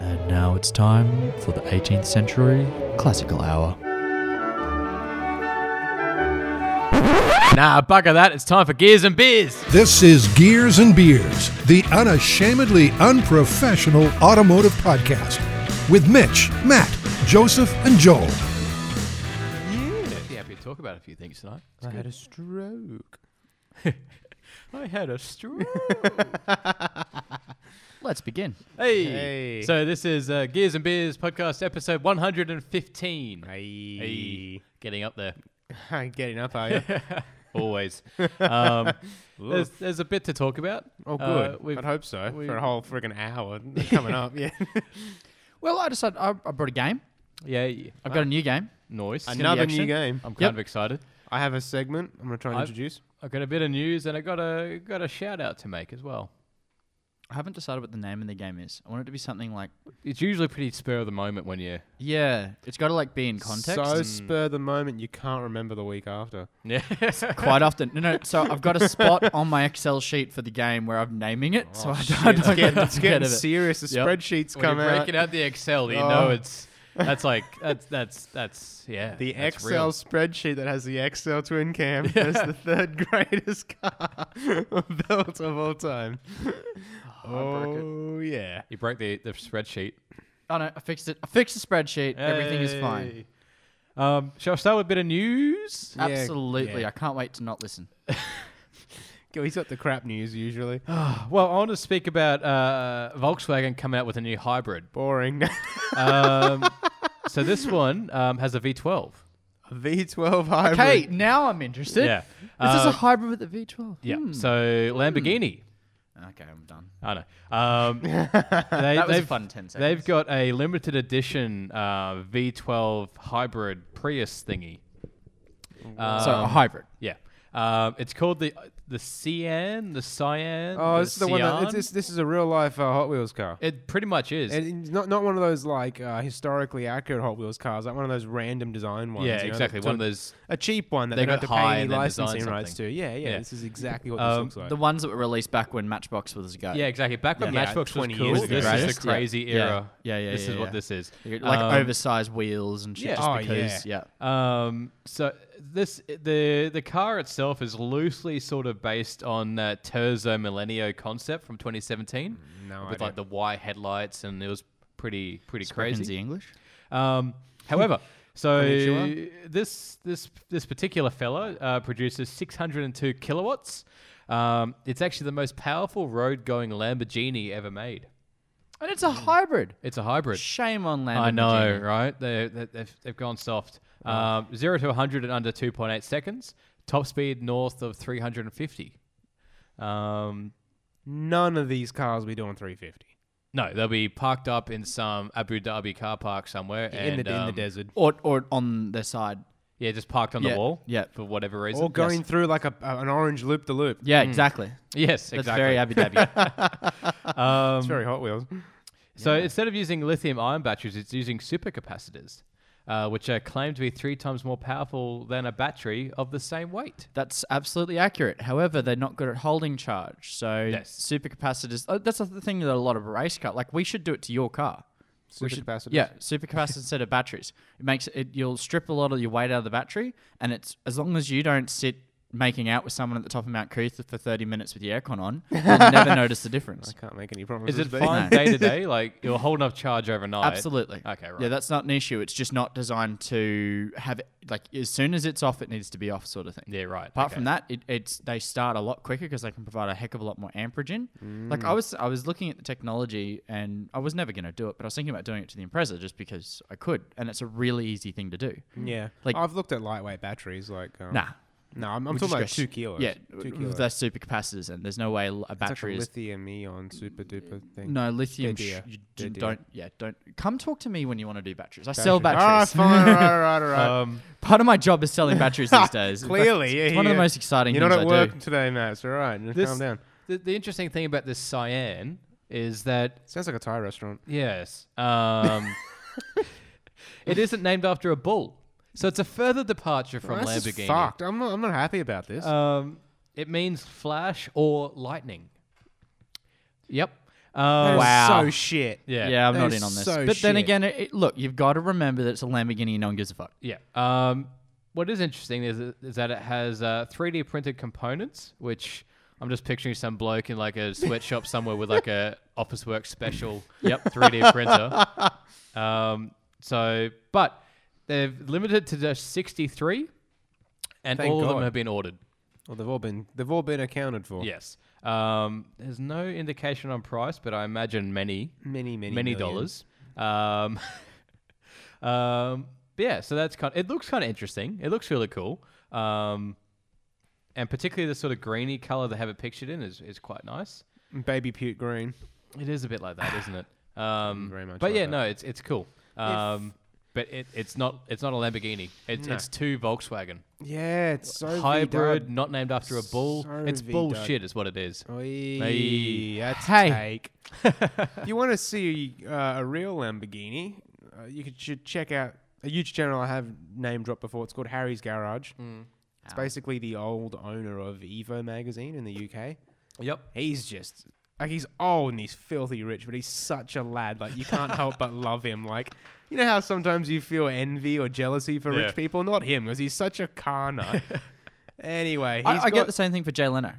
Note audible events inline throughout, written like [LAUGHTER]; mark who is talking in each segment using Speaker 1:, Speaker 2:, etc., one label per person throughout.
Speaker 1: it's time for the 18th century classical hour. Nah, bugger that. It's time for Gears and Beers.
Speaker 2: This is Gears and Beers, the unashamedly unprofessional automotive podcast with Mitch, Matt, Joseph, and Joel.
Speaker 1: Be happy to talk about a few things tonight. I had a stroke. [LAUGHS] I had a stroke.
Speaker 3: Let's begin.
Speaker 1: Hey.
Speaker 3: Hey.
Speaker 1: So this is uh, Gears and Beers podcast episode 115.
Speaker 3: Hey.
Speaker 1: [LAUGHS] Hey. Getting up there.
Speaker 3: I'm getting up, are you?
Speaker 1: Always. um, there's, there's a bit to talk about.
Speaker 3: [LAUGHS] Oh,
Speaker 1: Uh,
Speaker 3: good.
Speaker 1: we've-
Speaker 3: I'd hope so.
Speaker 1: we-
Speaker 3: For a whole friggin' hour [LAUGHS] coming up, yeah. well, I decided I, I brought a game.
Speaker 1: yeah. yeah.
Speaker 4: I've got a new game.
Speaker 1: noise.
Speaker 3: Another new
Speaker 4: action.
Speaker 3: game.
Speaker 1: I'm kind
Speaker 4: Yep.
Speaker 1: of excited.
Speaker 3: I have a segment I'm going to try and
Speaker 1: I've-
Speaker 3: introduce.
Speaker 1: I got a bit of news and I got a got a shout out to make as well.
Speaker 4: I haven't decided what the name of the game is. I want it to be something like
Speaker 1: It's usually pretty spur of the moment when you
Speaker 4: yeah. It's got to like be in context. Hmm.
Speaker 3: So spur the moment you can't remember the week after.
Speaker 1: yeah.
Speaker 4: [LAUGHS] Quite often, no, no. So I've got a spot on my Excel sheet for the game where I'm naming it.
Speaker 3: Oh,
Speaker 4: so I don't,
Speaker 3: It's getting,
Speaker 4: get
Speaker 3: it's getting
Speaker 4: of it.
Speaker 3: serious. The
Speaker 4: Yep.
Speaker 3: spreadsheets
Speaker 1: when
Speaker 3: come
Speaker 1: you're
Speaker 3: out.
Speaker 1: breaking out the Excel, you
Speaker 3: Oh.
Speaker 1: know it's that's like that's that's that's yeah.
Speaker 3: The
Speaker 1: that's
Speaker 3: Excel
Speaker 1: real.
Speaker 3: spreadsheet that has the Excel twin cam as the third [LAUGHS] greatest car built of all time. oh, yeah.
Speaker 1: You broke the, the spreadsheet.
Speaker 4: Oh no, I fixed it. I fixed the spreadsheet. Everything is fine.
Speaker 1: Hey. Um, shall I start with a bit of news? Uh,
Speaker 3: Yeah,
Speaker 4: Absolutely.
Speaker 3: yeah.
Speaker 4: I can't wait to not listen.
Speaker 3: Yo, He's got the crap news usually. [GASPS]
Speaker 1: Well, I want to speak about uh, Volkswagen coming out with a new hybrid.
Speaker 3: Boring. [LAUGHS]
Speaker 4: [LAUGHS]
Speaker 1: Um, so this one um, has a V12.
Speaker 3: V12 hybrid.
Speaker 4: Okay, now I'm interested.
Speaker 1: Yeah.
Speaker 4: This is
Speaker 1: Uh,
Speaker 4: a hybrid with the V12.
Speaker 1: Yeah.
Speaker 4: Hmm.
Speaker 1: So Lamborghini.
Speaker 4: Okay, I'm done.
Speaker 1: I know. Um, they,
Speaker 4: [LAUGHS] That was a
Speaker 1: they've-
Speaker 4: fun 10 seconds.
Speaker 1: They've got a limited edition uh, V12 hybrid Prius thingy.
Speaker 4: so a
Speaker 1: Um,
Speaker 4: hybrid.
Speaker 1: yeah. Um, it's called the the Cyan, the Cyan.
Speaker 3: Oh, this is the one that
Speaker 1: Cian?
Speaker 3: it's, this, this is a real life uh, Hot Wheels car.
Speaker 1: It pretty much is.
Speaker 3: And it's not not one of those like uh, historically accurate Hot Wheels cars, like one of those random design ones.
Speaker 1: yeah,
Speaker 3: you know,
Speaker 1: exactly.
Speaker 3: that-
Speaker 1: One of those.
Speaker 3: a cheap one that
Speaker 1: They
Speaker 3: they, don't
Speaker 1: got
Speaker 3: have to
Speaker 1: high
Speaker 3: pay any
Speaker 1: and then design
Speaker 3: licensing rights to.
Speaker 1: something.
Speaker 3: Yeah, yeah,
Speaker 1: Yeah.
Speaker 3: This is exactly what
Speaker 1: Um,
Speaker 3: this looks like.
Speaker 4: The ones that were released back when Matchbox was a go.
Speaker 1: Yeah, exactly. Back when
Speaker 3: Yeah,
Speaker 1: Matchbox was
Speaker 3: 20
Speaker 1: cool,
Speaker 3: years ago.
Speaker 1: this is
Speaker 4: Greatest,
Speaker 1: the
Speaker 4: yeah.
Speaker 1: crazy
Speaker 4: Yeah.
Speaker 1: era.
Speaker 4: Yeah, yeah,
Speaker 1: This
Speaker 4: yeah,
Speaker 1: is what
Speaker 4: yeah.
Speaker 1: this is.
Speaker 4: You get, Like
Speaker 1: Um,
Speaker 4: oversized wheels and shit
Speaker 1: yeah.
Speaker 4: just
Speaker 3: Oh,
Speaker 4: because. Yeah.
Speaker 1: Um, so this the the car itself is loosely sort of based on that Terzo Millennio concept from 2017,
Speaker 3: no
Speaker 1: with
Speaker 3: idea.
Speaker 1: like the Y headlights, and it was pretty pretty
Speaker 4: Crazy
Speaker 1: crazy.
Speaker 4: English.
Speaker 1: Um,
Speaker 3: [LAUGHS]
Speaker 1: however, so
Speaker 3: Konnichiwa.
Speaker 1: this this this particular fella uh, produces 602 kilowatts. Um, it's actually the most powerful road going Lamborghini ever made.
Speaker 4: And it's a hybrid.
Speaker 1: It's a hybrid.
Speaker 4: Shame on Lamborghini.
Speaker 1: I know, right? They, they, they've, they've gone soft. Um, zero to 100 in under 2.8 seconds. Top speed north of 350. Um,
Speaker 3: None of these cars we do on 350
Speaker 1: no, they'll be parked up in some Abu Dhabi car park somewhere.
Speaker 3: in,
Speaker 1: and,
Speaker 3: the, in the
Speaker 1: um,
Speaker 3: desert.
Speaker 4: Or, or on their side.
Speaker 1: Yeah, just parked on the
Speaker 4: Yeah,
Speaker 1: wall.
Speaker 4: yeah.
Speaker 1: For whatever reason.
Speaker 3: Or going through like a, a- an orange loop the loop.
Speaker 4: Yeah, exactly.
Speaker 1: Yes,
Speaker 4: That's
Speaker 1: exactly.
Speaker 4: very Abu [LAUGHS] Dhabi.
Speaker 1: um,
Speaker 3: It's very Hot Wheels.
Speaker 1: so instead of using lithium ion batteries, it's using supercapacitors, uh, which are claimed to be three times more powerful than a battery of the same weight.
Speaker 4: that's absolutely accurate. However, they're not good at holding charge. So
Speaker 1: Yes.
Speaker 4: supercapacitors. Oh, that's the thing that a lot of race car. Like we should do it to your car.
Speaker 3: Super capacitors.
Speaker 4: Yeah, supercapacitors instead of batteries. It makes it. You'll strip a lot of your weight out of the battery, and it's as long as you don't sit making out with someone at the top of Mount Cootha for 30 minutes with the aircon on,
Speaker 1: [LAUGHS]
Speaker 4: you'll never notice the difference.
Speaker 3: I can't make any promises.
Speaker 1: Is it
Speaker 3: but-
Speaker 1: fine day
Speaker 3: [LAUGHS]
Speaker 1: to day? Like you'll hold enough charge overnight.
Speaker 4: Absolutely.
Speaker 1: Okay, right.
Speaker 4: Yeah, that's not an issue. It's just not designed to have it, like as soon as it's off, it needs to be off, sort of thing.
Speaker 1: Yeah, right.
Speaker 4: Apart
Speaker 1: okay.
Speaker 4: from that, it, it's they start a lot quicker because they can provide a heck of a lot more amperage in.
Speaker 1: Mm.
Speaker 4: Like I was, I was looking at the technology, and I was never going to do it, but I was thinking about doing it to the Impreza just because I could, and it's a really easy thing to do.
Speaker 3: Yeah.
Speaker 4: Like-
Speaker 3: I've looked at lightweight batteries. Like um,
Speaker 4: Nah,
Speaker 3: No, I'm, I'm
Speaker 4: we
Speaker 3: talking
Speaker 4: just
Speaker 3: about
Speaker 4: go
Speaker 3: two
Speaker 4: s-
Speaker 3: kilos.
Speaker 4: Yeah,
Speaker 3: two
Speaker 4: w-
Speaker 3: kilos.
Speaker 4: they're super capacitors, and there's no way l- a
Speaker 3: It's like a
Speaker 4: battery is.
Speaker 3: lithium ion super duper thing.
Speaker 4: No lithium. Sh-
Speaker 3: Idea.
Speaker 4: you d-
Speaker 3: Idea.
Speaker 4: don't. Yeah, don't. Come talk to me when you want to do batteries. I sell batteries.
Speaker 3: All right, fine, all right, all right, all right.
Speaker 1: Um,
Speaker 4: [LAUGHS] Part of my job is selling batteries
Speaker 3: [LAUGHS]
Speaker 4: these days. In fact,
Speaker 3: Clearly, yeah,
Speaker 4: it's one of the
Speaker 3: yeah.
Speaker 4: most exciting
Speaker 3: You're
Speaker 4: things
Speaker 3: not at
Speaker 4: I
Speaker 3: work
Speaker 4: do.
Speaker 3: today, Matt. It's all right. Just
Speaker 1: This-
Speaker 3: calm down.
Speaker 1: the, the interesting thing about this cyan is that
Speaker 3: Sounds like a Thai restaurant.
Speaker 1: yes,
Speaker 3: [LAUGHS]
Speaker 1: um, it isn't named after a bull, so it's a further departure from
Speaker 3: this is
Speaker 1: Lamborghini.
Speaker 3: fucked. I'm not, I'm not happy about
Speaker 4: Uh,
Speaker 3: this.
Speaker 1: Um, it means flash or lightning. Yep. Um,
Speaker 3: So shit.
Speaker 1: Yeah.
Speaker 4: Yeah, I'm
Speaker 3: That
Speaker 4: not
Speaker 3: is
Speaker 4: in on this.
Speaker 3: so
Speaker 4: but then
Speaker 3: shit.
Speaker 4: again, it, it- look, you've got to remember that it's a Lamborghini and no one gives a fuck.
Speaker 1: Yeah. Um, what is interesting is, is that it has uh, 3D printed components, which I'm just picturing some bloke in like a sweatshop somewhere with like a Office Works special yep. 3D printer. Um, so, but they're limited to just 63, and
Speaker 3: Thank
Speaker 1: all of
Speaker 3: God.
Speaker 1: them have been ordered.
Speaker 3: Well, they've all been they've all been accounted for.
Speaker 1: Yes. Um, there's no indication on price, but I imagine many.
Speaker 3: Many many
Speaker 1: many
Speaker 3: million.
Speaker 1: dollars. Um, um, [LAUGHS] but yeah, so that's kind. it looks kind of interesting. It looks really cool. Um, and particularly the sort of greeny color they have it pictured in is, is quite nice.
Speaker 3: Baby puke green.
Speaker 1: It is a bit like that,
Speaker 3: [SIGHS]
Speaker 1: isn't it? Um,
Speaker 3: Very much
Speaker 1: But
Speaker 3: like
Speaker 1: yeah,
Speaker 3: that.
Speaker 1: no, it's it's cool. Um, but it, it's not it's not a Lamborghini. It's it's two Volkswagen
Speaker 3: Yeah, it's so
Speaker 1: hybrid, not named after a bull.
Speaker 3: So
Speaker 1: it's
Speaker 3: V-dub.
Speaker 1: bullshit, is what it is.
Speaker 3: Oy, that's
Speaker 4: Hey.
Speaker 3: take.
Speaker 4: [LAUGHS]
Speaker 3: if you want to see uh, a real Lamborghini, uh, you could, should check out a huge channel I have name dropped before. It's called Harry's Garage.
Speaker 4: Hmm.
Speaker 3: It's basically the old owner of Evo magazine in the UK.
Speaker 1: Yep.
Speaker 3: He's just like he's old and he's filthy rich, but he's such a lad. Like you can't
Speaker 4: [LAUGHS]
Speaker 3: help but love him. Like you know how sometimes you feel envy or jealousy for
Speaker 1: Yeah.
Speaker 3: rich people, not him, because he's such a car
Speaker 4: [LAUGHS]
Speaker 3: nut. anyway, he's
Speaker 4: I, I
Speaker 3: got-
Speaker 4: get the same thing for Jay Leno.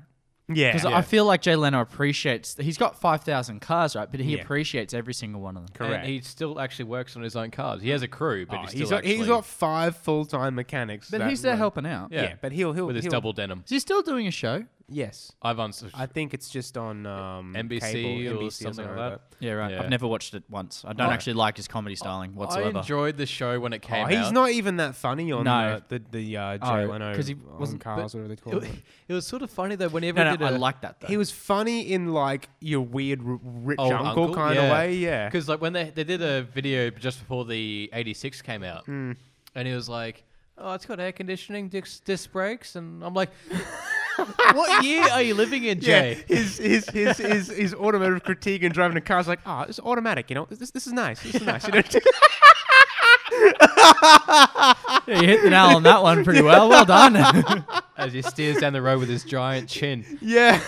Speaker 3: yeah,
Speaker 4: Because I feel like Jay Leno appreciates, he's got 5,000 cars, right? But he
Speaker 3: Yeah.
Speaker 4: appreciates every single one of them.
Speaker 3: Correct.
Speaker 1: And he still actually works on his own cars. He has a crew, but
Speaker 3: Oh,
Speaker 1: he's still
Speaker 3: he's got,
Speaker 1: actually
Speaker 3: he's got five full time mechanics.
Speaker 4: But
Speaker 3: that
Speaker 4: he's there
Speaker 3: run-
Speaker 4: helping out.
Speaker 1: Yeah.
Speaker 3: Yeah. but he'll he'll
Speaker 1: with his
Speaker 3: he'll-
Speaker 1: double denim.
Speaker 4: Is he still doing a show?
Speaker 3: Yes,
Speaker 1: I've unsubscribed.
Speaker 3: I think it's just on um,
Speaker 1: NBC
Speaker 3: cable,
Speaker 1: or
Speaker 3: NBC
Speaker 1: something like that.
Speaker 4: Yeah, right.
Speaker 1: Yeah.
Speaker 4: I've never watched it once. I don't
Speaker 1: I-
Speaker 4: actually like his comedy styling
Speaker 1: I
Speaker 4: whatsoever.
Speaker 1: enjoyed the show when it came
Speaker 3: Oh,
Speaker 1: out.
Speaker 3: he's not even that funny on
Speaker 4: No.
Speaker 3: the the, the uh, Jay
Speaker 4: Oh,
Speaker 3: Leno
Speaker 4: 'cause he
Speaker 3: on
Speaker 4: wasn't-
Speaker 3: Cars, whatever
Speaker 1: [LAUGHS]
Speaker 3: they
Speaker 1: It,
Speaker 3: call
Speaker 1: wa-
Speaker 3: it.
Speaker 1: [LAUGHS] it was sort of funny though. Whenever
Speaker 4: no,
Speaker 1: uh, he did
Speaker 4: no, I
Speaker 1: a-
Speaker 4: like that though.
Speaker 3: [LAUGHS] He was funny in like your weird r- rich
Speaker 1: old
Speaker 3: uncle, kind of way, yeah.
Speaker 1: Because like when they they did a video just before the '86 came out,
Speaker 3: Hmm.
Speaker 1: and he was like. Oh, it's got air conditioning, disc, disc brakes, and
Speaker 3: [LAUGHS]
Speaker 1: I'm like, what year are you living in,
Speaker 3: Yeah,
Speaker 1: Jay?
Speaker 3: his his his his, his automotive critique and driving a car is like, ah, it's automatic, you know. This this is nice. This is nice.
Speaker 1: [LAUGHS]
Speaker 3: You know?
Speaker 4: yeah, you hit the nail on that one pretty well. Well done.
Speaker 1: As he steers down the road with his giant
Speaker 3: [LAUGHS]
Speaker 1: chin.
Speaker 3: Yeah.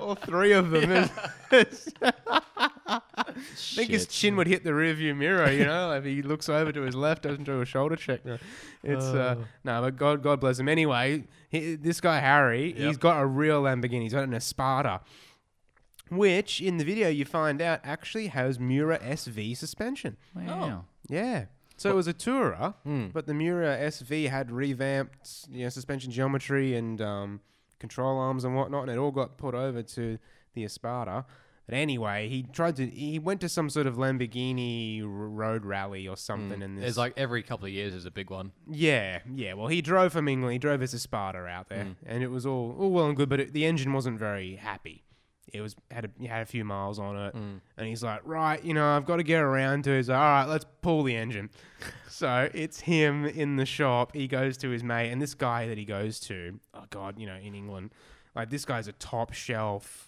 Speaker 3: All three of them. [LAUGHS] I think his
Speaker 4: Shit.
Speaker 3: chin would hit the rearview mirror, you know, if he looks over to his left, doesn't do a shoulder check. No, It's uh, no, but God, God bless him. Anyway, he, this guy Harry, he's
Speaker 1: Yep.
Speaker 3: got a real Lamborghini. He's got an Espada, which in the video you find out actually has Mura SV suspension.
Speaker 4: [LAUGHS] Wow.
Speaker 3: Yeah. So it was a Tourer, but the Mura SV had revamped you know, suspension geometry and um, control arms and whatnot, and it all got put over to the Espada. But anyway, he tried to. He went to some sort of Lamborghini r- road rally or something. And this,
Speaker 1: It's like every couple of years is a big one.
Speaker 3: yeah, yeah. Well, he drove from England. He drove his Espada out
Speaker 4: Mm.
Speaker 3: there, and it was all all well and good, but it, the engine wasn't very happy. It was had a, it had a few miles on it,
Speaker 4: Mm.
Speaker 3: and he's like, right, you know, I've got to get around to. it." He's like, all right, let's pull
Speaker 4: [LAUGHS]
Speaker 3: the engine. so it's him in the shop. He goes to his mate, and this guy that he goes to, oh god, you know, in England, like this guy's a top shelf.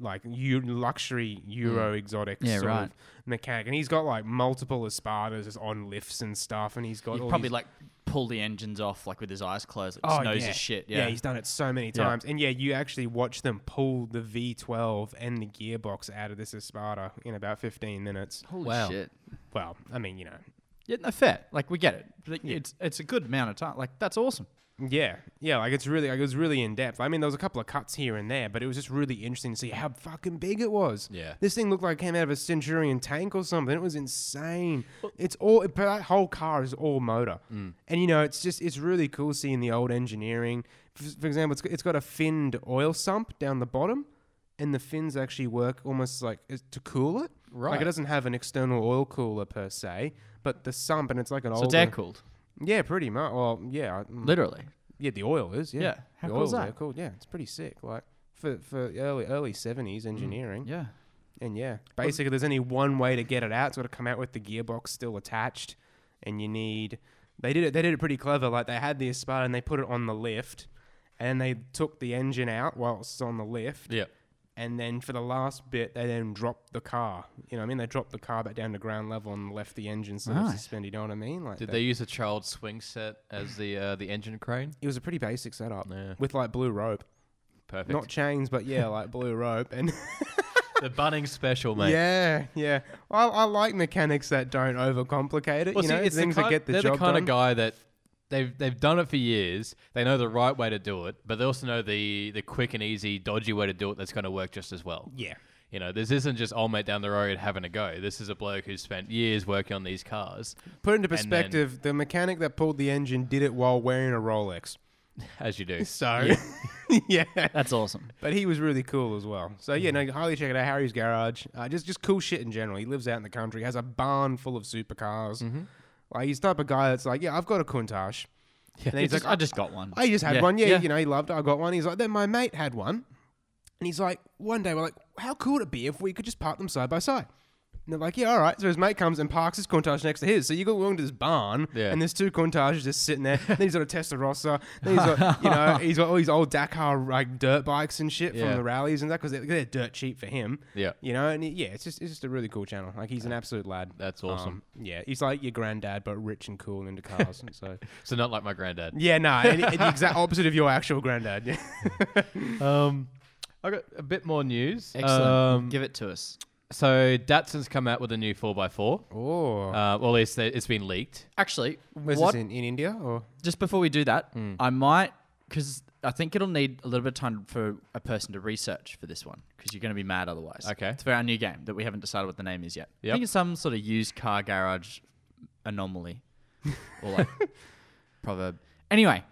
Speaker 3: Like you luxury Euro exotic
Speaker 4: Mm. Yeah,
Speaker 3: sort
Speaker 4: right.
Speaker 3: of mechanic, and he's got like multiple Espadas just on lifts and stuff, and he's got
Speaker 4: He
Speaker 3: all
Speaker 4: probably
Speaker 3: these-
Speaker 4: like pulled the engines off like with his eyes closed. Like, just knows his shit. Yeah.
Speaker 3: Oh, he's done it so many
Speaker 4: Yeah.
Speaker 3: times. And yeah, you actually watch them pull the V12 and the gearbox out of this Espada in about 15 minutes.
Speaker 4: Holy
Speaker 1: Wow.
Speaker 4: shit.
Speaker 3: Well, I mean, you know.
Speaker 4: Yeah, no, fair. Like we get it. But It's it's a good amount of time. Like that's awesome.
Speaker 3: Yeah, yeah, like it's really, like it was really in depth. I mean, there was a couple of cuts here and there, but it was just really interesting to see how fucking big it was.
Speaker 1: Yeah.
Speaker 3: this thing looked like it came out of a Centurion tank or something. It was insane. It's all, but that whole car is all motor,
Speaker 4: Mm.
Speaker 3: and you know, it's just, it's really cool seeing the old engineering. F- For example, it's, it's got a finned oil sump down the bottom, and the fins actually work almost like it's to cool it. like
Speaker 1: Right.
Speaker 3: it doesn't have an external oil cooler per se, but the sump and it's like an
Speaker 4: So
Speaker 3: old.
Speaker 4: it's air cooled,
Speaker 3: Yeah, pretty much. Well, yeah, I- mm.
Speaker 4: literally.
Speaker 3: yeah, the oil is. Yeah,
Speaker 4: Yeah. How
Speaker 3: the
Speaker 4: cool is
Speaker 3: oil's
Speaker 4: that?
Speaker 3: there, cool. Yeah, it's pretty sick. Like for for early early seventies engineering.
Speaker 4: Mm, Yeah.
Speaker 3: and yeah, basically, there's only one way to get it out. It's got to come out with the gearbox still attached, and you need. They did it. They did it pretty clever. Like they had the Espada and they put it on the lift, and they took the engine out whilst it's on the lift.
Speaker 1: Yeah.
Speaker 3: And then for the last bit, they then dropped the car. You know what I mean? They dropped the car back down to ground level and left the engine sort of
Speaker 4: Right.
Speaker 3: suspended. You know what I mean? Like
Speaker 1: Did
Speaker 3: they-
Speaker 1: they use a child swing set as the uh, the engine crane?
Speaker 3: It was a pretty basic setup
Speaker 1: Yeah.
Speaker 3: with like blue rope.
Speaker 1: Perfect. [LAUGHS]
Speaker 3: Not chains, but yeah, like blue rope and [LAUGHS]
Speaker 1: the Bunnings special, mate.
Speaker 3: Yeah, yeah. Well, I like mechanics that don't overcomplicate it.
Speaker 1: Well,
Speaker 3: you
Speaker 1: see,
Speaker 3: know,
Speaker 1: it's the
Speaker 3: things that
Speaker 1: kind-
Speaker 3: get the
Speaker 1: they're
Speaker 3: job
Speaker 1: the kind
Speaker 3: done.
Speaker 1: of guy that they've they've done it for years. They know the right way to do it, but they also know the the quick and easy, dodgy way to do it that's going to work just as well.
Speaker 3: Yeah.
Speaker 1: You know, this isn't just old mate down the road having a go. This is a bloke who's spent years working on these cars,
Speaker 3: Put into
Speaker 1: then-
Speaker 3: perspective, the mechanic that pulled the engine did it while wearing a Rolex.
Speaker 1: as you do.
Speaker 3: So, [LAUGHS] yeah.
Speaker 4: That's awesome.
Speaker 3: But he was really cool as well. So yeah,
Speaker 1: Mm-hmm.
Speaker 3: no, highly check it out. Harry's garage, uh, just just cool shit in general. He lives out in the country, has a barn full of supercars.
Speaker 1: Mm-hmm.
Speaker 3: Like he's the type of guy that's like, yeah, I've got a Countach. And then
Speaker 4: He's
Speaker 3: he's like,
Speaker 4: I just got one.
Speaker 3: I just had
Speaker 1: Yeah.
Speaker 3: one. Yeah,
Speaker 1: Yeah.
Speaker 3: you know, he loved it. I got one. He's like, then my mate had one. And he's like, one day we're like, how cool would it be if we could just park them side by side? And they're like, yeah, all right. So his mate comes and parks his Countach next to his. So you go along to this barn,
Speaker 1: Yeah.
Speaker 3: and there's two Countages just
Speaker 1: [LAUGHS]
Speaker 3: sitting there. then he's got a Testarossa. Then he's got, you know, he's got all these old Dakar like dirt bikes and shit
Speaker 1: Yeah.
Speaker 3: from the rallies and that because they're, they're dirt cheap for him.
Speaker 1: Yeah.
Speaker 3: You know, and he- yeah, it's just it's just a really cool channel. Like he's an absolute lad.
Speaker 1: That's awesome.
Speaker 3: Um, yeah, he's like your granddad, but rich and cool and into cars.
Speaker 1: [LAUGHS]
Speaker 3: and so
Speaker 1: So not like my granddad.
Speaker 3: yeah, no, and- and the exact opposite of your actual granddad. Yeah.
Speaker 1: Um, I got a bit more news.
Speaker 4: Excellent.
Speaker 1: Um,
Speaker 4: Give it to us.
Speaker 1: so Datsun's come out with a new 4x4.
Speaker 3: [LAUGHS] Oh,
Speaker 1: Uh, well, it's it's been leaked.
Speaker 4: Actually,
Speaker 3: was
Speaker 4: what
Speaker 3: this in, in India or?
Speaker 4: just before we do that,
Speaker 1: Mm.
Speaker 4: I might because I think it'll need a little bit of time for a person to research for this one because you're going to be mad otherwise.
Speaker 1: Okay.
Speaker 4: it's for our new game that we haven't decided what the name is yet.
Speaker 1: Yep.
Speaker 4: I think it's some sort of used car garage
Speaker 1: [LAUGHS]
Speaker 4: anomaly or like proverb. Anyway,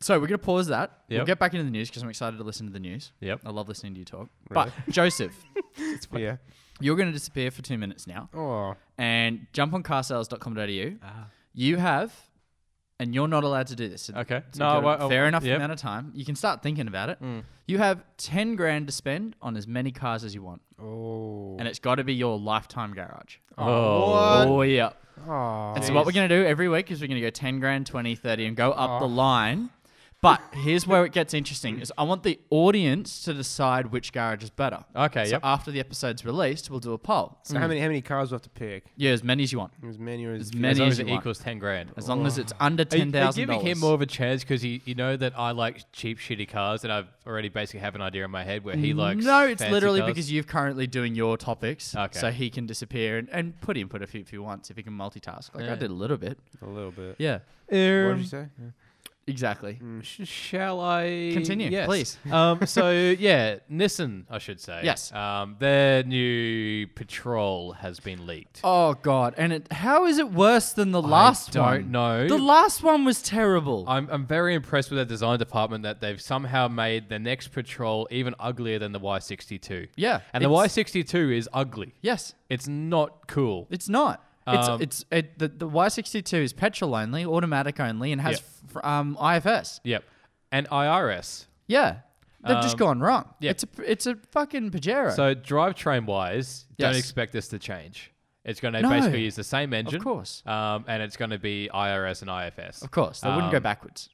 Speaker 4: so we're going to pause that. We'll
Speaker 1: Yep.
Speaker 4: get back into the news because I'm excited to listen to the news.
Speaker 1: Yep.
Speaker 4: I love listening to you talk. But
Speaker 3: Really?
Speaker 4: Joseph,
Speaker 3: Yeah.
Speaker 4: you're going to disappear for two minutes
Speaker 1: [LAUGHS]
Speaker 4: now
Speaker 3: Oh,
Speaker 4: and jump on carsales.com.au.
Speaker 1: Ah.
Speaker 4: You have, and you're not allowed to do this.
Speaker 1: Okay.
Speaker 4: So
Speaker 1: No, I
Speaker 4: you've got
Speaker 1: won't- I
Speaker 4: a fair
Speaker 1: won't-
Speaker 4: enough
Speaker 1: yep. Mm.
Speaker 4: amount of time. You can start thinking about it. You have 10 grand to spend on as many cars as you want,
Speaker 3: oh,
Speaker 4: and it's got to be your lifetime garage.
Speaker 1: Oh.
Speaker 4: Oh, yeah.
Speaker 3: oh.
Speaker 4: And so, what we're going to do every week is we're going to go 10 grand, 20, 30, and go up
Speaker 1: Oh.
Speaker 4: the line. But here's where it gets interesting is I want the audience to decide which garage is better.
Speaker 1: Okay,
Speaker 4: So
Speaker 1: yep.
Speaker 4: after the episode's released, we'll do a poll. Mm.
Speaker 3: So how many how many cars do I have to pick?
Speaker 4: Yeah, as many as you want.
Speaker 3: As many or as,
Speaker 4: As
Speaker 3: few?
Speaker 1: As
Speaker 4: many
Speaker 1: long
Speaker 4: as,
Speaker 1: as it
Speaker 4: you want.
Speaker 1: equals ten grand.
Speaker 4: As long as it's under
Speaker 1: Oh. Are you-
Speaker 4: ten thousand
Speaker 1: Are you
Speaker 4: dollars.
Speaker 1: giving him more of a chance because you, you know that I like cheap, shitty cars, and I already basically have an idea in my head where he likes.
Speaker 4: no, it's
Speaker 1: fancy
Speaker 4: literally
Speaker 1: cars?
Speaker 4: because you're currently doing your topics,
Speaker 1: Okay.
Speaker 4: so he can disappear and, and put input if he, if he wants, if he can multitask. Like I
Speaker 1: Yeah.
Speaker 4: did a little bit.
Speaker 3: A little bit.
Speaker 4: Yeah,
Speaker 3: What did
Speaker 4: Um,
Speaker 3: you say?
Speaker 4: exactly.
Speaker 1: Sh- Shall I
Speaker 4: Continue,
Speaker 1: Yes.
Speaker 4: please.
Speaker 1: [LAUGHS] Um, so yeah, Nissan, I should say.
Speaker 4: Yes.
Speaker 1: Um, their new Patrol has been leaked.
Speaker 4: Oh God! And it, how is it worse than the last
Speaker 1: don't
Speaker 4: one?
Speaker 1: know.
Speaker 4: The last one was terrible.
Speaker 1: I'm, I'm very impressed with their design department that they've somehow made the next Patrol even uglier than the Y62.
Speaker 4: Yeah,
Speaker 1: and the
Speaker 4: it's-
Speaker 1: Y62 is ugly.
Speaker 4: yes,
Speaker 1: It's not cool.
Speaker 4: it's not.
Speaker 1: Um,
Speaker 4: it's it's it, the the Y sixty two is petrol only, automatic only, and has
Speaker 1: Yeah.
Speaker 4: f- um, IFS.
Speaker 1: Yep. And IRS.
Speaker 4: Yeah, they've just
Speaker 1: Um,
Speaker 4: gone wrong.
Speaker 1: yeah.
Speaker 4: it's a it's a fucking Pajero.
Speaker 1: So drivetrain wise, don't
Speaker 4: Yes.
Speaker 1: expect this to change. It's going to
Speaker 4: No.
Speaker 1: basically use the same engine,
Speaker 4: course.
Speaker 1: um, and it's going to be IRS and IFS.
Speaker 4: of course, they wouldn't go
Speaker 1: Um,
Speaker 4: backwards.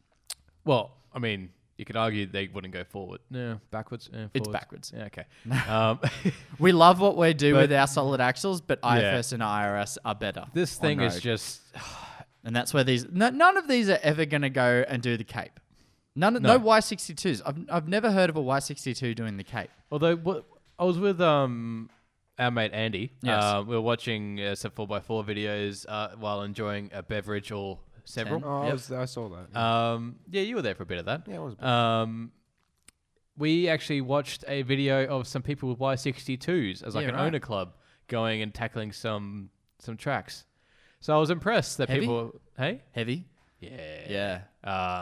Speaker 1: Well, I mean, you could argue they wouldn't go forward. No, backwards. eh,
Speaker 4: It's backwards.
Speaker 1: forwards. Yeah, [LAUGHS] okay. um,
Speaker 4: [LAUGHS] We love what we do
Speaker 1: But-
Speaker 4: with our solid axles, but
Speaker 1: Yeah.
Speaker 4: IFS and IRS are better.
Speaker 1: this
Speaker 4: on
Speaker 1: thing is
Speaker 4: road.
Speaker 1: just
Speaker 4: and that's where these no, none of these are ever going to go and do the Cape. None, of no. Y62s. I've, I've never heard of a Y62 doing the Cape.
Speaker 1: [LAUGHS] Although what I was with um our mate Andy.
Speaker 4: Yes.
Speaker 1: Uh, we were watching uh, some four x four videos uh, while enjoying a beverage or several.
Speaker 3: Oh, I,
Speaker 1: Yep.
Speaker 3: was, I saw that.
Speaker 4: Uh,
Speaker 1: Um, yeah, you were there for a bit of that.
Speaker 3: Yeah, I was a bit.
Speaker 1: Um, we actually watched a video of some people with Y62s as like
Speaker 4: Yeah,
Speaker 1: an
Speaker 4: right.
Speaker 1: owner club going and tackling some some tracks. So I was impressed that
Speaker 4: Heavy?
Speaker 1: people. Hey.
Speaker 4: Heavy?
Speaker 1: Yeah.
Speaker 4: Yeah.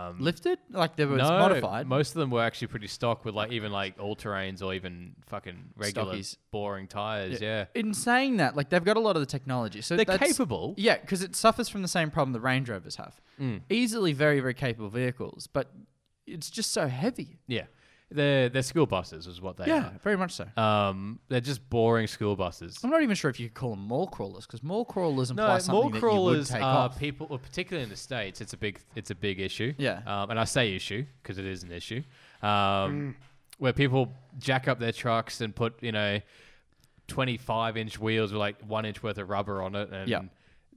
Speaker 1: Um,
Speaker 4: Lifted? Like they were
Speaker 1: no,
Speaker 4: modified.
Speaker 1: most of them were actually pretty stock with like even like all terrains or even fucking regular
Speaker 4: Stockies.
Speaker 1: boring tires. Yeah.
Speaker 4: In saying that, like they've got a lot of the technology. So
Speaker 1: They're
Speaker 4: that's-
Speaker 1: capable.
Speaker 4: Yeah, because it suffers from the same problem the Range Rovers have.
Speaker 1: Mm.
Speaker 4: Easily very, very capable vehicles, but it's just so heavy.
Speaker 1: Yeah. They're they're school buses is what they
Speaker 4: Yeah, very much so.
Speaker 1: are. Um, they're just boring school buses.
Speaker 4: I'm not even sure if you could call them mall crawlers because mall crawlers imply
Speaker 1: No,
Speaker 4: something
Speaker 1: more
Speaker 4: that you would
Speaker 1: crawlers
Speaker 4: take
Speaker 1: are
Speaker 4: off.
Speaker 1: people, well, particularly in the states. It's a big, it's a big issue.
Speaker 4: Yeah.
Speaker 1: um, and I say issue because it is an issue, um, where people jack up their trucks and put you know, twenty-five inch wheels with like one inch worth of rubber on it, and
Speaker 4: Yeah.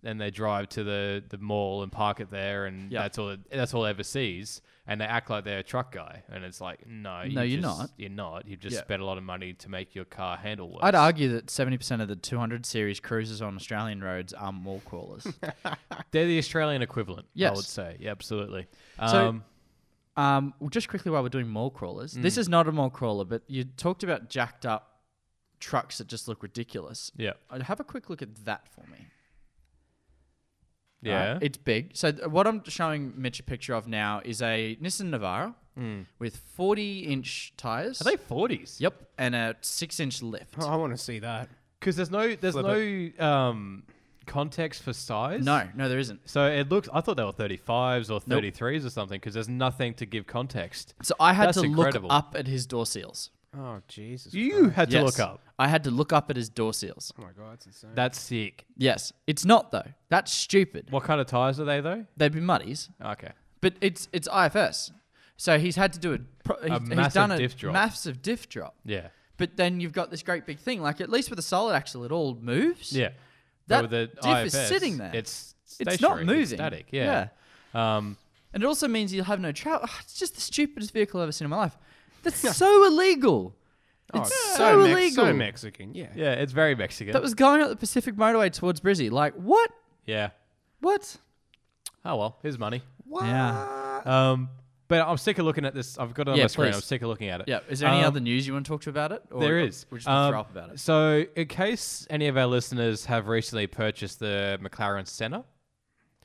Speaker 1: and they drive to the, the mall and park it there, and
Speaker 4: Yeah.
Speaker 1: that's all that's all they ever sees. And they act like they're a truck guy, and it's like, no, you
Speaker 4: No, you're
Speaker 1: just-
Speaker 4: not.
Speaker 1: You're not. You've just
Speaker 4: Yeah.
Speaker 1: spent a lot of money to make your car handle worse.
Speaker 4: I'd argue that 70% of the 200 series cruisers on Australian roads are mall
Speaker 1: [LAUGHS]
Speaker 4: crawlers.
Speaker 1: They're the Australian equivalent. I
Speaker 4: Yes.
Speaker 1: would say, yeah, absolutely.
Speaker 4: So-
Speaker 1: um,
Speaker 4: um, well, just quickly while we're doing mall crawlers,
Speaker 1: Mm.
Speaker 4: this is not a mall crawler, but you talked about jacked up trucks that just look ridiculous.
Speaker 1: yeah,
Speaker 4: I'd have a quick look at that for me.
Speaker 1: yeah,
Speaker 4: Uh, it's big. So th- what I'm showing Mitch a picture of now is a Nissan Navara with 40 inch tires.
Speaker 1: Mm. Are they forties?
Speaker 4: Yep, and a six inch lift.
Speaker 3: Oh, [LAUGHS] I want to see that.
Speaker 1: Because there's no there's
Speaker 3: Flip
Speaker 1: no um, context for size.
Speaker 4: No, no, there isn't.
Speaker 1: So it looks. I thought they were 35s or 33s or something because there's nothing to give context.
Speaker 4: So I had
Speaker 1: That's
Speaker 4: to
Speaker 1: incredible.
Speaker 4: look up at his door seals.
Speaker 3: Oh Jesus!
Speaker 1: You had to
Speaker 4: Yes.
Speaker 1: look up.
Speaker 4: I had to look up at his door seals.
Speaker 3: Oh my God, it's insane.
Speaker 1: That's sick.
Speaker 4: Yes, it's not though. That's stupid.
Speaker 1: What kind of tires are they though?
Speaker 4: They'd be muddies,
Speaker 1: Okay.
Speaker 4: but it's it's IFS. So he's had to do a, pro- he's, he's
Speaker 1: massive
Speaker 4: done a
Speaker 1: diff drop.
Speaker 4: massive diff drop.
Speaker 1: Yeah.
Speaker 4: But then you've got this great big thing. Like at least with a solid axle, it all moves.
Speaker 1: Yeah.
Speaker 4: That
Speaker 1: But with the
Speaker 4: diff is
Speaker 1: IFS,
Speaker 4: sitting there.
Speaker 1: It's
Speaker 4: It's
Speaker 1: stationary,
Speaker 4: not moving.
Speaker 1: static. Yeah. Um,
Speaker 4: And it also means you'll have no travel. It's just the stupidest vehicle I've ever seen in my life. That's so illegal.
Speaker 3: Oh,
Speaker 4: It's
Speaker 3: it's
Speaker 4: so
Speaker 3: Mex-
Speaker 4: illegal.
Speaker 3: so Mexican. Yeah.
Speaker 1: yeah. It's very Mexican.
Speaker 4: That was going up the Pacific Motorway towards Brizzy. Like what?
Speaker 1: yeah.
Speaker 4: What?
Speaker 1: Oh well. Here's money.
Speaker 4: Yeah.
Speaker 1: Um, but I'm sick of looking at this. I've got it on
Speaker 4: Yeah,
Speaker 1: my screen.
Speaker 4: please.
Speaker 1: I'm sick of looking at it.
Speaker 4: Yeah. Is there any
Speaker 1: Um,
Speaker 4: other news you want to talk to about it? Or
Speaker 1: There is.
Speaker 4: We're just gonna
Speaker 1: Um,
Speaker 4: throw up about it.
Speaker 1: So, in case any of our listeners have recently purchased the McLaren Senna,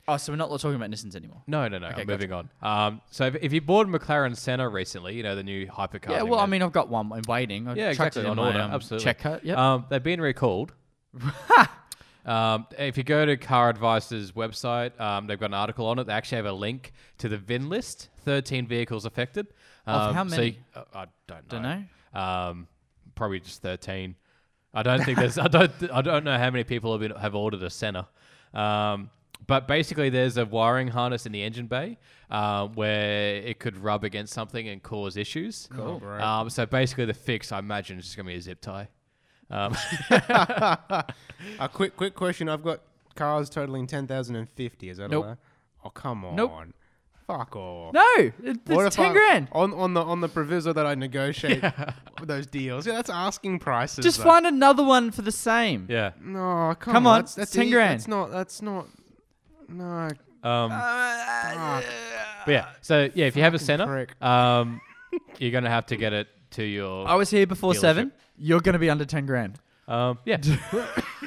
Speaker 4: Oh, so we're not talking about Nissans anymore.
Speaker 1: no, no, no, I'm
Speaker 4: gotcha.
Speaker 1: moving on. Um, so, if, if you bought a McLaren Senna recently, you know the new hypercar.
Speaker 4: Yeah.
Speaker 1: thing
Speaker 4: Well, I
Speaker 1: that-
Speaker 4: mean, I've got one. I'm waiting. I
Speaker 1: yeah,
Speaker 4: chucked
Speaker 1: exactly
Speaker 4: it in
Speaker 1: on
Speaker 4: my,
Speaker 1: order,
Speaker 4: um,
Speaker 1: absolutely.
Speaker 4: Check cut. Yep.
Speaker 1: Um, they've been
Speaker 4: [LAUGHS]
Speaker 1: recalled. um, if you go to Car Advice's website, um, they've got an article on it. They actually have a link to the VIN list, 13 vehicles affected.
Speaker 4: Of
Speaker 1: Um,
Speaker 4: how
Speaker 1: so you-
Speaker 4: many?
Speaker 1: uh, I don't know.
Speaker 4: Don't know.
Speaker 1: Um, probably just 13. I don't think there's. I [LAUGHS] don't. I don't know how many people have been, have ordered a Senna. Um, but basically, there's a wiring harness in the engine bay uh, where it could rub against something and cause issues. Cool.
Speaker 3: bro.
Speaker 1: Um, so basically, the fix I imagine is just gonna be a zip tie. Um,
Speaker 3: A quick, quick question. I've got cars totaling ten thousand and fifty. Is that
Speaker 4: Nope.
Speaker 3: all? right? Oh come on.
Speaker 4: Nope.
Speaker 3: Fuck off.
Speaker 4: No, it, it's
Speaker 3: What if
Speaker 4: ten
Speaker 1: [LAUGHS]
Speaker 3: I-
Speaker 4: grand.
Speaker 3: on on the on the proviso that
Speaker 4: [LAUGHS]
Speaker 3: I negotiate those deals? Yeah, that's asking prices.
Speaker 4: Just
Speaker 3: though.
Speaker 4: find another one for the same.
Speaker 1: yeah.
Speaker 3: No, come,
Speaker 4: Come on,
Speaker 3: That's, that's
Speaker 4: it's 10
Speaker 3: e-
Speaker 4: grand.
Speaker 3: That's not. That's not. No. Ah,
Speaker 1: Um, but yeah. So yeah, if you have a Senna,
Speaker 3: prick.
Speaker 1: um, you're gonna have to get it to your.
Speaker 4: I was here before
Speaker 1: Dealership.
Speaker 4: seven. You're going to be under ten grand.
Speaker 1: Um, [LAUGHS] yeah.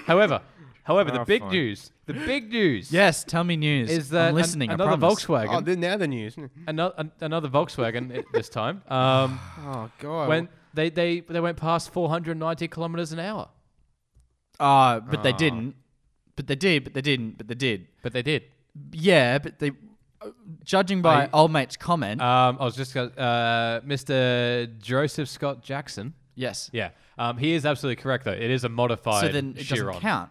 Speaker 1: however, however, the
Speaker 3: Oh,
Speaker 1: big
Speaker 3: fine.
Speaker 1: news. The big news.
Speaker 4: Yes, tell me news.
Speaker 1: Is that
Speaker 4: I'm
Speaker 1: an-
Speaker 4: listening? I
Speaker 1: another
Speaker 4: promise.
Speaker 1: Volkswagen?
Speaker 3: Oh, the, now
Speaker 1: [LAUGHS]
Speaker 3: the news.
Speaker 1: another, an- another Volkswagen i- this time.
Speaker 4: [LAUGHS]
Speaker 1: Um,
Speaker 3: Oh God.
Speaker 1: when they, they they went past 490 kilometers an hour,
Speaker 4: Ah, but they didn't. But they did. But they didn't. But they did.
Speaker 1: but they did.
Speaker 4: Yeah, but they. Judging by
Speaker 1: I-
Speaker 4: old mate's comment,
Speaker 1: Um, I was just gonna, uh, Mr. Joseph Scott Jackson.
Speaker 4: yes.
Speaker 1: Yeah, um, he is absolutely correct though. It is a modified.
Speaker 4: So then it
Speaker 1: Chiron.
Speaker 4: doesn't count.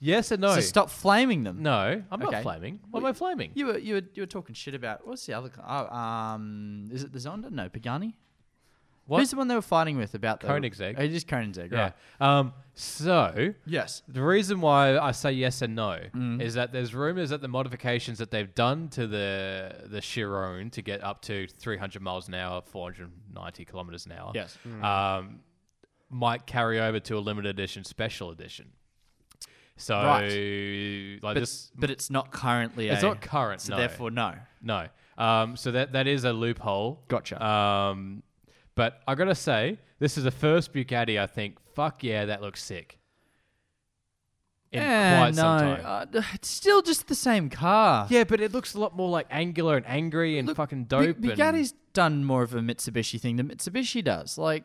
Speaker 1: Yes and no.
Speaker 4: So stop flaming them.
Speaker 1: No, I'm
Speaker 4: Okay.
Speaker 1: not flaming. Why am I flaming?
Speaker 4: You were you were you were talking shit about what's the other? car? Oh, um, is it the Zonda? No, Pagani.
Speaker 1: What?
Speaker 4: Who's the one they were fighting with about the
Speaker 1: Koenigsegg.
Speaker 4: Oh, it is Koenigsegg,
Speaker 1: Yeah.
Speaker 4: right?
Speaker 1: Um, so
Speaker 4: Yes.
Speaker 1: the reason why I say yes and no is that there's rumors that the modifications that they've done to the the Chiron to get up to 300 miles an hour, 490 kilometers an hour,
Speaker 4: Yes.
Speaker 1: um, might carry over to a limited edition special edition. So like
Speaker 4: But,
Speaker 1: this,
Speaker 4: but it's not currently.
Speaker 1: it's
Speaker 4: a,
Speaker 1: not current.
Speaker 4: So
Speaker 1: no.
Speaker 4: therefore, no.
Speaker 1: No. Um, so that that is a loophole.
Speaker 4: Gotcha.
Speaker 1: Um, but I gotta say, this is the first Bugatti I think. Fuck yeah, that looks sick. In
Speaker 4: Yeah,
Speaker 1: quite some time.
Speaker 4: Eh, Uh, it's still just the same car.
Speaker 1: yeah, but it looks a lot more like angular and angry and
Speaker 4: Look,
Speaker 1: fucking
Speaker 4: Bu-
Speaker 1: dope.
Speaker 4: Bugatti's done more of a Mitsubishi thing than Mitsubishi does. Like,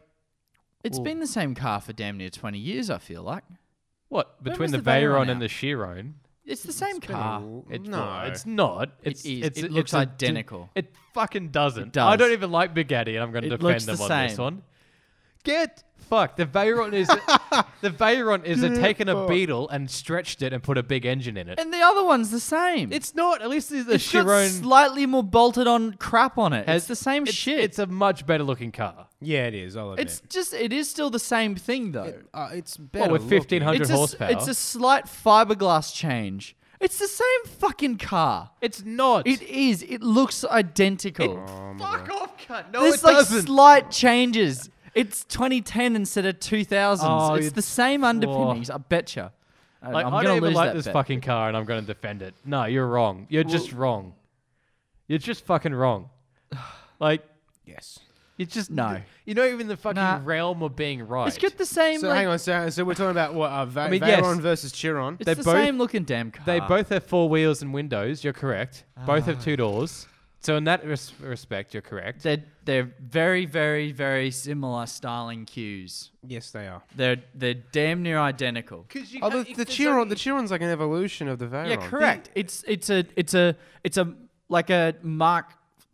Speaker 4: it's been the same car for damn near twenty years. I feel like
Speaker 1: what
Speaker 4: When
Speaker 1: between
Speaker 4: was
Speaker 1: the,
Speaker 4: the Veyron
Speaker 1: Veyron
Speaker 4: out?
Speaker 1: and the Chiron?
Speaker 4: it's the same car.
Speaker 1: It's
Speaker 3: no.
Speaker 1: not. It's not. It's,
Speaker 4: is.
Speaker 1: It's,
Speaker 4: It
Speaker 1: it's
Speaker 4: looks
Speaker 1: a d-
Speaker 4: identical.
Speaker 1: it fucking doesn't.
Speaker 4: does.
Speaker 1: I don't even like Bugatti, and I'm going to
Speaker 4: It
Speaker 1: defend
Speaker 4: looks
Speaker 1: them
Speaker 4: the
Speaker 1: on this
Speaker 4: same.
Speaker 1: one. Get fucked. The
Speaker 4: [LAUGHS]
Speaker 1: Veyron is the Veyron is a, taken a beetle and stretched it and put a big engine in it.
Speaker 4: And the other one's the same.
Speaker 1: It's not. At least the
Speaker 4: It's got
Speaker 1: Chiron
Speaker 4: slightly more bolted on crap on it.
Speaker 1: has
Speaker 4: it's the same
Speaker 1: it's-
Speaker 4: shit.
Speaker 1: It's a much better looking car.
Speaker 3: Yeah, it is. I'll admit.
Speaker 4: It's just it is still the same thing though.
Speaker 3: uh, it's
Speaker 1: Well,
Speaker 3: better.
Speaker 1: with
Speaker 3: looking.
Speaker 1: 1500
Speaker 4: it's a s-
Speaker 1: horsepower.
Speaker 4: it's a slight fiberglass change. It's the same fucking car.
Speaker 1: It's not.
Speaker 4: It is. It looks identical.
Speaker 1: Oh. Fuck off, cunt. No,
Speaker 4: There's
Speaker 1: it
Speaker 4: like
Speaker 1: doesn't.
Speaker 4: slight changes. It's 2010 instead of 2000s.
Speaker 1: Oh,
Speaker 4: it's
Speaker 1: you-
Speaker 4: the same underpinnings. I betcha. I-
Speaker 1: Like,
Speaker 4: I'm
Speaker 1: I
Speaker 4: gonna
Speaker 1: don't even
Speaker 4: lose
Speaker 1: like
Speaker 4: that
Speaker 1: this
Speaker 4: bet.
Speaker 1: fucking car, and I'm going to defend it. No, you're wrong. You're just wrong. You're just
Speaker 4: [SIGHS]
Speaker 1: fucking wrong. Like
Speaker 3: Yes.
Speaker 1: it's just
Speaker 4: No.
Speaker 1: You're not even in the fucking
Speaker 4: Nah.
Speaker 1: realm of being right.
Speaker 4: It's got the same.
Speaker 3: So
Speaker 4: like,
Speaker 3: hang on, so, so we're talking about what uh, Va-
Speaker 1: mean,
Speaker 3: Veyron
Speaker 1: yes.
Speaker 3: versus Chiron.
Speaker 4: It's
Speaker 1: They
Speaker 4: the
Speaker 1: both-
Speaker 4: same looking damn car.
Speaker 1: They both have four wheels and windows. You're correct. Both
Speaker 4: Ah.
Speaker 1: have two doors. So in that res- respect, you're correct.
Speaker 4: They're, they're very, very, very similar styling cues.
Speaker 3: Yes, they are.
Speaker 4: They're they're damn near identical.
Speaker 1: Because you
Speaker 3: Oh, the, the Chiron, the Chiron's like an evolution of the Veyron.
Speaker 4: Yeah, correct. it's it's a it's a it's a like a Mark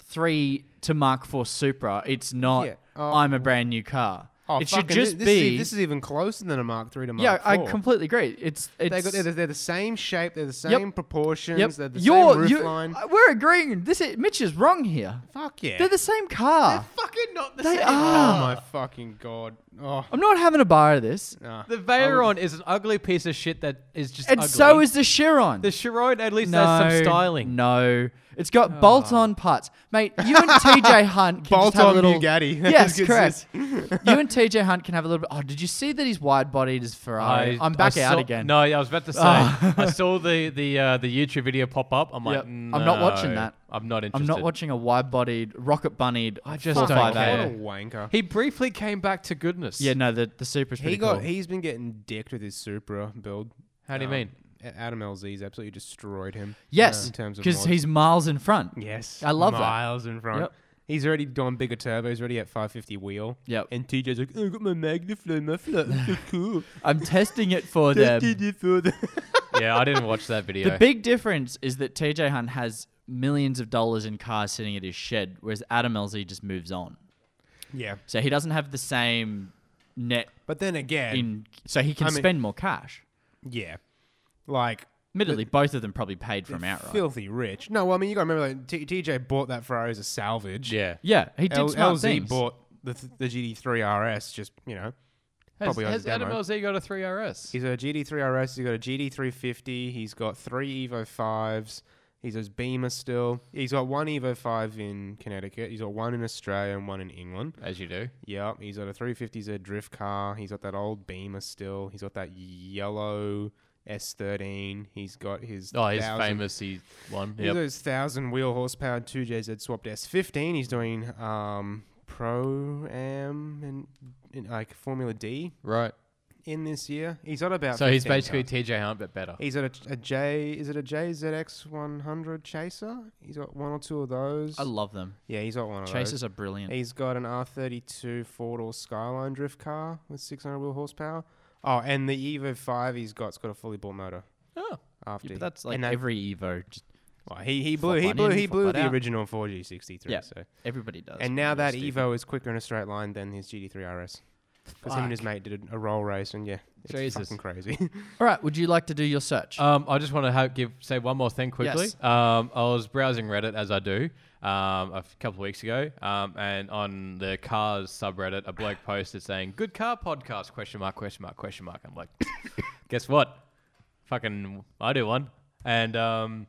Speaker 4: three to Mark four Supra. It's not.
Speaker 3: Yeah. Oh.
Speaker 4: I'm a brand new car.
Speaker 3: Oh,
Speaker 4: it should
Speaker 3: fucking-
Speaker 4: just
Speaker 3: this,
Speaker 4: be.
Speaker 3: Is, e- this is even closer than a Mark Three to Mark
Speaker 4: yeah, I
Speaker 3: IV.
Speaker 4: completely agree. It's it's.
Speaker 3: They got, they're, the- they're the same shape. They're the same
Speaker 4: Yep.
Speaker 3: proportions.
Speaker 4: yep.
Speaker 3: They're the
Speaker 4: You're-
Speaker 3: same roof
Speaker 4: you-
Speaker 3: line.
Speaker 4: uh, We're agreeing. This is, Mitch is wrong here.
Speaker 3: Fuck yeah.
Speaker 4: They're the same car.
Speaker 1: fucking not the
Speaker 4: They
Speaker 1: same.
Speaker 4: are.
Speaker 3: oh my fucking god. Oh.
Speaker 4: I'm not having a bar of this.
Speaker 3: nah.
Speaker 1: The Veyron is an ugly piece of shit that is just.
Speaker 4: And
Speaker 1: ugly.
Speaker 4: so is the Chiron.
Speaker 1: the Chiron. At least has some styling.
Speaker 4: No, it's got
Speaker 3: Oh.
Speaker 4: bolt-on parts, mate. You
Speaker 1: [LAUGHS]
Speaker 4: and TJ Hunt can just have
Speaker 3: Bolt-on
Speaker 4: a little
Speaker 3: Bugatti.
Speaker 4: [LAUGHS] Yes,
Speaker 3: That's good
Speaker 4: correct. you and TJ Hunt can have a little bit. Oh, did you see that he's wide-bodied as Ferrari? I, am back
Speaker 1: I
Speaker 4: out
Speaker 1: saw-
Speaker 4: again.
Speaker 1: No, yeah, I was about to say. [LAUGHS] I saw the the uh, the YouTube video pop up. I'm
Speaker 4: Yep.
Speaker 1: like,
Speaker 4: I'm not watching
Speaker 1: "No,
Speaker 4: that.
Speaker 1: I'm not interested.
Speaker 4: I'm not watching a wide-bodied rocket bunnied.
Speaker 1: I just
Speaker 4: four
Speaker 1: don't
Speaker 4: five
Speaker 3: What
Speaker 1: care.
Speaker 4: eight.
Speaker 3: a wanker.
Speaker 1: He briefly came back to goodness.
Speaker 4: Yeah, no, the the Supra's pretty
Speaker 3: He got.
Speaker 4: cool.
Speaker 3: He's been getting dicked with his Supra build.
Speaker 1: How do you
Speaker 3: Um,
Speaker 1: mean?
Speaker 3: A- Adam LZ's absolutely destroyed him. uh,
Speaker 4: yes,
Speaker 3: in terms of
Speaker 4: because
Speaker 3: mods.
Speaker 4: he's miles in front.
Speaker 3: Yes,
Speaker 4: I love that.
Speaker 3: miles in front.
Speaker 4: Yep.
Speaker 3: He's already gone bigger turbo. He's already at 550 wheel.
Speaker 4: Yep.
Speaker 3: And TJ's like, oh, I got my Magnaflow muffler.
Speaker 4: [LAUGHS]
Speaker 3: It's so cool.
Speaker 4: [LAUGHS] I'm testing it
Speaker 3: [LAUGHS]
Speaker 4: for them.
Speaker 3: Tested it for the- [LAUGHS]
Speaker 1: yeah, I didn't watch that video.
Speaker 4: The big difference is that TJ Hunt has millions of dollars in cars sitting at his shed, whereas Adam LZ just moves on.
Speaker 3: yeah.
Speaker 4: So he doesn't have the same net
Speaker 3: But then again,
Speaker 4: in, so he can
Speaker 3: I mean-
Speaker 4: spend more cash.
Speaker 3: yeah, like
Speaker 4: Admittedly, both of them probably paid for him outright.
Speaker 3: filthy rich. No, well, I mean, you got to remember, like T- TJ bought that Ferrari as a salvage.
Speaker 1: yeah.
Speaker 4: yeah, he did
Speaker 3: L-
Speaker 4: smart
Speaker 3: LZ
Speaker 4: things.
Speaker 3: bought the th- the GD3 RS. Just you know,
Speaker 1: Has,
Speaker 3: probably on
Speaker 1: has
Speaker 3: demo.
Speaker 1: Adam LZ got a three RS?
Speaker 3: He's got a GD3 RS. He's got a GD350. He's got three Evo fives. He's got his Beamer still. He's got one Evo five in Connecticut. He's got one in Australia and one in England.
Speaker 1: As you do.
Speaker 3: Yep. He's got a 350Z drift car. He's got that old Beamer still. He's got that yellow S13. He's got his
Speaker 1: Oh, he's
Speaker 3: 1000
Speaker 1: famous. He won.
Speaker 3: He's
Speaker 1: Yep.
Speaker 3: got his thousand wheel horsepower 2JZ swapped S15. He's doing um, pro am and in, like Formula D
Speaker 1: Right.
Speaker 3: in this year. He's got about
Speaker 1: So he's
Speaker 3: 15
Speaker 1: basically
Speaker 3: cars.
Speaker 1: TJ Hunt, but better.
Speaker 3: He's got a, a J. Is it a JZX 100 Chaser? He's got one or two of those.
Speaker 4: I love them.
Speaker 3: yeah, he's got one of
Speaker 4: Chasers
Speaker 3: those.
Speaker 4: are brilliant.
Speaker 3: He's got an R32 four door Skyline drift car with 600 wheel horsepower. Oh, and the Evo 5 he's got's got a fully built motor
Speaker 1: Oh.
Speaker 3: after.
Speaker 4: but that's like
Speaker 3: and that-
Speaker 4: every Evo. Just,
Speaker 3: well, he he blew he
Speaker 4: one
Speaker 3: blew
Speaker 4: in,
Speaker 3: he
Speaker 4: flop
Speaker 3: blew
Speaker 4: one
Speaker 3: the
Speaker 4: out.
Speaker 3: original 4G63.
Speaker 4: yeah,
Speaker 3: So
Speaker 4: everybody does.
Speaker 3: and now
Speaker 4: Really
Speaker 3: that
Speaker 4: stupid.
Speaker 3: Evo is quicker in a straight line than his GD3 RS. Because him and his mate did a roll race, and yeah, it's
Speaker 1: Jesus.
Speaker 3: fucking crazy.
Speaker 4: All right, would you like to do your search?
Speaker 1: Um, I just want to ho- give say one more thing quickly.
Speaker 4: Yes.
Speaker 1: Um, I was browsing Reddit as I do um, a f- couple of weeks ago, um, and on the cars subreddit, a bloke posted saying "Good car podcast?" question mark question mark question mark. I'm like, [COUGHS] guess what? Fucking, I do one. And um,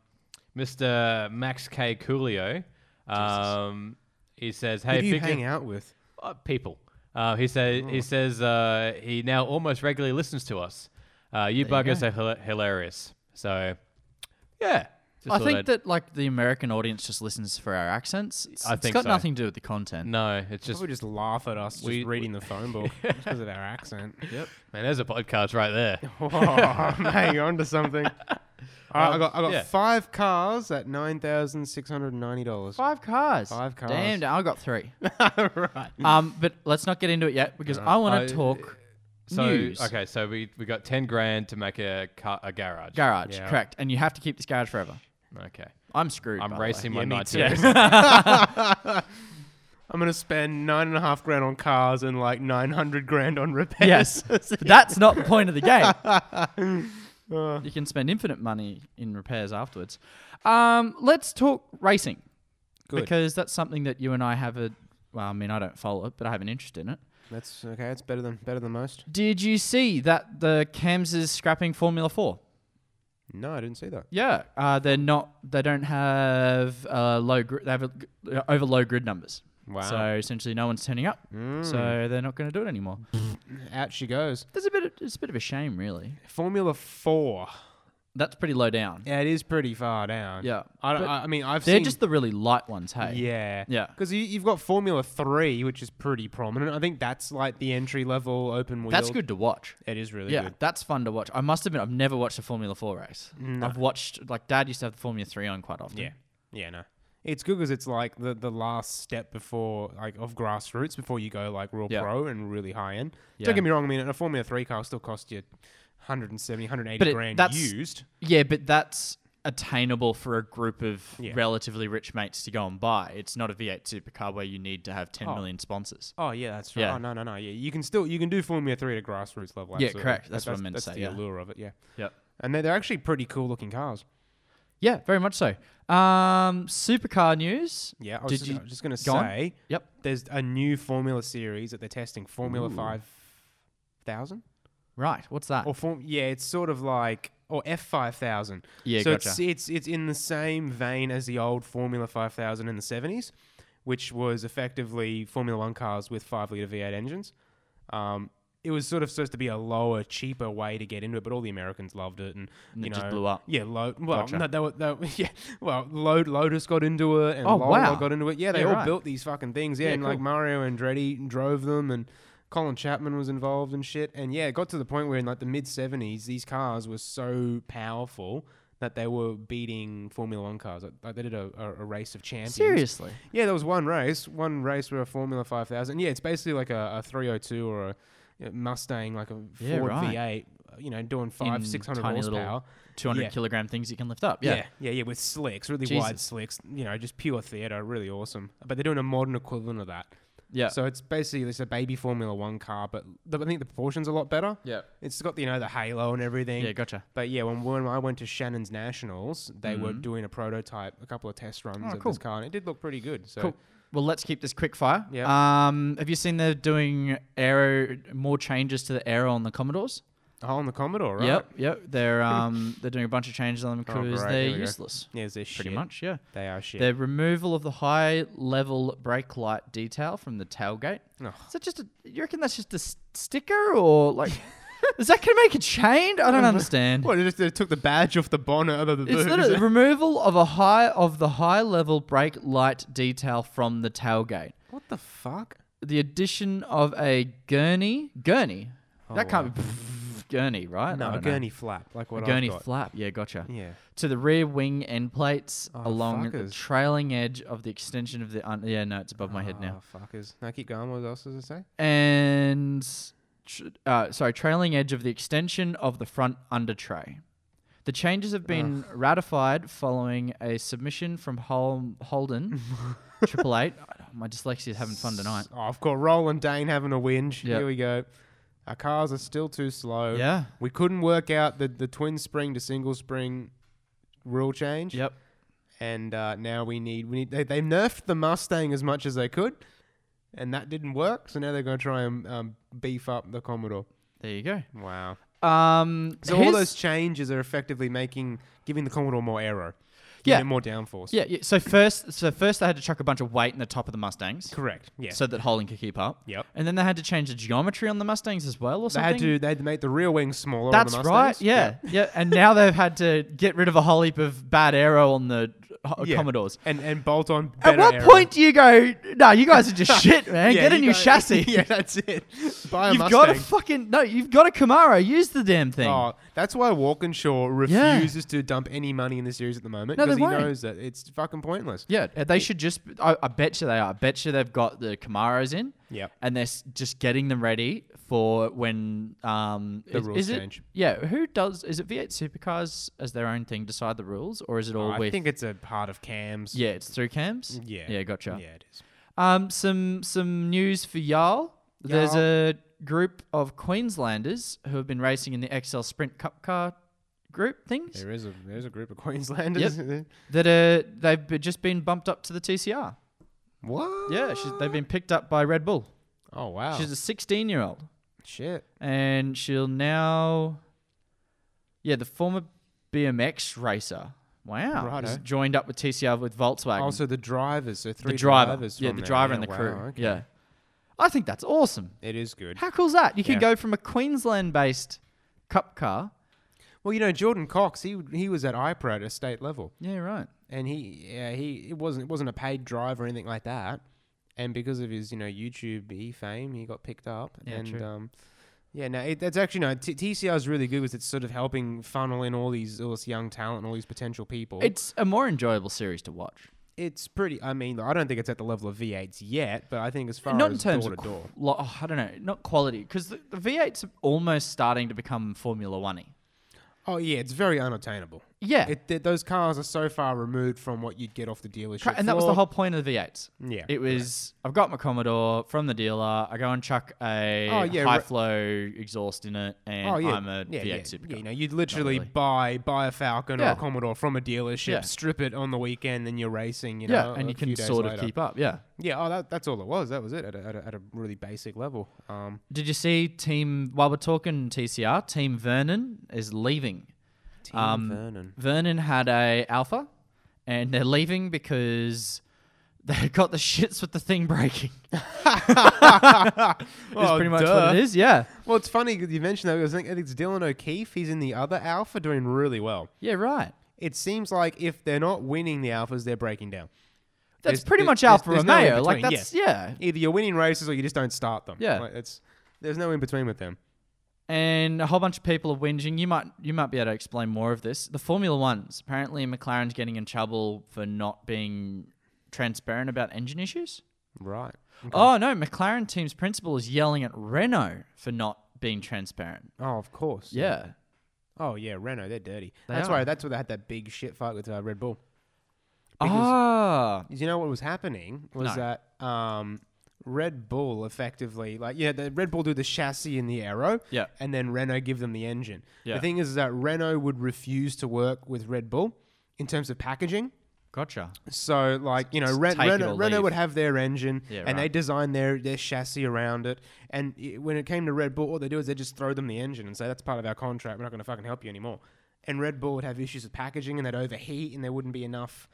Speaker 1: Mr. Max K Coolio, um, he says, "Hey,
Speaker 3: [LAUGHS] Who do you
Speaker 1: figure-
Speaker 3: hang out with?
Speaker 1: uh, people. Uh, he
Speaker 4: Oh.
Speaker 1: says he says uh, he now almost regularly listens to us. Uh, you buggers are hila- hilarious. So yeah, Just
Speaker 4: I
Speaker 1: thought
Speaker 4: think
Speaker 1: I'd-
Speaker 4: that like the American audience just listens for our accents. It's,
Speaker 1: I
Speaker 4: it's
Speaker 1: think
Speaker 4: got
Speaker 1: so.
Speaker 4: nothing to do with the content.
Speaker 1: no, it's just
Speaker 3: Probably just laugh at us
Speaker 1: We-
Speaker 3: just reading the phone
Speaker 1: [LAUGHS]
Speaker 3: book because of our accent. [LAUGHS] Oh, Yep.
Speaker 1: man. There's a podcast right there.
Speaker 3: hang on
Speaker 1: [LAUGHS]
Speaker 3: to something. All right, I got I got
Speaker 1: yeah.
Speaker 3: five cars at nine thousand six hundred ninety dollars.
Speaker 4: Five cars.
Speaker 3: Five cars.
Speaker 4: Damn, I got
Speaker 1: [LAUGHS]
Speaker 4: three. Um, but let's not get into it yet because I want
Speaker 1: I- uh,
Speaker 4: to talk
Speaker 1: So
Speaker 4: [LAUGHS] news.
Speaker 1: okay, so we we got ten grand to make a car, a garage.
Speaker 4: Garage,
Speaker 3: Yeah.
Speaker 4: correct. And you have to keep this garage forever.
Speaker 1: okay,
Speaker 4: I'm screwed. by
Speaker 1: I'm
Speaker 4: the way.
Speaker 1: racing my
Speaker 3: Yeah, me
Speaker 1: night.
Speaker 3: too. I'm gonna spend nine and a half grand on cars and like nine hundred grand on repairs.
Speaker 4: [LAUGHS]
Speaker 1: [LAUGHS]
Speaker 4: Yes, but that's not the point of the game.
Speaker 1: Uh.
Speaker 4: you can spend infinite money in repairs afterwards. Um, let's talk racing
Speaker 3: Good.
Speaker 4: because that's something that you and I have a. Well, I mean, I don't follow it, but I have an interest in it.
Speaker 3: That's okay. It's better than better than most.
Speaker 4: Did you see that the Cams is scrapping Formula Four?
Speaker 3: No, I didn't see that.
Speaker 4: Yeah, uh, they're not. They don't have uh, low. Gr- they have a, g- uh, over low grid numbers.
Speaker 3: Wow. Hmm.
Speaker 4: So essentially, no one's turning up. So they're not going to do it anymore.
Speaker 3: Out she goes.
Speaker 4: There's a bit. Of, it's a bit of a shame, really.
Speaker 3: Formula Four.
Speaker 4: That's pretty low down.
Speaker 3: Yeah, it is pretty far down.
Speaker 4: Yeah,
Speaker 3: I, don't,
Speaker 4: but
Speaker 3: I, I mean, I've
Speaker 4: They're
Speaker 3: seen.
Speaker 4: just the really light ones. Hey.
Speaker 3: yeah,
Speaker 4: Yeah.
Speaker 3: Because you, you've got Formula Three, which is pretty prominent. I think that's like the entry level open wheel.
Speaker 4: That's good to watch.
Speaker 3: It is really
Speaker 4: Yeah,
Speaker 3: good.
Speaker 4: that's fun to watch. I must admit, I've never watched a Formula Four race. I've watched like Dad used to have the Formula Three on quite often.
Speaker 3: Yeah, yeah, no. It's good because it's like the, the last step before like of grassroots before you go like real
Speaker 4: Yeah.
Speaker 3: pro and really high end.
Speaker 4: Yeah.
Speaker 3: Don't get me wrong. I mean, a Formula Three car will still cost you 170, 180
Speaker 4: But it-
Speaker 3: grand
Speaker 4: that's-
Speaker 3: used.
Speaker 4: Yeah, but that's attainable for a group of
Speaker 3: Yeah.
Speaker 4: relatively rich mates to go and buy. It's not a V8 supercar where you need to have ten million sponsors.
Speaker 3: Oh yeah, that's right.
Speaker 4: Yeah.
Speaker 3: Oh no, no, no. Yeah, you can still you can do Formula Three at a grassroots level.
Speaker 4: Yeah,
Speaker 3: absolutely.
Speaker 4: correct. That's what I meant to
Speaker 3: that's
Speaker 4: say,
Speaker 3: the
Speaker 4: yeah.
Speaker 3: allure of it. Yeah,
Speaker 4: Yep.
Speaker 3: and they're, they're actually pretty cool looking cars.
Speaker 4: Yeah, very much so. Um, supercar news.
Speaker 3: Yeah, I was
Speaker 4: Did
Speaker 3: just,
Speaker 4: you-
Speaker 3: I was just gonna
Speaker 4: go on.
Speaker 3: say
Speaker 4: Yep.
Speaker 3: there's a new Formula series that they're testing. Formula Five Thousand.
Speaker 4: Right. What's that?
Speaker 3: or form yeah it's sort of like or F5000
Speaker 4: Yeah,
Speaker 3: so
Speaker 4: gotcha.
Speaker 3: it's, it's it's in the same vein as the old Formula 5000 in the 70s which was effectively Formula 1 cars with 5 liter V8 engines um it was sort of supposed to be a lower, cheaper way to get into it, but all the Americans loved it, and,
Speaker 4: And
Speaker 3: you
Speaker 4: it just
Speaker 3: know,
Speaker 4: blew up.
Speaker 3: Yeah, Lo- well,
Speaker 4: Gotcha.
Speaker 3: no, they were, they were- [LAUGHS] yeah, well, Lo- Lotus got into it, and
Speaker 4: Oh,
Speaker 3: Lola
Speaker 4: wow.
Speaker 3: got into it. Yeah, they
Speaker 4: Yeah,
Speaker 3: all
Speaker 4: right.
Speaker 3: built these fucking things. Yeah, and like Mario Andretti drove them, and Colin Chapman was involved and shit. And yeah, it got to the point where in like the mid '70s, these cars were so powerful that they were beating Formula One cars. Like, Like they did a, a, a race of champions.
Speaker 4: Seriously.
Speaker 3: Yeah, there was one race, one race where a Formula 5000. Yeah, it's basically like a, a 302 or a you know, Mustang, like a
Speaker 4: Yeah,
Speaker 3: Ford
Speaker 4: right.
Speaker 3: V8. You know, doing five,
Speaker 4: In
Speaker 3: six hundred
Speaker 4: tiny little
Speaker 3: horsepower.
Speaker 4: 200
Speaker 3: Yeah.
Speaker 4: kilogram things you can lift up. Yeah.
Speaker 3: Yeah. yeah, yeah, with slicks, really wide
Speaker 4: Jesus.
Speaker 3: slicks. You know, just pure theater, really awesome. But they're doing a modern equivalent of that.
Speaker 4: Yeah.
Speaker 3: So it's basically it's a baby Formula One car, but the, I think the proportions a lot better.
Speaker 4: Yeah.
Speaker 3: It's got you know the halo and everything.
Speaker 4: Yeah, gotcha.
Speaker 3: But yeah, when, when I went to Shannon's Nationals, they were doing a prototype, a couple of test runs
Speaker 4: Mm-hmm. Oh,
Speaker 3: of
Speaker 4: cool.
Speaker 3: this car, and it did look pretty good. So
Speaker 4: Cool. Well, let's keep this quick fire.
Speaker 3: Yeah.
Speaker 4: Um, have you seen they're doing aero more changes to the aero on the Commodores?
Speaker 3: Oh, on the Commodore, right?
Speaker 4: Yep. Yep. They're um [LAUGHS] they're doing a bunch of changes on them
Speaker 3: Oh,
Speaker 4: because
Speaker 3: great,
Speaker 4: they're
Speaker 3: here we go.
Speaker 4: useless.
Speaker 3: Yeah, they're shit.
Speaker 4: Pretty much. Yeah.
Speaker 3: They are shit.
Speaker 4: The removal of the high level brake light detail from the tailgate. [LAUGHS]
Speaker 3: Ugh.
Speaker 4: Is that just a, you reckon that's just a s- sticker or
Speaker 3: [LAUGHS]
Speaker 4: like, is that going to make a change? I don't understand.
Speaker 3: What? They just they took the badge off the bonnet of the
Speaker 4: It's [LAUGHS]
Speaker 3: boot, is
Speaker 4: literally
Speaker 3: it?
Speaker 4: removal of a high of the high level brake light detail from the tailgate.
Speaker 3: What the fuck?
Speaker 4: The addition of a gurney. Gurney. that can't be [LAUGHS] gurney, right? I
Speaker 3: Oh, No, a
Speaker 4: don't know.
Speaker 3: gurney flap, like what
Speaker 4: A
Speaker 3: I've
Speaker 4: gurney
Speaker 3: got.
Speaker 4: flap. Yeah, gotcha.
Speaker 3: Yeah.
Speaker 4: To the rear wing end plates along the
Speaker 3: Oh, fuckers.
Speaker 4: trailing edge of the extension of the. Un- yeah, no, it's above my head now.
Speaker 3: Oh, fuckers. Now keep going. What else does it say?
Speaker 4: and tr- uh, sorry, trailing edge of the extension of the front under tray. The changes have been ratified following a submission from Hol-
Speaker 3: [LAUGHS]
Speaker 4: Holden Triple Eight. Oh, My dyslexia is having fun tonight.
Speaker 3: Oh, I've got Roland Dane having a whinge.
Speaker 4: Yep.
Speaker 3: Here we go. Our cars are still too slow.
Speaker 4: Yeah.
Speaker 3: We couldn't work out the, the twin spring to single spring rule change.
Speaker 4: Yep.
Speaker 3: And uh, now we need we need they, they nerfed the Mustang as much as they could, and that didn't work. So now they're going to try and um, beef up the Commodore.
Speaker 4: There you go.
Speaker 3: Wow.
Speaker 4: Um,
Speaker 3: So all
Speaker 4: here's-
Speaker 3: those changes are effectively making giving the Commodore more aero,
Speaker 4: Yeah.
Speaker 3: giving it more downforce.
Speaker 4: Yeah, yeah. So first, so first they had to chuck a bunch of weight in the top of the Mustangs.
Speaker 3: Correct. Yeah.
Speaker 4: So that Holden could keep up.
Speaker 3: Yep.
Speaker 4: And then they had to change the geometry on the Mustangs as well, or
Speaker 3: they
Speaker 4: something.
Speaker 3: had to they had to make the rear wing smaller.
Speaker 4: That's
Speaker 3: on the
Speaker 4: right.
Speaker 3: Mustangs.
Speaker 4: Yeah, yeah. And now they've had to get rid of a whole heap of bad aero on the uh,
Speaker 3: Yeah.
Speaker 4: Commodores.
Speaker 3: and and bolt on.
Speaker 4: At
Speaker 3: better
Speaker 4: what
Speaker 3: aero.
Speaker 4: point do you go? No, you guys are
Speaker 3: [LAUGHS]
Speaker 4: just shit, man.
Speaker 3: Yeah,
Speaker 4: get a
Speaker 3: you
Speaker 4: new
Speaker 3: go-
Speaker 4: chassis.
Speaker 3: [LAUGHS] yeah, that's it. Buy a
Speaker 4: You've
Speaker 3: Mustang.
Speaker 4: got a fucking no. You've got a Camaro. Use the damn thing.
Speaker 3: Oh, that's why Walkinshaw
Speaker 4: Yeah.
Speaker 3: refuses to dump any money in this series at the moment
Speaker 4: No, they
Speaker 3: because he
Speaker 4: won't.
Speaker 3: knows that it's fucking pointless.
Speaker 4: Yeah, uh, they should just. I, I bet you they are. I bet you they've got the Camaros in.
Speaker 3: Yep.
Speaker 4: And they're s- just getting them ready for when um
Speaker 3: The
Speaker 4: is-
Speaker 3: rules
Speaker 4: is it-
Speaker 3: change.
Speaker 4: Yeah. Who does? Is it V8 Supercars as their own thing decide the rules, or is it all
Speaker 3: I
Speaker 4: with?
Speaker 3: think it's a part of Cam's.
Speaker 4: yeah, it's through cams.
Speaker 3: Yeah.
Speaker 4: Yeah. Gotcha.
Speaker 3: Yeah, it is.
Speaker 4: Um, some some news for y'all. There's a group of Queenslanders who have been racing in the XL Sprint Cup car group things
Speaker 3: There is a there's a group of [LAUGHS] Queenslanders.
Speaker 4: that are they've be- just been bumped up to the TCR.
Speaker 3: what?
Speaker 4: Yeah, she's, they've been picked up by Red Bull.
Speaker 3: Oh wow.
Speaker 4: She's a 16 year old,
Speaker 3: Shit.
Speaker 4: and she'll now. Yeah, the former BMX racer. Wow.
Speaker 3: Righto.
Speaker 4: He's joined up with TCR with Volkswagen.
Speaker 3: Also, the drivers. So three
Speaker 4: the driver.
Speaker 3: drivers.
Speaker 4: yeah,
Speaker 3: from
Speaker 4: the
Speaker 3: there.
Speaker 4: driver and
Speaker 3: Yeah,
Speaker 4: the crew.
Speaker 3: wow, okay.
Speaker 4: Yeah. I think that's awesome.
Speaker 3: It is good.
Speaker 4: How cool's that? You can
Speaker 3: Yeah.
Speaker 4: go from a Queensland based cup car.
Speaker 3: Well, you know, Jordan Cox, he he was at IPRA at a state level,
Speaker 4: Yeah, right.
Speaker 3: and he yeah, he it wasn't it wasn't a paid drive or anything like that, and because of his you know YouTube e fame, he got picked up.
Speaker 4: Yeah,
Speaker 3: and
Speaker 4: true.
Speaker 3: um, yeah, no, it, that's actually no. T- TCR is really good because it's sort of helping funnel in all these all this young talent, and all these potential people.
Speaker 4: It's a more enjoyable series to watch.
Speaker 3: it's pretty. I mean, I don't think it's at the level of V8s yet, but I think as far
Speaker 4: not
Speaker 3: as
Speaker 4: in terms
Speaker 3: door
Speaker 4: of
Speaker 3: to door,
Speaker 4: qu- lo- oh, I don't know, not quality, because the, the V8's almost starting to become Formula One. y.
Speaker 3: oh yeah, it's very unattainable.
Speaker 4: Yeah,
Speaker 3: It, th- those cars are so far removed from what you'd get off the dealership,
Speaker 4: Cra- and that was the
Speaker 3: floor.
Speaker 4: whole point of the V8s.
Speaker 3: Yeah,
Speaker 4: it was. I've got my Commodore from the dealer. I go and chuck a
Speaker 3: Oh, yeah,
Speaker 4: high
Speaker 3: re-
Speaker 4: flow exhaust in it, and
Speaker 3: Oh yeah,
Speaker 4: I'm a
Speaker 3: yeah,
Speaker 4: V8
Speaker 3: yeah,
Speaker 4: supercar.
Speaker 3: yeah, you know, you'd literally
Speaker 4: really.
Speaker 3: buy buy a Falcon or
Speaker 4: Yeah.
Speaker 3: a Commodore from a dealership,
Speaker 4: Yeah.
Speaker 3: strip it on the weekend, and you're racing. You know,
Speaker 4: yeah,
Speaker 3: a
Speaker 4: and you can
Speaker 3: few days
Speaker 4: sort of
Speaker 3: later.
Speaker 4: keep up. Yeah.
Speaker 3: Yeah, oh, that, that's all it was. That was it at a, at a, at a really basic level. Um,
Speaker 4: Did you see Team? While we're talking TCR, Team Vernon is leaving.
Speaker 3: Team
Speaker 4: Um,
Speaker 3: Vernon.
Speaker 4: Vernon had a Alpha, and they're leaving because [LAUGHS] they got the shits with the thing breaking. That's
Speaker 3: Well,
Speaker 4: pretty much
Speaker 3: Oh, duh.
Speaker 4: what it is. Yeah.
Speaker 3: Well, it's funny 'cause you mentioned that because I think, I think it's Dylan O'Keefe. He's in the other Alpha, doing really well.
Speaker 4: Yeah. Right.
Speaker 3: It seems like if they're not winning the Alphas, they're breaking down.
Speaker 4: That's
Speaker 3: There's-
Speaker 4: pretty
Speaker 3: there-
Speaker 4: much
Speaker 3: there's-
Speaker 4: Alpha
Speaker 3: there's no in
Speaker 4: Romeo. like
Speaker 3: between,
Speaker 4: that's yeah.
Speaker 3: Either you're winning races or you just don't start them.
Speaker 4: Yeah.
Speaker 3: Like, it's there's no in between with them.
Speaker 4: and a whole bunch of people are whinging. You might you might be able to explain more of this. The Formula Ones apparently McLaren's getting in trouble for not being transparent about engine issues.
Speaker 3: Right.
Speaker 4: Oh no, McLaren team's principal is yelling at Renault for not being transparent.
Speaker 3: Oh, of course.
Speaker 4: Yeah,
Speaker 3: Oh yeah, Renault, they're dirty.
Speaker 4: They
Speaker 3: that's
Speaker 4: are.
Speaker 3: why that's why they had that big shit fight with uh, Red Bull.
Speaker 4: ah,
Speaker 3: 'Cause You know what was happening was
Speaker 4: No.
Speaker 3: that um, Red Bull effectively, like yeah, the Red Bull do the chassis and the aero,
Speaker 4: Yeah.
Speaker 3: and then Renault give them the engine.
Speaker 4: Yeah.
Speaker 3: The thing is, is that Renault would refuse to work with Red Bull in terms of packaging.
Speaker 4: gotcha.
Speaker 3: So like you know,
Speaker 4: Just
Speaker 3: Ren-
Speaker 4: take it
Speaker 3: Renault,
Speaker 4: or
Speaker 3: Renault
Speaker 4: leave.
Speaker 3: would have their engine,
Speaker 4: Yeah,
Speaker 3: and they
Speaker 4: right.
Speaker 3: design their their chassis around it. And i when it came to Red Bull, all they do is they just throw them the engine and say that's part of our contract. We're not going to fucking help you anymore. And Red Bull would have issues with packaging, and they'd overheat, and there wouldn't be enough.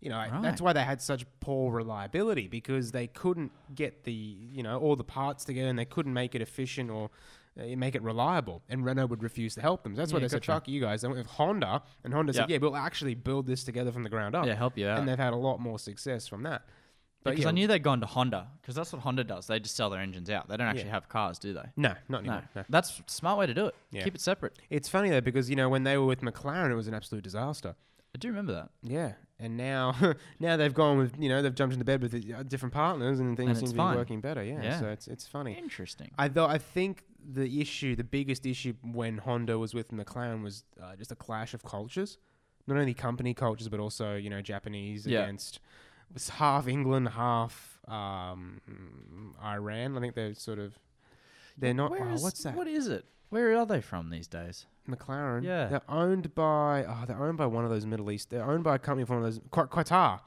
Speaker 3: You know, like, that's
Speaker 4: Right.
Speaker 3: why they had such poor reliability because they couldn't get the you know all the parts together, and they couldn't make it efficient or. uh, Make it reliable, and Renault would refuse to help them. So that's why they said, "Fuck you guys." They went with Honda, and Honda said,
Speaker 4: Yeah.
Speaker 3: "Yeah, we'll actually build this together from the ground up."
Speaker 4: Yeah, help you out.
Speaker 3: And they've had a lot more success from that. But
Speaker 4: Because
Speaker 3: yeah,
Speaker 4: I knew they'd gone to Honda because that's what Honda does. They just sell their engines out. They don't actually have cars, do they?
Speaker 3: no, not anymore. No.
Speaker 4: that's a smart way to do it.
Speaker 3: Yeah.
Speaker 4: Keep it separate.
Speaker 3: It's funny though because you know when they were with McLaren, it was an absolute disaster.
Speaker 4: I do remember that.
Speaker 3: Yeah, and now [LAUGHS] now they've gone with you know they've jumped into bed with uh, different partners and things
Speaker 4: And
Speaker 3: seem
Speaker 4: it's
Speaker 3: to
Speaker 4: fine.
Speaker 3: be working better. Yeah,
Speaker 4: Yeah.
Speaker 3: so it's it's funny.
Speaker 4: Interesting.
Speaker 3: I though I think the issue, the biggest issue when Honda was with McLaren was uh, just a clash of cultures, not only company cultures but also you know Japanese
Speaker 4: Yeah.
Speaker 3: against it was half England, half um, Iran. I think they're sort of they're not.
Speaker 4: Where
Speaker 3: oh,
Speaker 4: is-
Speaker 3: what's that?
Speaker 4: What is it? Where are they from these days?
Speaker 3: McLaren.
Speaker 4: Yeah.
Speaker 3: they're owned by oh, they're owned by one of those Middle East. They're owned by a company from one of those Qu- Qatar.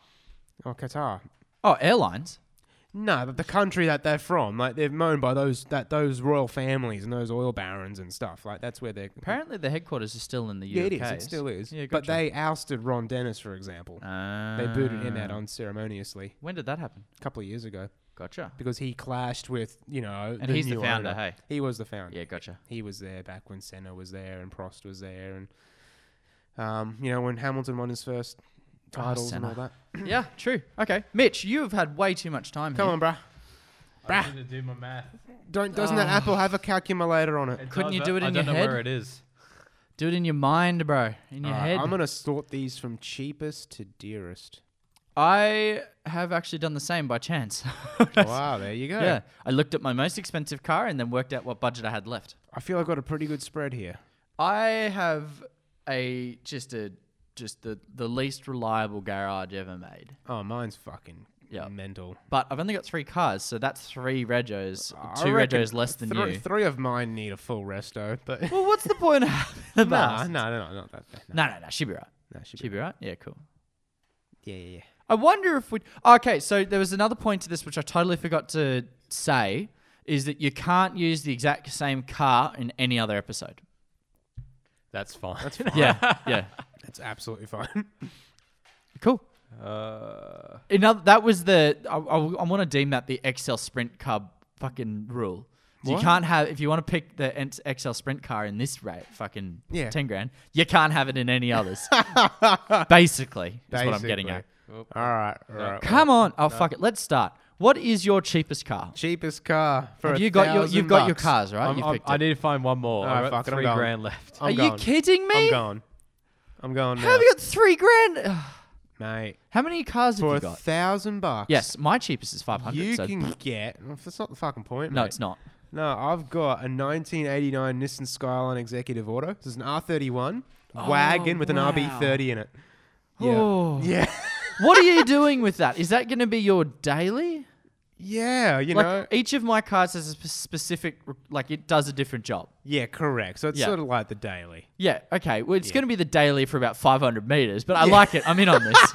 Speaker 3: Oh, Qatar.
Speaker 4: Oh, airlines.
Speaker 3: Mm. No, but the country that they're from, like they're owned by those that those royal families and those oil barons and stuff. Like that's where they're
Speaker 4: Apparently, the headquarters is still in the
Speaker 3: Yeah,
Speaker 4: UK.
Speaker 3: it is. It still is.
Speaker 4: Yeah,
Speaker 3: But
Speaker 4: gotcha. Ah.
Speaker 3: they ousted Ron Dennis, for example. they booted him out unceremoniously
Speaker 4: When did that happen?
Speaker 3: a couple of years ago
Speaker 4: Gotcha.
Speaker 3: because he clashed with you know.
Speaker 4: And he's the
Speaker 3: new
Speaker 4: founder,
Speaker 3: owner.
Speaker 4: hey?
Speaker 3: He was the founder.
Speaker 4: Yeah, gotcha. [CLEARS THROAT]
Speaker 3: He was there back when Senna was there and Prost was there and um, you know when Hamilton won his first titles and all
Speaker 4: Oh, Senna.
Speaker 3: that.
Speaker 4: yeah, true. Okay, Mitch, you have had way too much time.
Speaker 3: Come
Speaker 4: here.
Speaker 3: on, bruh.
Speaker 1: I need to do my math.
Speaker 3: Don't doesn't
Speaker 4: Oh.
Speaker 3: that Apple have a calculator on it?
Speaker 4: Couldn't you
Speaker 1: does,
Speaker 4: do
Speaker 1: but
Speaker 4: it in
Speaker 1: I
Speaker 4: your
Speaker 1: don't know where
Speaker 4: head?
Speaker 1: it is.
Speaker 4: do it in your mind, bro. In your
Speaker 3: All right,
Speaker 4: head.
Speaker 3: Uh, I'm gonna sort these from cheapest to dearest.
Speaker 4: I have actually done the same by chance.
Speaker 3: [LAUGHS]
Speaker 4: [LAUGHS]
Speaker 3: wow, there you go.
Speaker 4: yeah, I looked at my most expensive car and then worked out what budget I had left.
Speaker 3: I feel I've got a pretty good spread here.
Speaker 4: I have a just a just the the least reliable garage ever made.
Speaker 3: Oh, mine's fucking
Speaker 4: Yeah.
Speaker 3: mental.
Speaker 4: But I've only got three cars, so that's three regos,
Speaker 3: I
Speaker 4: two
Speaker 3: reckon
Speaker 4: regos less than
Speaker 3: three,
Speaker 4: you.
Speaker 3: Three of mine need a full resto,
Speaker 4: [LAUGHS]
Speaker 3: but [LAUGHS]
Speaker 4: Well, what's the point of having the
Speaker 3: nah,
Speaker 4: bus?
Speaker 3: no, no, no, not that. No,
Speaker 4: No, no, no. She'd be right.
Speaker 3: no, should
Speaker 4: She'd be
Speaker 3: be.
Speaker 4: right. Yeah, cool.
Speaker 3: Yeah, yeah, yeah.
Speaker 4: I wonder if we. Okay, so there was another point to this which I totally forgot to say
Speaker 3: [LAUGHS]
Speaker 4: is that you can't use the exact same car in any other episode.
Speaker 1: That's fine.
Speaker 3: That's fine.
Speaker 4: Yeah, yeah.
Speaker 3: That's absolutely fine.
Speaker 4: [LAUGHS] Cool.
Speaker 1: Uh,
Speaker 4: Another, that was the I, want to deem that the Excel Sprint Cub fucking rule. So you
Speaker 3: What?
Speaker 4: can't have if you want to pick the N- XL Sprint car in this rate, fucking
Speaker 3: Yeah.
Speaker 4: ten grand. You can't have it in any
Speaker 3: [LAUGHS]
Speaker 4: others. Basically, is what I'm getting
Speaker 3: Basically.
Speaker 4: at.
Speaker 3: All right, all right.
Speaker 4: Come on, oh fuck it, let's start. What is your cheapest car?
Speaker 3: Cheapest car for
Speaker 4: Have
Speaker 3: a
Speaker 4: you got your you've
Speaker 3: thousand
Speaker 4: got your
Speaker 3: bucks.
Speaker 4: cars right.
Speaker 1: I'm,
Speaker 4: You've
Speaker 1: I'm,
Speaker 4: picked
Speaker 1: I
Speaker 4: it.
Speaker 1: need to find one more.
Speaker 3: Alright,
Speaker 1: I've got
Speaker 3: fuck it, I'm
Speaker 1: three
Speaker 3: going.
Speaker 1: grand left.
Speaker 4: Are
Speaker 3: I'm
Speaker 4: you
Speaker 3: gone.
Speaker 4: kidding me?
Speaker 3: I'm gone. I'm gone
Speaker 4: How
Speaker 3: now,
Speaker 4: have you got three grand? [SIGHS]
Speaker 3: mate.
Speaker 4: How many cars
Speaker 3: For
Speaker 4: have
Speaker 3: a
Speaker 4: you got?
Speaker 3: thousand bucks.
Speaker 4: yes, my cheapest is five hundred.
Speaker 3: You
Speaker 4: so
Speaker 3: can get. well, That's not the fucking point.
Speaker 4: no,
Speaker 3: mate.
Speaker 4: it's not.
Speaker 3: No, I've got a 1989 Nissan Skyline Executive Auto. This is an R31 wagon with
Speaker 4: Oh, wow.
Speaker 3: an RB30 in it. Yeah.
Speaker 4: Oh.
Speaker 3: Yeah. [LAUGHS]
Speaker 4: what are you doing with that? Is that going to be your daily?
Speaker 3: Yeah, you
Speaker 4: like
Speaker 3: know.
Speaker 4: each of my cars has a sp- specific, like it does a different job.
Speaker 3: Yeah, correct. So it's
Speaker 4: Yeah.
Speaker 3: sort of like the daily.
Speaker 4: Yeah. Okay. Well, it's going to be the daily for about 500 meters, but I like it. I'm in on [LAUGHS] this.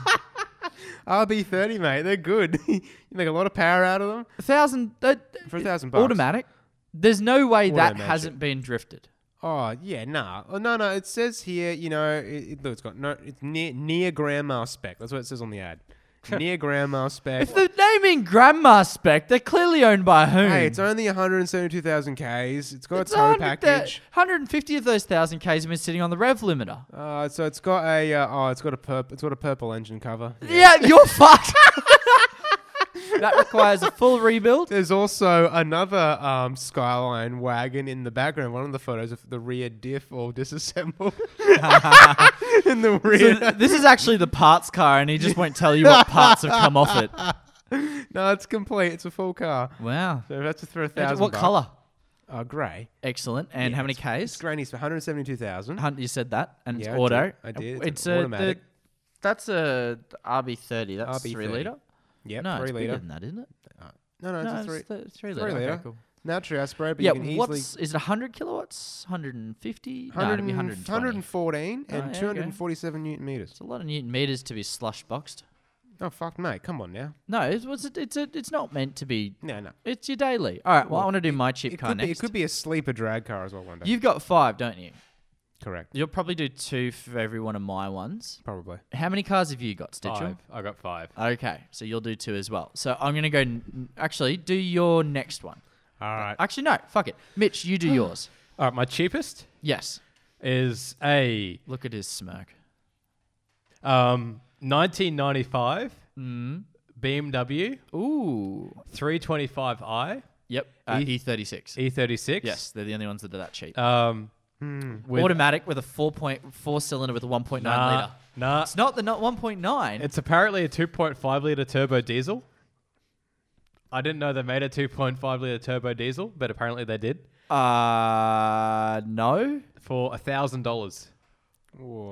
Speaker 3: RB30, mate. They're good. [LAUGHS] you make a lot of power out of them.
Speaker 4: A thousand uh,
Speaker 3: For a thousand bucks.
Speaker 4: automatic. There's no way that
Speaker 3: Automatic.
Speaker 4: hasn't been drifted.
Speaker 3: Oh yeah, nah, Oh, no, no. It says here, you know, it, it, look, it's got no. It's near near grandma spec. That's what it says on
Speaker 4: [LAUGHS]
Speaker 3: the ad. near grandma spec.
Speaker 4: If they're naming grandma spec, they're clearly owned by whom?
Speaker 3: Hey, it's only 172,000 Ks. It's got
Speaker 4: It's
Speaker 3: a tow
Speaker 4: 100 thou-
Speaker 3: package.
Speaker 4: 150 of those thousand Ks have been sitting on the rev limiter.
Speaker 3: Uh, so it's got a uh, oh, it's got a purp- it's got a purple engine cover.
Speaker 4: Yeah, you're [LAUGHS]
Speaker 3: [LAUGHS]
Speaker 4: fucked. that requires a full rebuild.
Speaker 3: There's also another um, Skyline wagon in the background. One of the photos of the rear diff
Speaker 4: [LAUGHS]
Speaker 3: all [LAUGHS] disassembled in the
Speaker 4: So
Speaker 3: rear.
Speaker 4: th- this is actually the parts car, and he just won't tell you what parts have come off it.
Speaker 3: no, it's complete. It's a full car.
Speaker 4: Wow.
Speaker 3: So that's a for a thousand.
Speaker 4: What
Speaker 3: bucks.
Speaker 4: color?
Speaker 3: Uh, grey.
Speaker 4: Excellent. And how many
Speaker 3: It's
Speaker 4: Ks?
Speaker 3: granny's for 172,000.
Speaker 4: Hunt, you said that, and
Speaker 3: Yeah, I
Speaker 4: it's auto. Uh,
Speaker 3: did. I did. It's
Speaker 4: It's,
Speaker 3: an
Speaker 4: a,
Speaker 3: automatic.
Speaker 4: The, that's a RB30. That's
Speaker 3: RB30.
Speaker 4: three liter.
Speaker 3: Yep,
Speaker 4: no,
Speaker 3: three
Speaker 4: it's
Speaker 3: liter.
Speaker 4: bigger than that, isn't it?
Speaker 3: No, no, it's
Speaker 4: no,
Speaker 3: a three.
Speaker 4: it's th- three
Speaker 3: Three
Speaker 4: liter.
Speaker 3: liter.
Speaker 4: Okay, cool.
Speaker 3: Naturally aspirated, but
Speaker 4: yeah.
Speaker 3: you can easily
Speaker 4: What's is it? 100 kilowatts? 150? No, it'd
Speaker 3: 100,
Speaker 4: be 120.
Speaker 3: 114
Speaker 4: Oh,
Speaker 3: and
Speaker 4: yeah,
Speaker 3: 247 newton meters.
Speaker 4: It's a lot of newton meters to be slush boxed.
Speaker 3: Oh fuck, mate! Come on now.
Speaker 4: No, it's it's it's, a, it's not meant to be.
Speaker 3: No, no.
Speaker 4: It's your daily. All right. Well, I want to do my cheap
Speaker 3: It
Speaker 4: car
Speaker 3: could, be,
Speaker 4: next.
Speaker 3: it could be a sleeper drag car as well one day.
Speaker 4: You've got five, don't you?
Speaker 3: Correct.
Speaker 4: You'll probably do two for every one of my ones.
Speaker 3: Probably.
Speaker 4: How many cars have you got, Stitcher?
Speaker 1: five. I got five.
Speaker 4: Okay, so you'll do two as well. So I'm going to go, n- actually, do your next one.
Speaker 3: All right.
Speaker 4: Actually, no, fuck it. Mitch,
Speaker 1: [GASPS]
Speaker 4: you do yours.
Speaker 1: All right, my cheapest
Speaker 4: Yes.
Speaker 1: is a
Speaker 4: Look at his smirk.
Speaker 1: um, 1995
Speaker 4: Hmm.
Speaker 1: BMW
Speaker 4: Ooh.
Speaker 1: 325i
Speaker 4: Yep. Uh,
Speaker 1: E-
Speaker 4: E36.
Speaker 1: E36.
Speaker 4: yes, they're the only ones that are that cheap.
Speaker 1: Um, with-
Speaker 4: Automatic with a 4.4 cylinder with a 1.9
Speaker 1: nah,
Speaker 4: litre.
Speaker 1: Nah.
Speaker 4: It's not the not 1.9.
Speaker 1: It's apparently a 2.5 liter turbo diesel. I didn't know they made a 2.5 liter turbo diesel, but apparently they did
Speaker 4: uh, no.
Speaker 1: for a thousand dollars.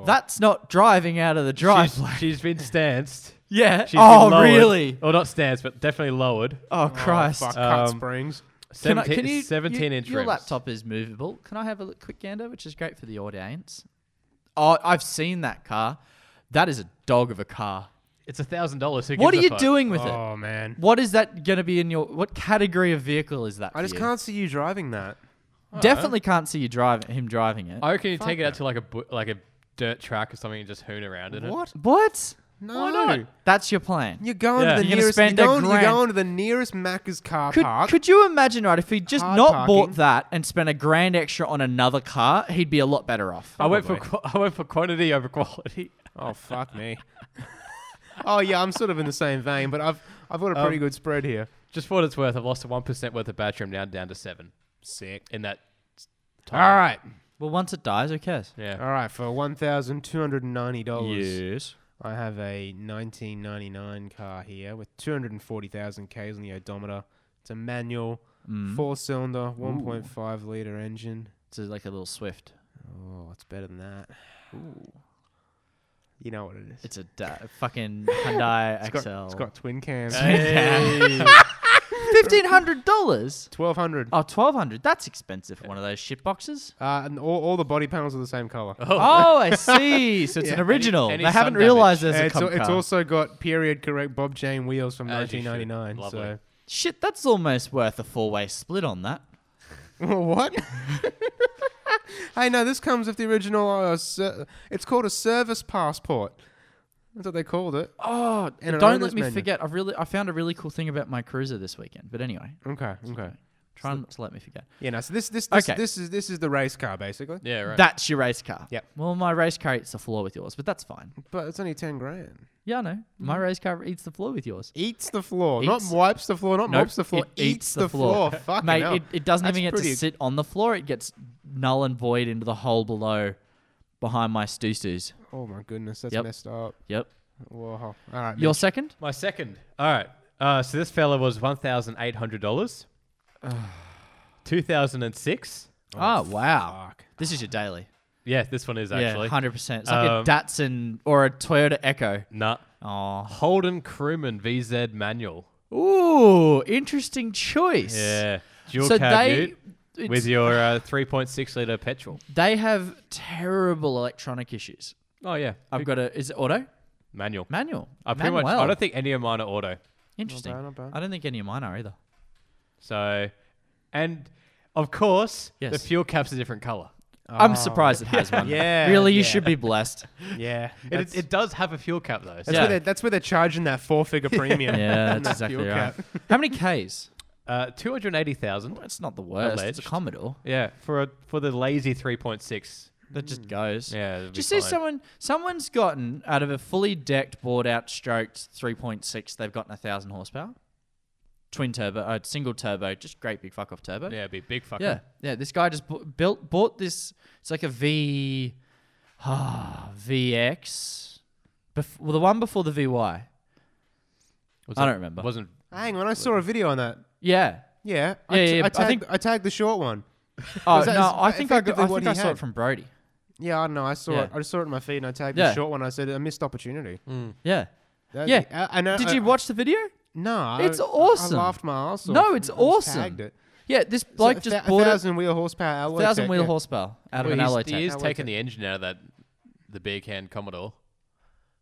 Speaker 4: That's not driving out of the
Speaker 1: She's
Speaker 4: driveway.
Speaker 1: she's been stanced.
Speaker 4: [LAUGHS] yeah.
Speaker 1: She's been
Speaker 4: oh,
Speaker 1: lowered.
Speaker 4: really?
Speaker 1: Well, not stanced, but definitely lowered.
Speaker 4: Oh, Christ.
Speaker 3: Fuck
Speaker 1: Um,
Speaker 3: cut springs.
Speaker 1: 17,
Speaker 4: can I, can you,
Speaker 1: 17
Speaker 4: you-
Speaker 1: inch
Speaker 4: Your
Speaker 1: rims.
Speaker 4: laptop is movable. Can I have a look, quick gander, which is great for the audience? Oh, I've seen that car. That is a dog of a car.
Speaker 1: It's a thousand dollars.
Speaker 4: What are you doing with it?
Speaker 3: Oh man.
Speaker 4: What is that going to be in your? What category of vehicle is that?
Speaker 3: I
Speaker 4: for
Speaker 3: just
Speaker 4: you?
Speaker 3: can't see you driving that.
Speaker 4: Definitely can't see you drive him driving it.
Speaker 1: I reckon you take it out to like a bu- like a dirt track or something and just hoon around in it.
Speaker 3: What?
Speaker 4: what?
Speaker 3: No.
Speaker 4: Why not? That's your plan.
Speaker 3: You're going
Speaker 1: Yeah.
Speaker 3: to the
Speaker 1: You're
Speaker 4: gonna
Speaker 3: nearest.
Speaker 4: spend
Speaker 3: you're,
Speaker 4: a
Speaker 3: going, you're
Speaker 4: grand.
Speaker 3: going to the nearest Macca's car
Speaker 4: Could,
Speaker 3: park.
Speaker 4: could you imagine, right? If he just
Speaker 3: Hard
Speaker 4: not
Speaker 3: parking.
Speaker 4: bought that and spent a grand extra on another car, he'd be a lot better off.
Speaker 1: I went for qu- I went for quantity over quality. [LAUGHS]
Speaker 3: oh fuck me. oh yeah, I'm sort of in the same vein, but I've I've got a
Speaker 4: Um,
Speaker 3: pretty good spread here.
Speaker 1: Just for what it's worth, I've lost a one percent worth of battery. I'm now down to seven
Speaker 3: Sick.
Speaker 1: in that.
Speaker 3: All right.
Speaker 4: Well, once it dies, who cares?
Speaker 1: Yeah.
Speaker 3: All right. For one thousand two hundred and ninety dollars.
Speaker 4: Yes.
Speaker 3: I have a 1999 car here with 240,000 Ks on the odometer. It's a manual,
Speaker 4: Mm.
Speaker 3: four cylinder, 1.5 litre engine.
Speaker 4: It's like a little Swift.
Speaker 3: Oh, it's better than that. You know what it is.
Speaker 4: It's a da- fucking Hyundai
Speaker 3: [LAUGHS] It's got,
Speaker 4: XL.
Speaker 3: it's got twin cams. [LAUGHS]
Speaker 4: fifteen hundred dollars.
Speaker 3: 1200.
Speaker 4: Oh, twelve hundred. That's expensive for one of those shit
Speaker 3: [LAUGHS]
Speaker 4: boxes.
Speaker 3: Uh, and all, all the body panels are the same color.
Speaker 4: Oh, I see.
Speaker 3: [LAUGHS]
Speaker 4: So it's an original.
Speaker 1: any
Speaker 4: they haven't
Speaker 1: sun damage.
Speaker 4: realized there's a
Speaker 3: it's, al-
Speaker 4: cop
Speaker 3: it's
Speaker 4: car.
Speaker 3: also got period correct Bob Jane wheels from
Speaker 1: As you should.
Speaker 3: 1999. So [LAUGHS]
Speaker 4: Shit, that's almost worth a four-way split on that.
Speaker 3: what? hey, no, this comes with the original. Uh, ser- it's called a service passport. That's what they called it.
Speaker 4: Oh,
Speaker 3: And an
Speaker 4: don't
Speaker 3: owner's
Speaker 4: let me
Speaker 3: manual.
Speaker 4: forget. I really, I found a really cool thing about my cruiser this weekend. But anyway,
Speaker 3: Okay, okay.
Speaker 4: try not to let me forget.
Speaker 3: Yeah, no. So this, this, this,
Speaker 4: Okay.
Speaker 3: this is this is the race car basically.
Speaker 1: Yeah, right.
Speaker 4: That's your race car.
Speaker 3: Yep.
Speaker 4: Well, my race car eats the floor with yours, but that's fine.
Speaker 3: But it's only ten grand.
Speaker 4: Yeah, I know. My
Speaker 3: Mm.
Speaker 4: race car eats the floor with yours.
Speaker 3: Eats the floor,
Speaker 4: Eats-
Speaker 3: not wipes the floor, not
Speaker 4: Nope,
Speaker 3: mops the floor.
Speaker 4: it eats the [LAUGHS] floor.
Speaker 3: Fucking
Speaker 4: Mate,
Speaker 3: hell.
Speaker 4: it, it doesn't
Speaker 3: That's
Speaker 4: even get
Speaker 3: pretty-
Speaker 4: to sit on the floor. It gets null and void into the hole below, behind my stews.
Speaker 3: Oh my goodness, that's
Speaker 4: Yep.
Speaker 3: messed up.
Speaker 4: Yep.
Speaker 3: Whoa. All right.
Speaker 4: Your second?
Speaker 1: My second. All right. Uh, so this fella was one thousand eight hundred dollars. Two thousand and six.
Speaker 4: Oh, wow.
Speaker 3: fuck.
Speaker 4: This is your daily.
Speaker 1: Yeah, this one is actually.
Speaker 4: Yeah, hundred percent. It's like
Speaker 1: Um,
Speaker 4: a Datsun or a Toyota Echo.
Speaker 1: Nah.
Speaker 4: Oh,
Speaker 1: Holden Crewman VZ manual.
Speaker 4: ooh, interesting choice.
Speaker 1: Yeah. Dual
Speaker 4: So
Speaker 1: cab
Speaker 4: they-
Speaker 1: ute
Speaker 4: it's-
Speaker 1: with your uh, three point six liter petrol.
Speaker 4: They have terrible electronic issues.
Speaker 1: Oh yeah.
Speaker 4: I've got a. Is it auto?
Speaker 1: manual.
Speaker 4: Manual.
Speaker 1: I pretty much. I
Speaker 4: Manuel.
Speaker 1: don't think any of mine are auto.
Speaker 4: Interesting.
Speaker 3: Not bad, not bad.
Speaker 4: I don't think any of mine are either.
Speaker 1: So, and of course, the
Speaker 4: Yes.
Speaker 1: fuel cap's a different color.
Speaker 4: I'm surprised it has one.
Speaker 3: Yeah,
Speaker 4: Really, you
Speaker 3: yeah.
Speaker 4: should be blessed.
Speaker 3: Yeah.
Speaker 1: It, it does have a fuel cap though. So,
Speaker 3: That's,
Speaker 4: Yeah.
Speaker 3: where they, that's where they're charging that four-figure
Speaker 4: [LAUGHS]
Speaker 3: premium.
Speaker 4: [LAUGHS] Yeah,
Speaker 3: on
Speaker 4: that's
Speaker 3: that
Speaker 4: exactly
Speaker 3: fuel
Speaker 4: right.
Speaker 3: cap.
Speaker 4: How many Ks?
Speaker 1: uh, two hundred eighty thousand.
Speaker 4: Well, it's not the worst. It's
Speaker 1: Alleged.
Speaker 4: a Commodore.
Speaker 1: Yeah, for a for the lazy three point six.
Speaker 4: That just goes.
Speaker 1: Yeah, it'll be
Speaker 4: Just see
Speaker 1: fine.
Speaker 4: someone someone's gotten out of a fully decked, bored out, stroked 3.6. They've gotten a thousand horsepower, twin turbo, uh, single turbo, just great big fuck off turbo.
Speaker 1: Yeah, it'd be a big fucker.
Speaker 4: yeah, yeah. This guy just bu- built bought this. It's like a V, [SIGHS] VX, bef- well, the one before the VY.
Speaker 1: Was
Speaker 4: I
Speaker 1: it-
Speaker 4: don't remember.
Speaker 1: Wasn't
Speaker 3: Hang on, I saw a video on that.
Speaker 4: Yeah.
Speaker 3: Yeah. I,
Speaker 4: Yeah,
Speaker 3: t-
Speaker 4: yeah,
Speaker 3: I,
Speaker 4: but I
Speaker 3: tagged, I,
Speaker 4: think-
Speaker 3: tagged the short one.
Speaker 4: Oh
Speaker 3: Is that-
Speaker 4: no,
Speaker 3: is
Speaker 4: I think I, got, I
Speaker 3: effectively what
Speaker 4: think I
Speaker 3: he
Speaker 4: saw
Speaker 3: had?
Speaker 4: it from Brody.
Speaker 3: Yeah, I don't know. I saw
Speaker 4: Yeah.
Speaker 3: it. I just saw it on my feed, and I tagged
Speaker 4: Yeah.
Speaker 3: the short one. I said a missed opportunity.
Speaker 4: Yeah.
Speaker 3: That-
Speaker 4: Yeah.
Speaker 3: I, I know,
Speaker 4: Did
Speaker 3: I-
Speaker 4: you watch the video?
Speaker 3: No, I-
Speaker 4: It's
Speaker 3: I-
Speaker 4: awesome.
Speaker 3: I, laughed my ass off.
Speaker 4: No, it's
Speaker 3: I just
Speaker 4: awesome.
Speaker 3: tagged it.
Speaker 4: Yeah, this
Speaker 3: So
Speaker 4: bloke
Speaker 3: a
Speaker 4: just
Speaker 3: thou-
Speaker 4: bought
Speaker 3: a
Speaker 4: it.
Speaker 3: thousand wheel horsepower. alloy
Speaker 4: Thousand
Speaker 3: tech,
Speaker 4: wheel
Speaker 3: yeah.
Speaker 4: horsepower out of
Speaker 1: well,
Speaker 4: an
Speaker 1: he's-
Speaker 4: alloy
Speaker 1: He
Speaker 4: tank.
Speaker 1: is taking the engine out of that the big hand Commodore.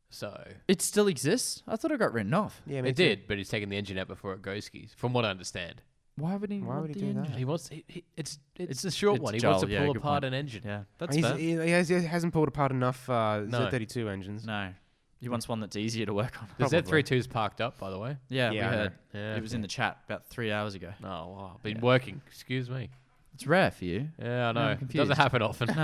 Speaker 1: So
Speaker 4: It still exists. I thought it got written off.
Speaker 3: Yeah, me
Speaker 1: it
Speaker 3: too.
Speaker 1: did, but he's taking the engine out before it goes skis, from what I understand.
Speaker 4: Why would he?
Speaker 3: Why
Speaker 4: want
Speaker 3: would he
Speaker 4: the
Speaker 3: do that?
Speaker 4: engine?
Speaker 1: He wants he, he, it's it's
Speaker 4: It's-
Speaker 1: a short
Speaker 4: it's
Speaker 1: one. He
Speaker 4: Joel,
Speaker 1: wants to
Speaker 4: yeah,
Speaker 1: pull
Speaker 4: good
Speaker 1: apart
Speaker 4: point.
Speaker 1: an engine.
Speaker 4: Yeah, that's
Speaker 3: He's,
Speaker 4: fair.
Speaker 3: he, he has, he hasn't pulled apart enough uh,
Speaker 1: No.
Speaker 3: Z32 engins.
Speaker 4: no, he wants one that's easier to
Speaker 3: [LAUGHS]
Speaker 4: work on.
Speaker 1: The
Speaker 3: Probably.
Speaker 1: Z32's parked up, by the way.
Speaker 4: Yeah,
Speaker 3: Yeah, I
Speaker 4: we
Speaker 3: know.
Speaker 4: heard.
Speaker 1: Yeah.
Speaker 4: It was in the chat about three hours ago.
Speaker 1: Oh, wow. Been working. Excuse me.
Speaker 4: It's rare for you.
Speaker 1: Yeah, I know. It
Speaker 4: confused.
Speaker 1: doesn't
Speaker 4: [LAUGHS]
Speaker 1: happen often. [LAUGHS]
Speaker 3: [LAUGHS]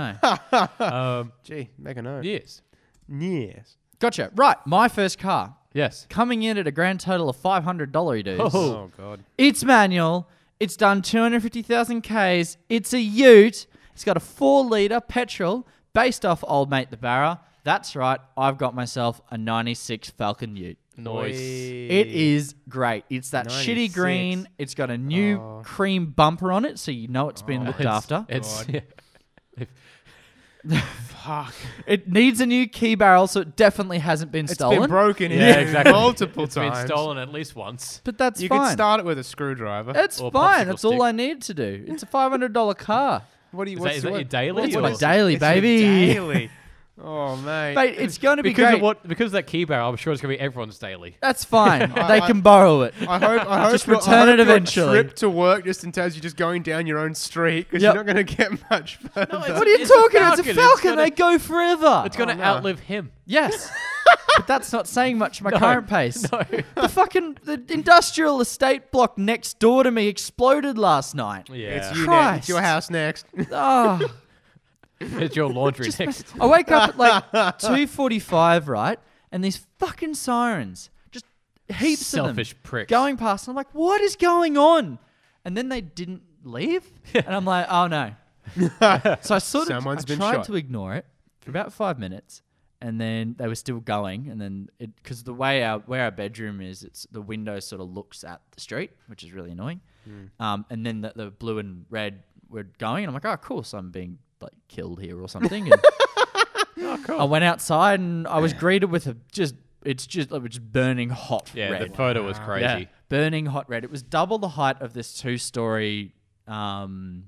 Speaker 4: No.
Speaker 1: um,
Speaker 3: Gee, make a note.
Speaker 1: yes.
Speaker 3: Yes.
Speaker 4: gotcha. Right, my first car
Speaker 1: Yes.
Speaker 4: coming in at a grand total of five hundred dollars, dude.
Speaker 1: Oh.
Speaker 3: Oh God.
Speaker 4: It's manual. It's done two hundred fifty thousand k's. It's a Ute. It's got a four liter petrol based off old mate the Barra. That's right. I've got myself a '96 Falcon Ute.
Speaker 1: Noise.
Speaker 4: It is great. It's that shitty
Speaker 3: 96.
Speaker 4: green. It's got a new
Speaker 3: Oh.
Speaker 4: cream bumper on it, so you know it's been looked after.
Speaker 1: Oh, It's yeah.
Speaker 3: Fuck.
Speaker 4: It needs a new key barrel, so it definitely hasn't been
Speaker 3: It's
Speaker 4: stolen.
Speaker 3: been broken.
Speaker 1: Yeah, exactly.
Speaker 3: [LAUGHS] Multiple
Speaker 1: It's
Speaker 3: times.
Speaker 1: been stolen at least once.
Speaker 4: but that's
Speaker 3: You
Speaker 4: fine.
Speaker 3: could start it with a screwdriver.
Speaker 4: it's
Speaker 1: or
Speaker 4: fine.
Speaker 1: popsicle
Speaker 4: That's
Speaker 1: stick.
Speaker 4: all I need to do. It's a five hundred dollar car.
Speaker 3: what do you?
Speaker 1: Is that,
Speaker 3: what's
Speaker 1: is that
Speaker 3: what-
Speaker 1: your daily?
Speaker 4: It's
Speaker 1: or-
Speaker 4: my daily,
Speaker 3: It's your
Speaker 4: baby. [LAUGHS]
Speaker 3: daily. Oh mate.
Speaker 4: Mate, it's going to be
Speaker 1: Because
Speaker 4: great.
Speaker 1: of what? Because of that key barrel, I'm sure it's gonna be everyone's daily.
Speaker 4: That's fine. they
Speaker 3: I-
Speaker 4: can borrow it.
Speaker 3: I hope. I
Speaker 4: [LAUGHS]
Speaker 3: hope
Speaker 4: Just
Speaker 3: your- I
Speaker 4: return
Speaker 3: hope
Speaker 4: it
Speaker 3: your
Speaker 4: eventually.
Speaker 3: Trip to work just entails you just going down your own street because
Speaker 4: Yep.
Speaker 3: you're not going to get much [LAUGHS] further.
Speaker 4: What are you
Speaker 1: It's a
Speaker 4: talking about? It's Oh, a
Speaker 1: Falcon. It's
Speaker 4: Falcon.
Speaker 1: gonna-
Speaker 4: they go forever.
Speaker 1: It's gonna
Speaker 3: no.
Speaker 1: outlive him. [LAUGHS]
Speaker 4: yes. but that's not saying much at my current pace.
Speaker 1: No.
Speaker 4: The fucking the industrial estate block next door to me exploded last night.
Speaker 1: Yeah. [LAUGHS]
Speaker 3: It's
Speaker 1: It's,
Speaker 3: you next. It's
Speaker 4: Christ.
Speaker 3: your house next. [LAUGHS]
Speaker 4: Ah.
Speaker 1: your laundry next.
Speaker 4: I wake up at like
Speaker 3: [LAUGHS]
Speaker 4: 2:45, right? And these fucking sirens, just heaps
Speaker 1: Selfish
Speaker 4: of them,
Speaker 1: pricks.
Speaker 4: going past. And I'm like, what is going on? And then they didn't leave, and I'm like, oh
Speaker 3: [LAUGHS]
Speaker 4: no. so I sort of
Speaker 3: Someone's
Speaker 4: I
Speaker 3: been
Speaker 4: tried
Speaker 3: shot.
Speaker 4: to ignore it for about five minutes, and then they were still going. And then it because the way our where our bedroom is, it's the window sort of looks at the street, which is really annoying.
Speaker 3: Hmm.
Speaker 4: Um, and then the, the blue and red were going, and I'm like, oh cool, so I'm being like killed here or something. And I went outside and I was greeted with a just it's just like it's burning hot
Speaker 1: Yeah,
Speaker 4: red.
Speaker 1: the photo was
Speaker 4: Yeah,
Speaker 1: crazy.
Speaker 4: burning hot red. It was double the height of this two story um,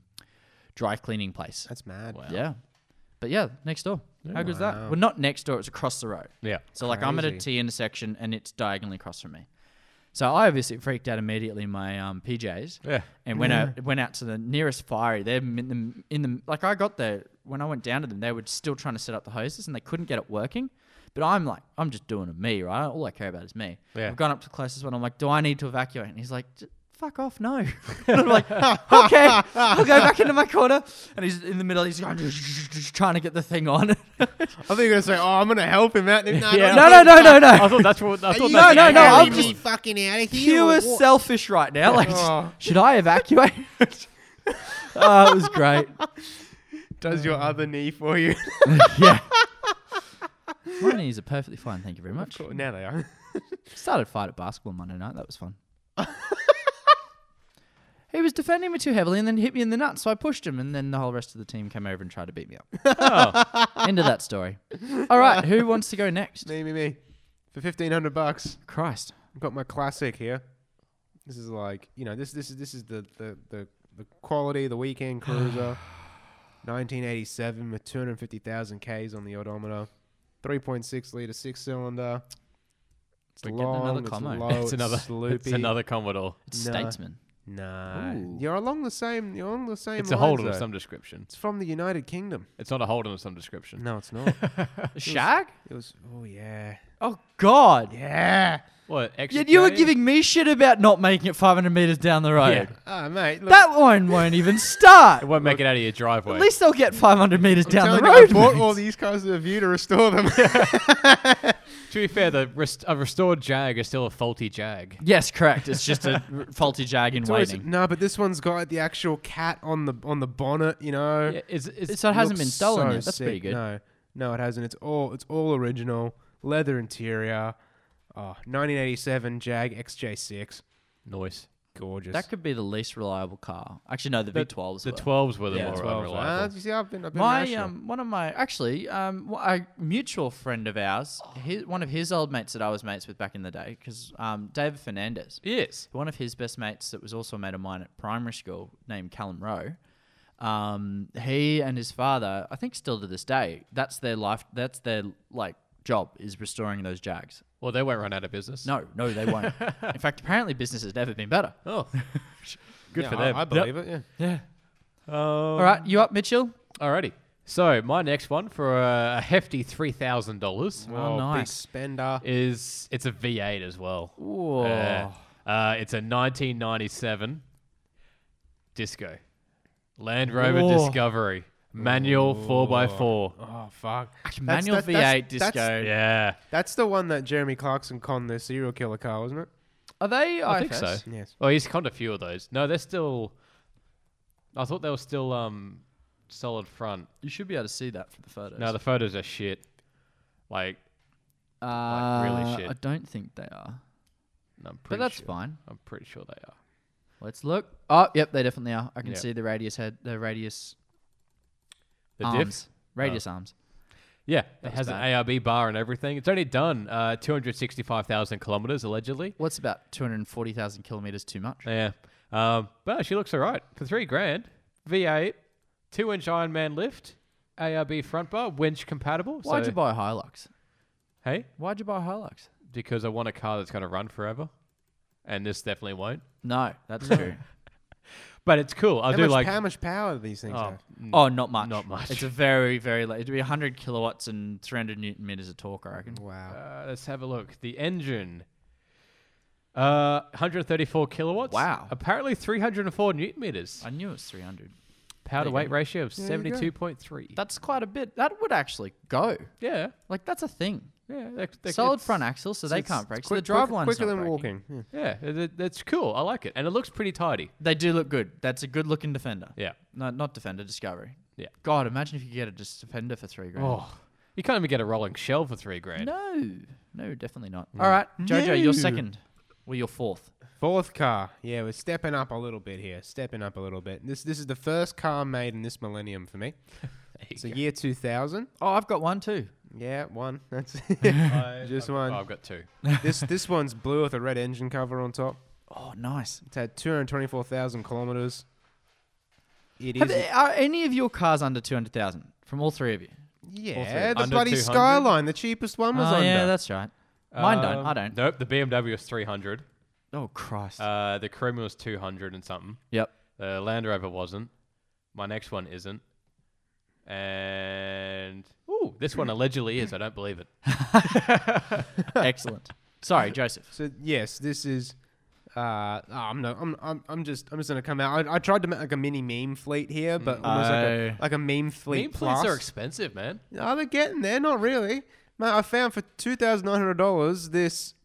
Speaker 4: dry cleaning place.
Speaker 3: That's mad.
Speaker 4: Yeah. But yeah, next door. How good's that? [LAUGHS] Well, not next door, it's across the road.
Speaker 1: Oh, Yeah.
Speaker 4: So like I'm at a
Speaker 3: Crazy.
Speaker 4: T intersection and it's diagonally across from me. So I obviously freaked out immediately in my um, PJs.
Speaker 1: Yeah.
Speaker 4: And went out went out to the nearest fiery. They're in the in the like I got there when I went down to them. They were still trying to set up the hoses and they couldn't get it working. But I'm like, I'm just doing a me, right? All I care about is me.
Speaker 1: Yeah.
Speaker 4: I've gone up to the closest one. I'm like, do I need to evacuate? And he's like, "J- fuck off, no. [LAUGHS] and I'm like, "Oh, okay, I'll go back into my corner. And he's in the middle. He's going, [LAUGHS] trying to get the thing on. [LAUGHS]
Speaker 3: I thought you were gonna say, "Oh, I'm gonna help him out." No,
Speaker 4: no, no, no, no, no.
Speaker 1: I thought that's what. I thought
Speaker 4: you- No,
Speaker 1: that's
Speaker 4: no, no,
Speaker 1: Yeah.
Speaker 4: I'm just-
Speaker 3: fucking out of
Speaker 4: pure selfish right now. Like, just,
Speaker 3: Oh.
Speaker 4: should I
Speaker 3: [LAUGHS]
Speaker 4: evacuate? oh, it was great.
Speaker 3: Does your other knee for you? [LAUGHS]
Speaker 4: yeah. My knees are perfectly fine, thank you very much.
Speaker 3: now they are. [LAUGHS]
Speaker 4: Started a fight at basketball Monday night. That was fun. [LAUGHS] he was defending me too heavily and then hit me in the nuts, so I pushed him, and then the whole rest of the team came over and tried to beat
Speaker 3: [LAUGHS]
Speaker 4: me up. End of that story. All right, who wants to go next?
Speaker 3: Oh. me, me, me. For fifteen hundred bucks.
Speaker 4: Christ.
Speaker 3: I've got my classic here. This is like you know this this is this is the the the, the quality
Speaker 4: [SIGHS]
Speaker 3: the weekend cruiser, 1987 with 250,000 k's on the odometer, 3.6 liter six cylinder. It's
Speaker 4: We're getting
Speaker 3: long,
Speaker 4: another
Speaker 3: it's
Speaker 4: commo. [LAUGHS]
Speaker 3: low,
Speaker 4: It's
Speaker 1: It's another.
Speaker 3: Sloopy.
Speaker 1: It's another Commodore.
Speaker 4: It's
Speaker 3: No. [LAUGHS]
Speaker 4: Statesman.
Speaker 3: Nah,
Speaker 4: Ooh.
Speaker 3: you're along the same. You're along the same.
Speaker 1: It's a
Speaker 3: lines,
Speaker 1: Holden of
Speaker 3: though.
Speaker 1: some description.
Speaker 3: It's from the United Kingdom.
Speaker 1: It's not a Holden of some description.
Speaker 3: No,
Speaker 4: [LAUGHS]
Speaker 3: it's not.
Speaker 4: Shag?
Speaker 3: it was. Oh yeah.
Speaker 4: Oh, God.
Speaker 3: Yeah.
Speaker 1: What? Extra
Speaker 4: Yet you were
Speaker 1: K?
Speaker 4: giving me shit about not making it 500 meters down the road.
Speaker 1: Yeah.
Speaker 3: Ah, mate. Look,
Speaker 4: That one won't even start.
Speaker 1: It won't make it out of your driveway.
Speaker 4: At least they'll get 500 meters
Speaker 3: I'm
Speaker 4: down the
Speaker 3: telling you, I
Speaker 4: road.
Speaker 3: bought
Speaker 4: mate.
Speaker 3: all these cars with a view to restore them.
Speaker 1: to be fair, the rest, a restored Jag is still a faulty Jag.
Speaker 4: Yes, correct. It's just a
Speaker 3: [LAUGHS]
Speaker 4: r- faulty jag in
Speaker 3: It's always-
Speaker 4: waiting.
Speaker 3: No, but this one's got the actual cat on the on the bonnet. You know,
Speaker 1: Yeah, it's, it's,
Speaker 4: So it hasn't
Speaker 3: Looks
Speaker 4: been stolen
Speaker 3: so
Speaker 4: yet. That's pretty
Speaker 3: sick.
Speaker 4: good.
Speaker 3: No, no, it hasn't. It's all it's all original leather interior. Oh, 1987 Jag XJ6,
Speaker 1: noise.
Speaker 3: gorgeous.
Speaker 4: That could be the least reliable car. Actually, no, the
Speaker 1: The-
Speaker 4: V12s.
Speaker 1: The
Speaker 4: were.
Speaker 1: 12s were the
Speaker 4: Yeah,
Speaker 1: more
Speaker 3: 12. Ah,
Speaker 1: unreliable.
Speaker 3: you see, I've been, I've been
Speaker 4: My
Speaker 3: rational.
Speaker 4: um, one of my actually um, wh- a mutual friend of ours, his, one of his old mates that I was mates with back in the day, because um, David Fernandez,
Speaker 1: Yes.
Speaker 4: one of his best mates that was also a mate of mine at primary school named Callum Rowe. Um, he and his father, I think still to this day, that's their life. That's their like job is restoring those Jags.
Speaker 1: Well, they won't run out of business.
Speaker 4: No, no, they won't. In fact, apparently business has never been better.
Speaker 1: Oh, good
Speaker 3: Yeah,
Speaker 1: for
Speaker 3: I-
Speaker 1: them.
Speaker 3: Ah, I, believe it. Yeah.
Speaker 4: All right, you up, Mitchell?
Speaker 1: Alrighty. So my next one for a, a hefty three thousand dollars
Speaker 4: Oh,
Speaker 3: Big
Speaker 4: nice.
Speaker 3: spender.
Speaker 1: is it's a V8 as well.
Speaker 4: Whoa.
Speaker 1: Uh, uh, it's a 1997 Disco Land Rover
Speaker 4: Whoa.
Speaker 1: Discovery manual four x four.
Speaker 3: Oh fuck!
Speaker 4: Manual
Speaker 3: that- that's-
Speaker 4: V8 disco.
Speaker 3: that's-
Speaker 1: Yeah,
Speaker 3: That's the one that Jeremy Clarkson conned the serial killer car, wasn't it?
Speaker 4: Are they?
Speaker 1: I think so.
Speaker 4: IFS?
Speaker 3: Yes.
Speaker 1: Well, he's conned a few of those. No, they're still. I thought they were still um solid front.
Speaker 4: You should be able to see that from the photos.
Speaker 1: No, the photos are shit. Like,
Speaker 4: uh,
Speaker 1: really shit.
Speaker 4: I don't think they are,
Speaker 1: I'm
Speaker 4: but
Speaker 1: pretty
Speaker 4: that's
Speaker 1: sure.
Speaker 4: fine.
Speaker 1: I'm pretty sure they are.
Speaker 4: Let's look. Oh, yep, they definitely are. I can
Speaker 1: Yep.
Speaker 4: see the radius head, the radius
Speaker 1: The Oh.
Speaker 4: arms,
Speaker 1: diff.
Speaker 4: radius arms.
Speaker 1: Yeah, it has
Speaker 4: bad.
Speaker 1: an ARB bar and everything. It's only done uh, 265,000 kilometers, allegedly.
Speaker 4: What's about two hundred forty thousand kilometers too much?
Speaker 1: Yeah. Um, but she looks all right. For three grand, V8, two inch Ironman lift, ARB front bar, winch compatible.
Speaker 4: Why'd
Speaker 1: so-
Speaker 4: you buy a Hilux?
Speaker 1: Hey,
Speaker 4: Why'd you buy a Hilux?
Speaker 1: because I want a car that's going to run forever. And this definitely won't.
Speaker 4: No, that's true.
Speaker 1: But it's cool. I
Speaker 3: How
Speaker 1: do
Speaker 3: much,
Speaker 1: like.
Speaker 3: how much power do these things
Speaker 1: oh,
Speaker 3: have?
Speaker 4: [LAUGHS] oh, not much.
Speaker 1: Not much.
Speaker 4: It's a very, very. Low. It'd be hundred kilowatts and three hundred newton meters of torque. I reckon.
Speaker 3: Wow.
Speaker 1: uh, let's have a look. The engine. Uh, 134 kilowatts.
Speaker 4: Wow.
Speaker 1: Apparently 304 newton meters.
Speaker 4: I knew it was three hundred.
Speaker 1: Power to
Speaker 4: you
Speaker 1: weight
Speaker 4: go.
Speaker 1: ratio of
Speaker 3: There you go.
Speaker 1: 72.3.
Speaker 4: That's quite a bit. That would actually go.
Speaker 1: yeah.
Speaker 4: Like that's a thing.
Speaker 1: Yeah, that, that-
Speaker 4: Solid
Speaker 1: it's-
Speaker 4: front axle, so they
Speaker 3: It's-
Speaker 4: can't
Speaker 3: it's
Speaker 4: brake. So the
Speaker 3: quick-
Speaker 4: drive
Speaker 3: quick-
Speaker 4: line's
Speaker 3: quicker
Speaker 4: not
Speaker 3: than
Speaker 4: braking.
Speaker 3: walking. Yeah.
Speaker 1: Yeah, that, that's cool. I like it, and it looks pretty tidy.
Speaker 4: They do look good. That's a good looking defender.
Speaker 1: Yeah.
Speaker 4: No, not defender, Discovery.
Speaker 1: Yeah.
Speaker 4: God, imagine if you could get a just defender for three grand.
Speaker 1: Oh, you can't even get a rolling shell for three grand.
Speaker 4: No, no, definitely not. All right, Jojo, you're
Speaker 3: No.
Speaker 4: second. Well, you're fourth.
Speaker 3: Fourth car. Yeah, we're stepping up a little bit here. Stepping up a little bit. This this is the first car made in this millennium for me. it's the year 2000.
Speaker 4: Oh, I've got one too.
Speaker 3: Yeah, one. [LAUGHS] That's just
Speaker 1: Oh,
Speaker 3: one.
Speaker 1: I've got two.
Speaker 3: [LAUGHS] this this one's blue with a red engine cover on top.
Speaker 4: Oh, nice.
Speaker 3: It's had 224,000 kilometers. It
Speaker 4: Have,
Speaker 3: is.
Speaker 4: are any of your cars under two hundred thousand from all three of you?
Speaker 3: yeah, the
Speaker 1: Under
Speaker 3: bloody
Speaker 1: 200?
Speaker 3: Skyline, the cheapest one was
Speaker 4: oh,
Speaker 3: under.
Speaker 4: yeah, that's right. Mine don't.
Speaker 1: Um,
Speaker 4: I don't.
Speaker 1: Nope, the BMW is 300.
Speaker 4: Oh Christ.
Speaker 1: Uh, the Chromium was 200 and something.
Speaker 4: yep.
Speaker 1: The Uh, Land Rover wasn't. My next one isn't. And ooh, this one allegedly is. I don't believe it.
Speaker 4: Excellent. Sorry, Joseph.
Speaker 3: So yes, this is. Uh, oh, I'm no, I'm, I'm, I'm just, I'm just gonna come out. I, I tried to make like a mini meme fleet here, but almost like a,
Speaker 4: Oh.
Speaker 3: like a meme fleet
Speaker 1: Meme
Speaker 3: plus.
Speaker 1: plates are expensive, man.
Speaker 3: Are they getting there? Not really. Mate, I found for two thousand nine hundred dollars this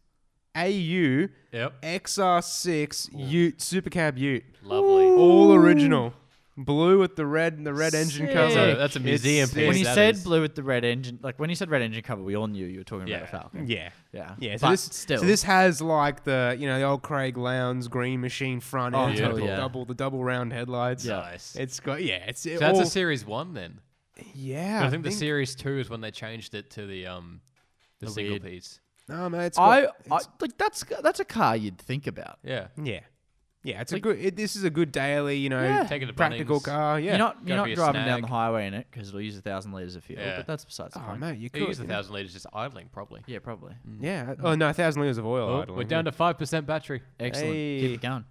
Speaker 3: AU
Speaker 1: Yep.
Speaker 3: XR6 Ute Supercab Ute,
Speaker 1: Lovely.
Speaker 3: all original, blue with the red the red engine
Speaker 4: Sick.
Speaker 3: color.
Speaker 1: So that's a museum
Speaker 3: E
Speaker 1: piece.
Speaker 4: when he
Speaker 1: that
Speaker 4: said
Speaker 1: is.
Speaker 4: blue with the red engine, like when he said red engine cover, we all knew you were talking about
Speaker 1: Yeah.
Speaker 4: a Falcon.
Speaker 3: Yeah.
Speaker 4: Yeah.
Speaker 3: Yeah, so
Speaker 4: But
Speaker 3: this
Speaker 4: still.
Speaker 3: so this has like the you know the old Craig Lowndes green machine front
Speaker 4: Oh,
Speaker 3: end,
Speaker 1: yeah.
Speaker 3: double,
Speaker 4: Yeah.
Speaker 3: double the double round headlights.
Speaker 4: Yeah.
Speaker 1: nice.
Speaker 3: It's got yeah, it's it
Speaker 1: so that's
Speaker 3: all,
Speaker 1: a series one then.
Speaker 3: yeah.
Speaker 1: I, think, the series two is when they changed it to the um the, single
Speaker 4: weird-
Speaker 1: piece.
Speaker 3: no man, it's
Speaker 4: I,
Speaker 3: got-
Speaker 4: I like that's that's a car you'd think about.
Speaker 1: Yeah.
Speaker 3: yeah, yeah. It's a good. It, this is a good daily, you know,
Speaker 4: Yeah.
Speaker 1: Take it to
Speaker 3: practical
Speaker 1: Bunnings.
Speaker 3: car. Yeah,
Speaker 4: You're not you're
Speaker 1: Gotta
Speaker 4: not
Speaker 1: be a
Speaker 4: driving down the
Speaker 1: snag.
Speaker 4: highway in it because it'll use a thousand liters of fuel.
Speaker 1: Yeah.
Speaker 4: But that's besides the
Speaker 3: oh
Speaker 4: point.
Speaker 3: mate, you could.
Speaker 1: It used a
Speaker 3: you know.
Speaker 1: thousand liters just idling probably.
Speaker 4: Yeah, probably.
Speaker 3: Yeah. Oh no, a thousand liters of oil.
Speaker 1: Oh,
Speaker 3: idling,
Speaker 1: we're down to five percent battery.
Speaker 4: Excellent. Keep
Speaker 3: Hey.
Speaker 4: it going.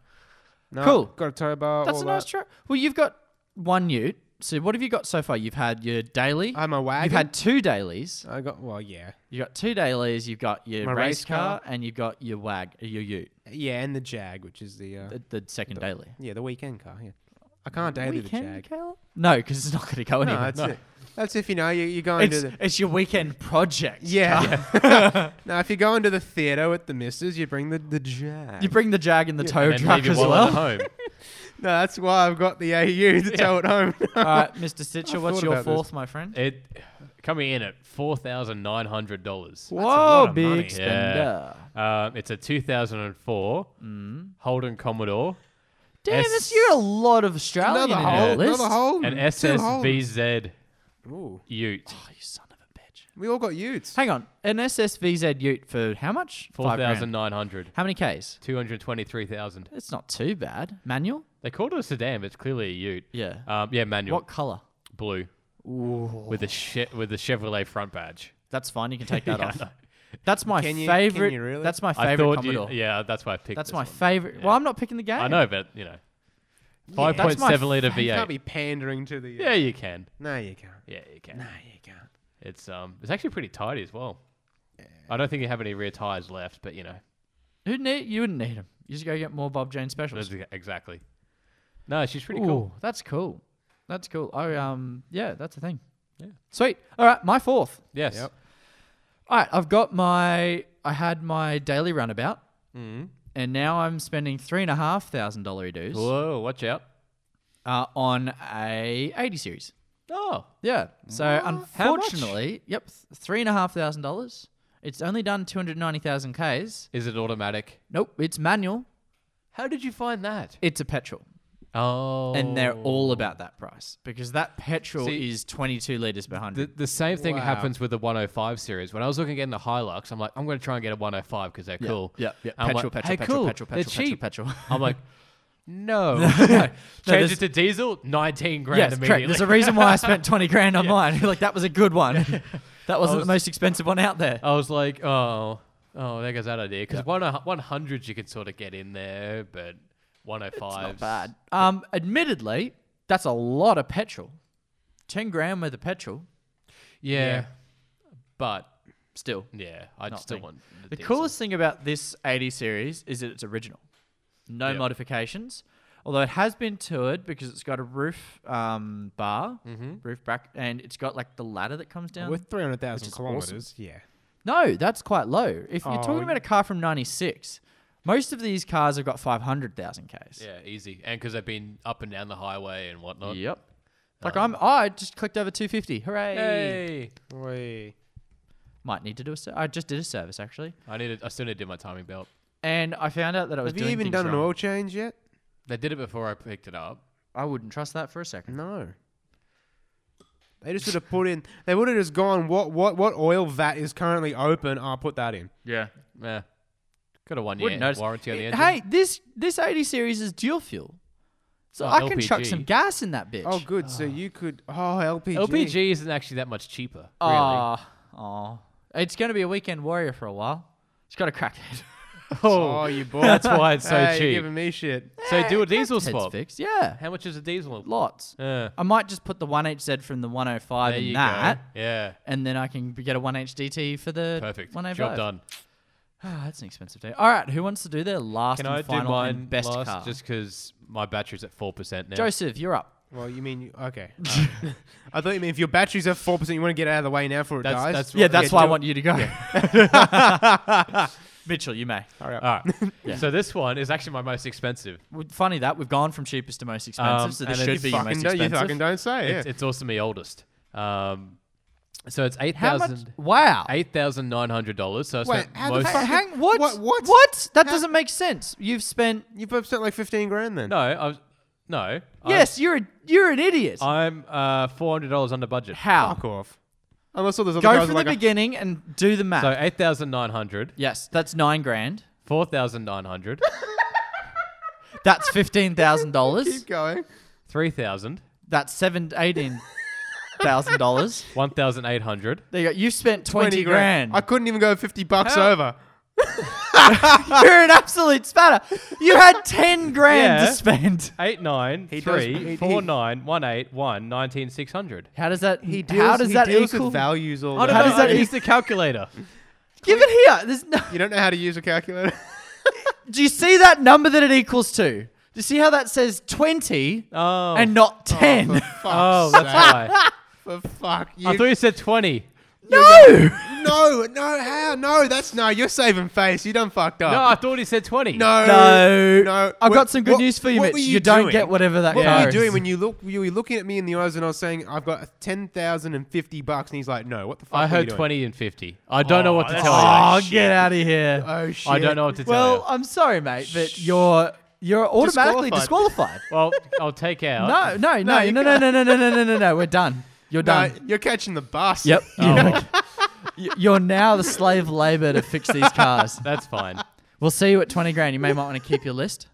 Speaker 3: No,
Speaker 4: Cool.
Speaker 3: Got a tow bar.
Speaker 4: That's
Speaker 3: all
Speaker 4: a nice
Speaker 3: that.
Speaker 4: truck. Well, you've got one Ute. So what have you got so far? You've had your daily.
Speaker 3: I had my
Speaker 4: You've
Speaker 3: wagon.
Speaker 4: had two dailies.
Speaker 3: I got well, yeah,
Speaker 4: You have got two dailies. You've got your
Speaker 3: My
Speaker 4: race
Speaker 3: race
Speaker 4: car, and you've got your wag, your Ute,
Speaker 3: yeah, and the Jag, which is the, uh,
Speaker 4: the, the second daily.
Speaker 3: yeah, the weekend car. Yeah, I can't daily the Jag.
Speaker 4: Caleb? No, because it's not going to go
Speaker 3: No,
Speaker 4: anywhere.
Speaker 3: that's
Speaker 4: No,
Speaker 3: it. That's if you know you, you're going
Speaker 4: It's,
Speaker 3: to the
Speaker 4: it's your weekend project.
Speaker 3: yeah. [LAUGHS] now, if you're going to the theater with the missus, you bring the the Jag.
Speaker 4: You bring the Jag and the tow
Speaker 1: and
Speaker 4: truck
Speaker 1: leave your
Speaker 4: as
Speaker 1: wallet
Speaker 4: well.
Speaker 1: at home.
Speaker 3: no, that's why I've got the AU to tow it home.
Speaker 4: [LAUGHS]
Speaker 3: [LAUGHS]
Speaker 4: All right, Mr. Stitcher, what's
Speaker 3: thought
Speaker 4: your
Speaker 3: about this.
Speaker 4: fourth, my friend?
Speaker 1: It coming in at four thousand nine hundred dollars.
Speaker 3: lot
Speaker 4: Whoa,
Speaker 3: of
Speaker 4: big
Speaker 3: money.
Speaker 4: spender.
Speaker 1: Um, it's a two thousand and four
Speaker 4: Mm.
Speaker 1: Holden Commodore,
Speaker 4: Damn,
Speaker 1: S-
Speaker 4: it's you got a lot of Australian
Speaker 3: another
Speaker 4: in
Speaker 3: hole,
Speaker 4: your list.
Speaker 3: another hole,
Speaker 1: an
Speaker 3: two holes.
Speaker 1: SSVZ
Speaker 3: Ooh,
Speaker 1: Ute,
Speaker 4: Oh, you son of a bitch.
Speaker 3: we all got Utes.
Speaker 4: Hang on, an SSVZ Ute for how much?
Speaker 1: four
Speaker 4: Five grand.
Speaker 1: thousand nine hundred.
Speaker 4: How many Ks?
Speaker 1: 223,000.
Speaker 4: It's not too bad. Manual?
Speaker 1: They called it a sedan, but it's clearly a Ute.
Speaker 4: Yeah.
Speaker 1: Um, yeah, manual.
Speaker 4: What color?
Speaker 1: Blue. With a she- with a Chevrolet front badge.
Speaker 4: That's fine. You can take
Speaker 1: [LAUGHS]
Speaker 4: that off. That's my
Speaker 3: Can you- can
Speaker 4: favorite.
Speaker 3: you really?
Speaker 4: That's my
Speaker 1: I
Speaker 4: favorite
Speaker 1: thought you,
Speaker 4: Commodore.
Speaker 1: yeah, that's why I picked.
Speaker 4: That's
Speaker 1: this
Speaker 4: my
Speaker 1: one.
Speaker 4: favorite. Well, I'm not picking the game.
Speaker 1: I know, but you know,
Speaker 3: that's
Speaker 1: five
Speaker 3: my
Speaker 1: point seven liter
Speaker 3: You
Speaker 1: V
Speaker 3: can't be
Speaker 1: eight.
Speaker 3: pandering to the. Uh,
Speaker 1: Yeah, you can.
Speaker 3: No, you can't.
Speaker 1: Yeah, you can.
Speaker 3: No, you can't.
Speaker 1: It's um, it's actually pretty tidy as well. I don't think you have any rear tires left, but you know,
Speaker 4: Who need? You wouldn't need them. You just go get more Bob Jane specials.
Speaker 1: that's ex- exactly. No, she's pretty
Speaker 4: Ooh,
Speaker 1: cool.
Speaker 4: That's cool. That's cool. Oh, um, yeah, that's a thing.
Speaker 1: Yeah.
Speaker 4: Sweet. All right, my fourth.
Speaker 1: Yes.
Speaker 3: Yep.
Speaker 4: All right, I've got my. I had my daily runabout,
Speaker 1: Mm.
Speaker 4: and now I'm spending three and a half thousand dollar dues
Speaker 1: Whoa, watch out.
Speaker 4: uh, on a eighty series.
Speaker 1: Oh,
Speaker 4: Yeah. So unfortunately, yep, th- three and a half thousand dollars. It's only done two hundred ninety thousand k's.
Speaker 1: is it automatic?
Speaker 4: Nope, it's manual.
Speaker 1: How did you find that?
Speaker 4: It's a petrol.
Speaker 1: Oh,
Speaker 4: and they're all about that price because that petrol
Speaker 1: See-
Speaker 4: is 22 liters per
Speaker 1: The,
Speaker 4: hundred.
Speaker 1: the same thing
Speaker 3: Wow.
Speaker 1: happens with the 105 series. When I was looking at getting the Hilux, I'm like, I'm going to try and get a 105 because they're cool.
Speaker 4: yeah, yeah.
Speaker 1: I'm
Speaker 4: Petrol,
Speaker 1: like,
Speaker 4: petrol,
Speaker 1: hey,
Speaker 4: petrol,
Speaker 1: cool,
Speaker 4: petrol,
Speaker 1: they're
Speaker 4: petrol, petrol,
Speaker 1: cheap.
Speaker 4: petrol. [LAUGHS]
Speaker 1: I'm like, no. [LAUGHS] Change
Speaker 4: there's-
Speaker 1: it to diesel, 19 grand
Speaker 4: yes, correct.
Speaker 1: immediately.
Speaker 4: There's a reason why I spent 20 grand on mine. [LAUGHS] like that was a good one. [LAUGHS] that wasn't the most expensive one out there.
Speaker 1: [LAUGHS] I was like, oh, oh, there goes that idea. Because one 100 you can sort of get in there, but 105
Speaker 4: It's not bad. Um, admittedly, that's a lot of petrol. 10 grand worth of petrol.
Speaker 1: Yeah, but
Speaker 4: Still,
Speaker 1: yeah, I
Speaker 4: Not
Speaker 1: still
Speaker 4: big.
Speaker 1: want the,
Speaker 4: The
Speaker 1: diesel.
Speaker 4: coolest thing about this 80 series is that it's original, no
Speaker 1: Yep.
Speaker 4: modifications. Although it has been toured because it's got a roof um, bar, roof bracket, and it's got like the ladder that comes down.
Speaker 3: With 300,000
Speaker 4: is awesome.
Speaker 3: kilometers, yeah.
Speaker 4: no, that's quite low. If you're
Speaker 3: Oh,
Speaker 4: talking about a car from '96, most of these cars have got 500,000 k's.
Speaker 1: Yeah, easy, and because they've been up and down the highway and whatnot.
Speaker 4: Yep. Like I'm, I just clicked over 250. Hooray!
Speaker 1: Hey,
Speaker 3: Oi.
Speaker 4: Might need to do a. ser- I just did a service actually,
Speaker 1: I need. I still need to do my timing belt.
Speaker 4: and I found out that I was
Speaker 3: Have you
Speaker 4: doing
Speaker 3: even
Speaker 4: things
Speaker 3: done an
Speaker 4: wrong.
Speaker 3: oil change yet?
Speaker 1: They did it before I picked it up.
Speaker 4: I wouldn't trust that for a second.
Speaker 3: No. They just would have
Speaker 4: [LAUGHS]
Speaker 3: put in. They would have just gone. What what what oil vat is currently open? I'll put that in.
Speaker 4: Yeah.
Speaker 1: Yeah, got a one year
Speaker 4: Wouldn't notice.
Speaker 1: warranty on the
Speaker 4: Hey,
Speaker 1: engine.
Speaker 4: Hey, this this 80 series is dual fuel, so
Speaker 1: Oh,
Speaker 4: I can chuck
Speaker 1: LPG.
Speaker 4: some gas in that bitch.
Speaker 3: Oh, good. So you could. Oh, LPG.
Speaker 1: LPG isn't actually that much cheaper. Really,
Speaker 4: Aw, aw. it's going to be a weekend warrior for a while. It's got a crackhead.
Speaker 3: Oh, you boy.
Speaker 1: That's why it's so
Speaker 3: Hey,
Speaker 1: cheap.
Speaker 3: You're giving me shit.
Speaker 1: So do a diesel
Speaker 4: Heads
Speaker 1: swap.
Speaker 4: fixed. Yeah,
Speaker 1: How much is a diesel?
Speaker 4: lots.
Speaker 1: Yeah.
Speaker 4: I might just put the one HZ from the 105
Speaker 1: There
Speaker 4: in
Speaker 1: you
Speaker 4: that,
Speaker 1: go. Yeah.
Speaker 4: and then I can b- get a one HDT for the
Speaker 1: Perfect.
Speaker 4: One oh
Speaker 1: Job done.
Speaker 4: Ah, that's an expensive day. All right, who wants to do their last
Speaker 1: Can
Speaker 4: and
Speaker 1: I do
Speaker 4: final
Speaker 1: mine
Speaker 4: and best
Speaker 1: last
Speaker 4: car?
Speaker 1: just because my battery's at 4% now?
Speaker 4: Joseph, you're up.
Speaker 3: Well, you mean you, okay? Um, [LAUGHS] I thought you mean if your battery's at four percent, you want to get out of the way now before it
Speaker 1: That's-
Speaker 3: dies.
Speaker 1: that's
Speaker 4: Yeah, that's
Speaker 1: Yeah,
Speaker 4: why I
Speaker 1: do-
Speaker 4: want you to go. [LAUGHS] Mitchell, you may.
Speaker 3: Hurry up.
Speaker 1: All
Speaker 3: [LAUGHS]
Speaker 1: right. So this one is actually my most expensive.
Speaker 4: Well, Funny that we've gone from cheapest to most expensive,
Speaker 1: Um,
Speaker 4: so this
Speaker 1: and
Speaker 4: should
Speaker 1: it's
Speaker 4: be your most
Speaker 3: fucking don't, you
Speaker 4: expensive.
Speaker 3: fucking don't say. Yeah.
Speaker 1: It's, it's also my oldest. Um, so it's eight
Speaker 4: How much?
Speaker 1: thousand
Speaker 4: Wow.
Speaker 1: eight thousand nine hundred dollars. So I
Speaker 3: Wait,
Speaker 1: spent
Speaker 3: how the
Speaker 1: most.
Speaker 3: fuck-
Speaker 4: Ha- Hang what?
Speaker 3: What- what?
Speaker 4: That
Speaker 3: How-
Speaker 4: doesn't make sense. You've spent.
Speaker 3: you both spent like fifteen grand then.
Speaker 1: no, I was, no.
Speaker 4: Yes, you're a you're an idiot.
Speaker 1: I'm, I'm uh, four hundred dollars under budget.
Speaker 4: How?
Speaker 3: Fuck off. Unless all those other
Speaker 4: Go
Speaker 3: guys
Speaker 4: from
Speaker 3: are like
Speaker 4: the
Speaker 3: a-
Speaker 4: beginning and do the math.
Speaker 1: So eight thousand nine hundred,
Speaker 4: yes, that's nine grand.
Speaker 1: four thousand nine
Speaker 3: [LAUGHS]
Speaker 1: hundred,
Speaker 4: That's fifteen thousand dollars.
Speaker 3: keep going.
Speaker 1: three thousand,
Speaker 4: That's seven eighteen thousand dollars.
Speaker 1: one thousand eight hundred.
Speaker 4: There you go. You've spent twenty grand.
Speaker 3: I couldn't even go fifty bucks
Speaker 1: How-
Speaker 3: over.
Speaker 4: [LAUGHS] You're an absolute spatter. You had
Speaker 3: [LAUGHS]
Speaker 4: ten grand
Speaker 1: Yeah.
Speaker 4: to spend.
Speaker 1: Eight nine
Speaker 3: He does-
Speaker 1: three
Speaker 3: he- he-
Speaker 1: four nine one eight one nineteen six hundred.
Speaker 4: How does that?
Speaker 3: He deals,
Speaker 4: how does
Speaker 3: he
Speaker 4: that
Speaker 3: deals
Speaker 4: equal?
Speaker 3: with values all
Speaker 1: I
Speaker 3: the
Speaker 1: don't
Speaker 4: How
Speaker 1: know.
Speaker 4: does that
Speaker 1: I
Speaker 4: e-
Speaker 1: used the calculator.
Speaker 4: Give it here. There's no.
Speaker 3: [LAUGHS] You don't know how to use a calculator. [LAUGHS]
Speaker 4: Do you see that number that it equals to? Do you see how that says 20
Speaker 1: Oh,
Speaker 4: and not 10?
Speaker 1: oh, that's why.
Speaker 3: For fuck you.
Speaker 1: I thought you said twenty.
Speaker 4: no!
Speaker 3: no, no, how? No, that's no. You're saving face. You done fucked
Speaker 1: No,
Speaker 3: up.
Speaker 1: I thought he said twenty.
Speaker 3: Oh.
Speaker 4: [LAUGHS]
Speaker 3: No,
Speaker 4: No.
Speaker 3: no.
Speaker 4: I've
Speaker 3: Wh-
Speaker 4: got some good
Speaker 3: what-
Speaker 4: news for you,
Speaker 3: what
Speaker 4: Mitch.
Speaker 3: were
Speaker 4: You, don't
Speaker 3: doing?
Speaker 4: get whatever that
Speaker 3: What were
Speaker 4: car
Speaker 3: you
Speaker 4: is.
Speaker 3: doing when you look? You were looking at me in the eyes, and I was saying, "I've got ten thousand and fifty bucks," and he's like, "No, what the fuck?"
Speaker 1: I
Speaker 3: were
Speaker 1: heard
Speaker 3: you doing?
Speaker 1: twenty and fifty. I don't know what to
Speaker 3: that's
Speaker 1: tell you.
Speaker 4: Oh, get out of here.
Speaker 3: Oh shit!
Speaker 1: I don't know what to tell
Speaker 4: well,
Speaker 1: you.
Speaker 4: I'm sorry, mate, but you're you're automatically disqualified.
Speaker 1: Well, I'll take out.
Speaker 4: no, no,
Speaker 3: No,
Speaker 4: no,
Speaker 3: you
Speaker 4: no, no, no, no, no, no, no, no, no. We're done. You're
Speaker 3: No,
Speaker 4: done.
Speaker 3: you're catching the
Speaker 4: [LAUGHS]
Speaker 3: bus.
Speaker 4: Yep.
Speaker 1: Oh, well,
Speaker 4: You- You're now the slave labor to fix these cars.
Speaker 1: that's fine.
Speaker 4: We'll see you at 20 grand. You may might want to keep your list.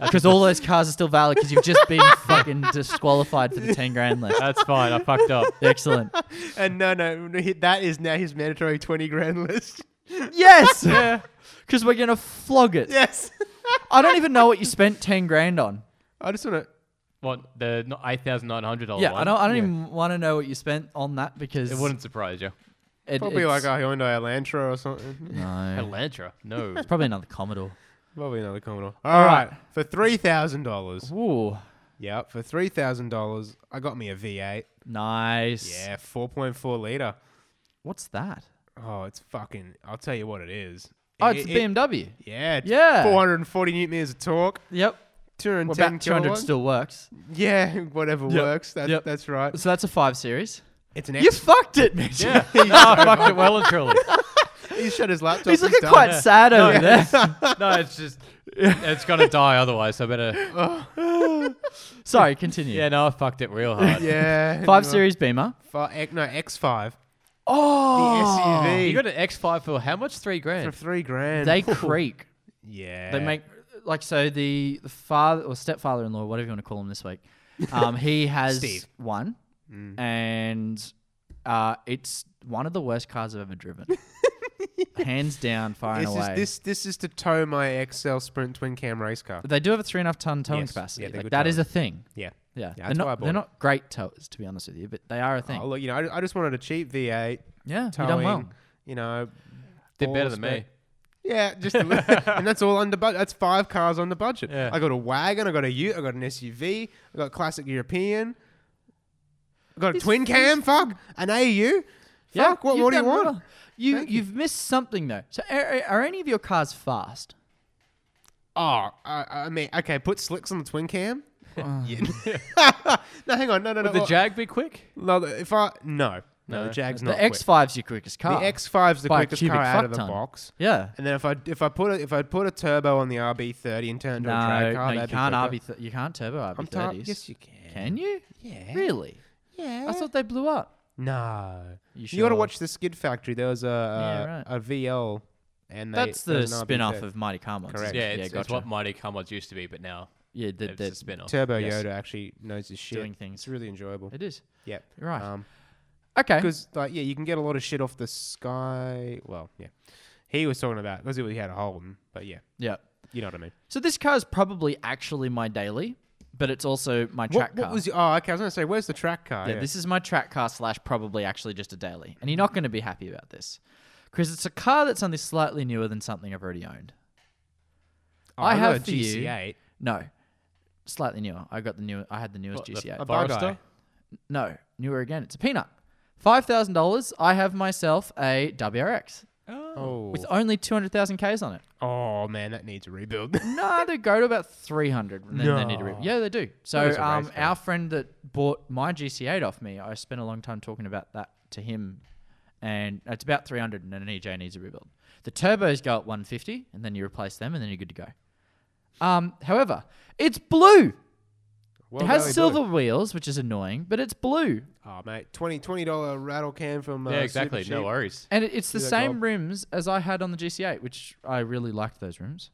Speaker 4: Because all those cars are still valid because you've just been fucking disqualified for the 10 grand
Speaker 1: [LAUGHS]
Speaker 4: list.
Speaker 1: That's fine. I
Speaker 4: [LAUGHS]
Speaker 1: fucked up.
Speaker 4: Excellent.
Speaker 3: And no, no, no, he- that is now his mandatory twenty grand list. [LAUGHS]
Speaker 4: [LAUGHS] Yes! Because we're going to flog it.
Speaker 3: Yes.
Speaker 4: I don't even know what you spent 10 grand on.
Speaker 3: I just want to.
Speaker 1: What the eight thousand nine hundred dollars?
Speaker 4: Yeah,
Speaker 1: one?
Speaker 4: I don't, I don't even want to know what you spent on that because
Speaker 1: Oh, It wouldn't surprise you.
Speaker 4: it-
Speaker 3: Probably
Speaker 4: it's-
Speaker 3: like a Hyundai Elantra or something.
Speaker 4: [LAUGHS] No.
Speaker 1: [LAUGHS] Elantra? No. [LAUGHS]
Speaker 4: Probably another Commodore.
Speaker 3: Probably another Commodore. All right. for three thousand dollars.
Speaker 4: Ooh.
Speaker 3: Yep, for three thousand dollars, I got me a V8.
Speaker 4: Nice.
Speaker 3: Yeah, four point four liter.
Speaker 4: What's that?
Speaker 3: Oh, it's fucking. I'll tell you what it is.
Speaker 4: Oh,
Speaker 3: It-
Speaker 4: it's a
Speaker 3: it-
Speaker 4: BMW.
Speaker 3: Yeah, it's
Speaker 4: Yeah.
Speaker 3: 440 newton meters of torque,
Speaker 4: Yep. Well,
Speaker 3: 210
Speaker 4: about 200
Speaker 3: kilowatts.
Speaker 4: still works.
Speaker 3: Yeah, [LAUGHS] whatever
Speaker 4: Yep.
Speaker 3: works. That,
Speaker 4: Yep.
Speaker 3: That's right.
Speaker 4: So that's a 5 Series.
Speaker 3: It's an
Speaker 4: You
Speaker 3: X.
Speaker 4: fucked it, Mitch.
Speaker 1: [LAUGHS] Yeah. No, I fucked it well and [LAUGHS] truly.
Speaker 3: He shut his laptop.
Speaker 4: He's looking
Speaker 3: done.
Speaker 4: quite sad over there.
Speaker 3: [LAUGHS]
Speaker 1: No, it's just it's gonna die otherwise. I [LAUGHS] better.
Speaker 4: Sorry, continue.
Speaker 1: Yeah, no, I fucked it real [LAUGHS] hard.
Speaker 4: [LAUGHS]
Speaker 3: Yeah.
Speaker 4: Five
Speaker 3: no,
Speaker 4: Series Beamer.
Speaker 3: fi- ec- no, X5. The
Speaker 4: Oh,
Speaker 3: SUV.
Speaker 1: You got an X five for how much? Three
Speaker 3: for
Speaker 1: grand.
Speaker 3: three grand. [LAUGHS]
Speaker 4: they creak.
Speaker 3: yeah.
Speaker 4: They make like so the the father or stepfather in law, whatever you want to call him this week. Um,
Speaker 3: [LAUGHS]
Speaker 4: he has
Speaker 3: Steve. Mm.
Speaker 4: one, and uh, it's one of the worst cars I've ever
Speaker 3: [LAUGHS]
Speaker 4: driven. Hands down, far and
Speaker 3: This is
Speaker 4: away.
Speaker 3: this this is to tow my XL Sprint twin cam race car.
Speaker 4: they do have a three and a half ton towing
Speaker 3: Yes. Yeah,
Speaker 4: capacity.
Speaker 3: they're
Speaker 4: like,
Speaker 3: good
Speaker 4: that is
Speaker 3: towers.
Speaker 4: a thing.
Speaker 3: Yeah.
Speaker 4: Yeah, they're
Speaker 3: that's why
Speaker 4: not
Speaker 3: I bought it.
Speaker 4: they're not great towers to be honest with you, but they are a thing.
Speaker 3: Oh, look, you know, I, I just wanted a cheap V8
Speaker 4: yeah, you
Speaker 3: towing.
Speaker 4: done well.
Speaker 3: You know,
Speaker 1: They're
Speaker 3: all
Speaker 1: better than me.
Speaker 3: respect. Yeah, just
Speaker 1: [LAUGHS]
Speaker 3: a li- and that's all under budget. That's five cars under budget.
Speaker 1: Yeah.
Speaker 3: I got a wagon, I got a Ute, I got an SUV, I got a classic European, I got a twin cam, fuck, an AU, fuck. What
Speaker 4: you've
Speaker 3: more do you
Speaker 4: done
Speaker 3: want?
Speaker 4: well. You
Speaker 3: Thank you.
Speaker 4: you've missed something though. So are, are- are any of your cars fast?
Speaker 3: Oh, I, I mean, okay, put slicks on the
Speaker 4: [LAUGHS]
Speaker 3: twin cam.
Speaker 4: Oh.
Speaker 3: Yeah. [LAUGHS] no, hang on, no, no, no.
Speaker 1: Would the
Speaker 3: well,
Speaker 1: Jag be quick?
Speaker 3: no, the- if I no, no, the Jag's not
Speaker 4: the X five's your quickest
Speaker 3: quick.
Speaker 4: car.
Speaker 3: The X five's the
Speaker 4: by a
Speaker 3: quickest
Speaker 4: cubic
Speaker 3: car out of the
Speaker 4: fuckton.
Speaker 3: box.
Speaker 4: yeah.
Speaker 3: And then if I if I put a, if I put a turbo on the RB30 and turn it into
Speaker 4: No,
Speaker 3: a drag car,
Speaker 4: no, you
Speaker 3: that'd
Speaker 4: can't
Speaker 3: be quicker.
Speaker 4: RB. Th- you can't turbo RB
Speaker 3: I'm tar-
Speaker 4: thirties.
Speaker 3: yes, you can.
Speaker 4: Can you?
Speaker 3: Yeah.
Speaker 4: Really?
Speaker 3: Yeah.
Speaker 4: I thought they blew up.
Speaker 3: No.
Speaker 4: You
Speaker 3: You, got to
Speaker 4: sure?
Speaker 3: watch the Skid Factory. There was a
Speaker 4: Yeah,
Speaker 3: a,
Speaker 4: right.
Speaker 3: a VL, and they-
Speaker 4: That's
Speaker 3: there
Speaker 4: the
Speaker 3: was an
Speaker 4: spin off
Speaker 3: RB30.
Speaker 4: of Mighty Car Monsters.
Speaker 3: Correct.
Speaker 1: Yeah,
Speaker 4: yeah,
Speaker 1: it's, it's
Speaker 4: gotcha.
Speaker 1: what Mighty Car Mods used to be, but now
Speaker 4: yeah, the,
Speaker 1: it's
Speaker 4: the-
Speaker 1: a spin off.
Speaker 3: Turbo
Speaker 4: yes.
Speaker 3: Yoda. Actually knows his shit.
Speaker 4: Doing things.
Speaker 3: It's really enjoyable.
Speaker 4: it is.
Speaker 3: Yeah.
Speaker 4: You're right.
Speaker 3: Um,
Speaker 4: Okay.
Speaker 3: because like yeah, you can get a lot of shit off the sky. Well, yeah, He was talking about because he had a Holden, but yeah,
Speaker 4: Yeah.
Speaker 3: you know what I mean.
Speaker 4: So this car's probably actually my daily, but it's also my track
Speaker 3: What, what
Speaker 4: car.
Speaker 3: was? Your, oh, okay. I was gonna say, where's the track car?
Speaker 4: yeah, this is my track car slash probably actually just a daily. And you're not going to be happy about this. Because it's a car that's only slightly newer than something I've already owned.
Speaker 3: Oh,
Speaker 4: I
Speaker 3: I've got
Speaker 4: have
Speaker 3: a
Speaker 4: for you-
Speaker 3: GC8.
Speaker 4: No. Slightly newer. I got the new I had the newest GCA.
Speaker 1: The
Speaker 3: bar
Speaker 1: Forester?
Speaker 3: guy.
Speaker 4: no, newer again. It's a peanut. Five thousand dollars, I have myself a WRX
Speaker 3: Oh.
Speaker 4: with only two hundred thousand Ks on it.
Speaker 3: oh man, that needs a rebuild. [LAUGHS]
Speaker 4: No, they go to about 300. And then they need to re-
Speaker 3: No.
Speaker 4: yeah, they do.
Speaker 3: That
Speaker 4: So
Speaker 3: is a race
Speaker 4: um,
Speaker 3: car.
Speaker 4: our friend that bought my GC8 off me, I spent a long time talking about that to him. And it's about 300 and an EJ needs a rebuild. The turbos go at 150 and then you replace them and then you're good to go. Um, however, it's blue.
Speaker 3: Well,
Speaker 4: it
Speaker 3: really
Speaker 4: has silver
Speaker 3: blue.
Speaker 4: wheels, which is annoying, but it's blue.
Speaker 3: Oh mate, 20 dollar rattle can from uh,
Speaker 1: yeah, exactly.
Speaker 3: Super
Speaker 1: No
Speaker 3: Cheap.
Speaker 1: worries.
Speaker 4: And it, it's the
Speaker 3: See that
Speaker 4: same
Speaker 3: gold?
Speaker 4: rims as I had on the GC8, which I really liked those rims.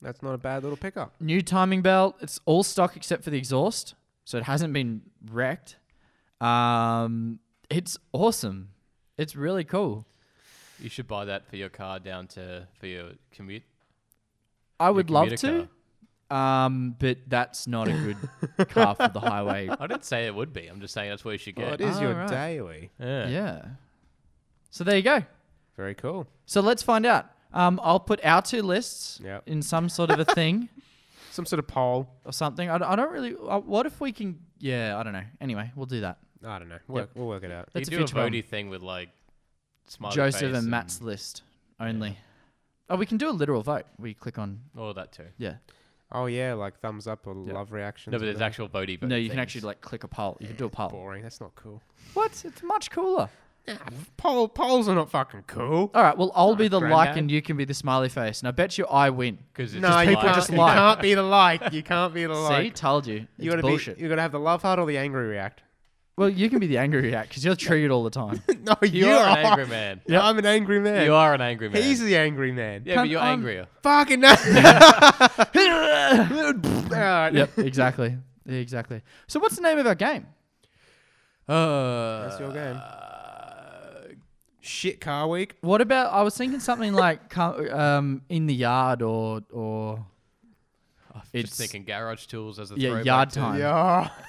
Speaker 3: That's not a bad little pickup.
Speaker 4: New timing belt. It's all stock except for the exhaust, so it hasn't been wrecked. Um, it's awesome. It's really cool.
Speaker 1: You should buy that for your car down to for your commute.
Speaker 4: I would love
Speaker 1: commuter
Speaker 4: to, um, but that's not a good car for the highway.
Speaker 1: I didn't say it would be. I'm just saying that's where you should
Speaker 3: Oh,
Speaker 1: get.
Speaker 3: it is your
Speaker 4: Alright.
Speaker 3: daily.
Speaker 1: yeah.
Speaker 4: Yeah. So there you go.
Speaker 3: Very cool.
Speaker 4: So let's find out. Um, I'll put our two lists
Speaker 3: Yep.
Speaker 4: in some sort of a thing. [LAUGHS]
Speaker 3: Some sort of poll.
Speaker 4: or something. I, don't- I don't really. Uh, what if we can? Yeah, I don't know. Anyway, well do that.
Speaker 3: I don't know. Work, We'll work it out.
Speaker 1: You
Speaker 4: That's a
Speaker 1: do a
Speaker 4: future one.
Speaker 1: votey thing with like smiley
Speaker 4: Joseph
Speaker 1: face
Speaker 4: and Matt's list only. Oh, we can do a literal vote. We click on.
Speaker 1: all that too.
Speaker 4: Yeah.
Speaker 3: Oh yeah, like thumbs up or love reactions.
Speaker 1: No, but
Speaker 3: or
Speaker 1: there's
Speaker 3: whatever.
Speaker 1: actual votey.
Speaker 4: no, you can actually like click a poll. You can do a poll.
Speaker 3: boring. That's not cool.
Speaker 4: What? It's much cooler.
Speaker 3: Poll polls are not fucking cool.
Speaker 4: All right. Well, I'll be the like,
Speaker 3: granddad.
Speaker 4: and you can be the smiley face, and I bet you I win.
Speaker 1: because
Speaker 3: No, you
Speaker 4: people
Speaker 3: can't,
Speaker 4: just
Speaker 3: you
Speaker 4: lie.
Speaker 3: can't be the like. You can't be the
Speaker 4: See,
Speaker 3: like.
Speaker 4: told you. It's
Speaker 3: You gotta
Speaker 4: bullshit.
Speaker 3: be. You gotta have the love heart or the angry react.
Speaker 4: well, you can be the angry react because you're triggered all the
Speaker 3: [LAUGHS]
Speaker 4: time.
Speaker 3: No, you,
Speaker 1: You are an angry man.
Speaker 3: I'm an angry man.
Speaker 1: You are an angry man.
Speaker 3: He's the angry man.
Speaker 1: yeah, but
Speaker 4: Cunt,
Speaker 1: you're
Speaker 4: um,
Speaker 1: angrier.
Speaker 3: Fucking no. [LAUGHS] Alright.
Speaker 4: yep. Exactly. Yeah, exactly. So, what's the name of our game?
Speaker 1: Uh,
Speaker 3: That's your game. Shit car week.
Speaker 4: What about? I was thinking something like [LAUGHS] co- um, in the yard or or
Speaker 1: I'm just
Speaker 4: It's-
Speaker 1: thinking garage tools as a
Speaker 4: yeah,
Speaker 1: throwback
Speaker 4: yard
Speaker 1: to-
Speaker 4: time.
Speaker 3: Yeah. [LAUGHS]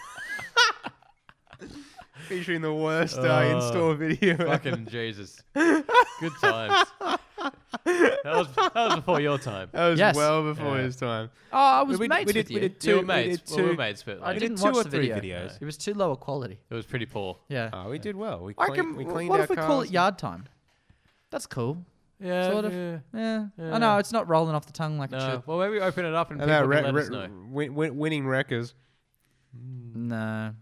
Speaker 3: Featuring the worst uh, in store video.
Speaker 1: [LAUGHS] Fucking Jesus. Good times. That was that was before
Speaker 4: [LAUGHS]
Speaker 1: your time.
Speaker 3: That was
Speaker 4: Yes.
Speaker 3: well before his time.
Speaker 4: Oh, I was
Speaker 3: We did-
Speaker 4: mates
Speaker 3: we did-
Speaker 4: with
Speaker 3: we
Speaker 4: you.
Speaker 3: did
Speaker 1: Two,
Speaker 3: two-
Speaker 1: we were
Speaker 3: we
Speaker 1: mates.
Speaker 3: did
Speaker 1: Well, we were
Speaker 3: two-
Speaker 1: mates, but
Speaker 4: I
Speaker 1: like,
Speaker 4: didn't
Speaker 3: two
Speaker 4: watch
Speaker 3: or
Speaker 4: the
Speaker 3: three
Speaker 4: video.
Speaker 3: videos.
Speaker 4: It was too lower quality.
Speaker 1: it was pretty poor.
Speaker 4: Yeah.
Speaker 3: Oh, we did well. We,
Speaker 4: I
Speaker 3: cleaned,
Speaker 4: reckon.
Speaker 3: we cleaned
Speaker 4: what
Speaker 3: our
Speaker 4: if we call
Speaker 3: cars.
Speaker 4: it yard time? That's cool.
Speaker 1: Yeah.
Speaker 4: Sort of.
Speaker 1: yeah.
Speaker 4: Yeah. I know it's not rolling off the tongue like it
Speaker 1: No.
Speaker 4: should.
Speaker 1: Uh, Well, maybe open it up and
Speaker 3: How
Speaker 1: people
Speaker 3: about
Speaker 1: can
Speaker 3: re-
Speaker 1: let
Speaker 3: re-
Speaker 1: us know.
Speaker 3: win- win- winning wreckers?
Speaker 4: No.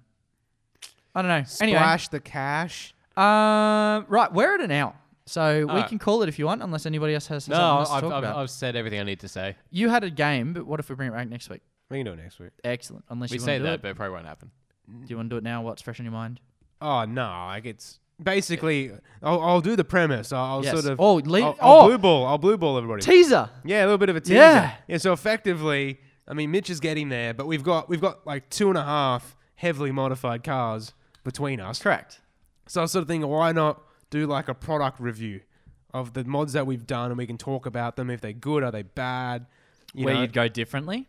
Speaker 4: I don't know. Anyway,
Speaker 3: Splash the cash.
Speaker 4: um, right, we're at an hour, so we
Speaker 1: Alright.
Speaker 4: can call it if you want, unless anybody else has something
Speaker 1: No,
Speaker 4: else to
Speaker 1: I've,
Speaker 4: talk
Speaker 1: I've,
Speaker 4: about.
Speaker 1: I've said everything I need to say.
Speaker 4: you had a game, but what if we bring it back next week?
Speaker 3: We can do it next week.
Speaker 4: Excellent. Unless
Speaker 1: We
Speaker 4: you want
Speaker 1: say
Speaker 4: to do
Speaker 1: that,
Speaker 4: it.
Speaker 1: but it probably won't happen.
Speaker 4: Do you want to do it now? What's fresh in your mind?
Speaker 3: Oh no! Like it's basically, I'll, I'll do the premise. I'll, I'll
Speaker 4: Yes.
Speaker 3: sort of.
Speaker 4: Oh, le-
Speaker 3: I'll, I'll
Speaker 4: oh.
Speaker 3: blue ball. I'll blue ball everybody.
Speaker 4: Teaser.
Speaker 3: yeah, a little bit of a teaser.
Speaker 4: Yeah.
Speaker 3: Yeah. So effectively, I mean, Mitch is getting there, but we've got we've got like two and a half heavily modified cars between us.
Speaker 4: Correct.
Speaker 3: So I was sort of thinking, why not do like a product review of the mods that we've done, and we can talk about them if they're good, are they bad? You
Speaker 4: Where
Speaker 3: know.
Speaker 4: you'd go differently.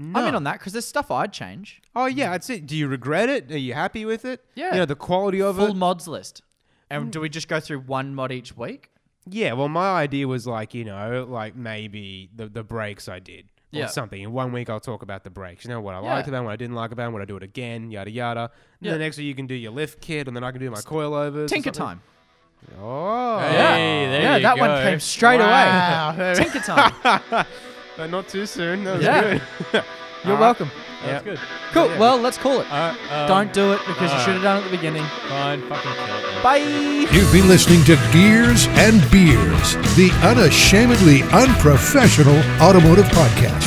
Speaker 4: I'm in on that because there's stuff I'd change.
Speaker 3: Oh yeah, that's it. Do you regret it? Are you happy with it?
Speaker 4: Yeah.
Speaker 3: You know the quality of
Speaker 4: Full
Speaker 3: it.
Speaker 4: mods list. And do we just go through one mod each week?
Speaker 3: Yeah, well, my idea was like you know, like maybe the the breaks I did or
Speaker 4: Yeah.
Speaker 3: something. In one week, I'll talk about the breaks. You know what I
Speaker 4: Yeah.
Speaker 3: liked about, 'em, what I didn't like about, 'em, what I do it again, yada yada. And
Speaker 4: Yeah.
Speaker 3: The next week, you can do your lift kit, and then I can do my coilovers. or
Speaker 4: Tinker
Speaker 3: something.
Speaker 4: time.
Speaker 3: Oh,
Speaker 1: Yeah. Hey, there
Speaker 4: yeah,
Speaker 1: you
Speaker 4: that one
Speaker 1: go.
Speaker 4: came straight
Speaker 3: Wow.
Speaker 4: away. [LAUGHS] Tinker
Speaker 1: [LAUGHS]
Speaker 4: time.
Speaker 3: but not too soon. That was
Speaker 4: Yeah.
Speaker 3: good.
Speaker 4: You're welcome.
Speaker 1: That's good.
Speaker 4: Cool. Well, let's call it.
Speaker 1: All right, um,
Speaker 4: Don't do it because you
Speaker 1: alright.
Speaker 4: should have done it at the beginning.
Speaker 1: Fine. Fucking kill it. man.
Speaker 4: Bye.
Speaker 2: You've been listening to Gears and Beers, the unashamedly unprofessional automotive podcast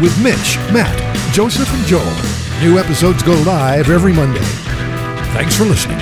Speaker 2: with Mitch, Matt, Joseph, and Joel. New episodes go live every Monday. Thanks for listening.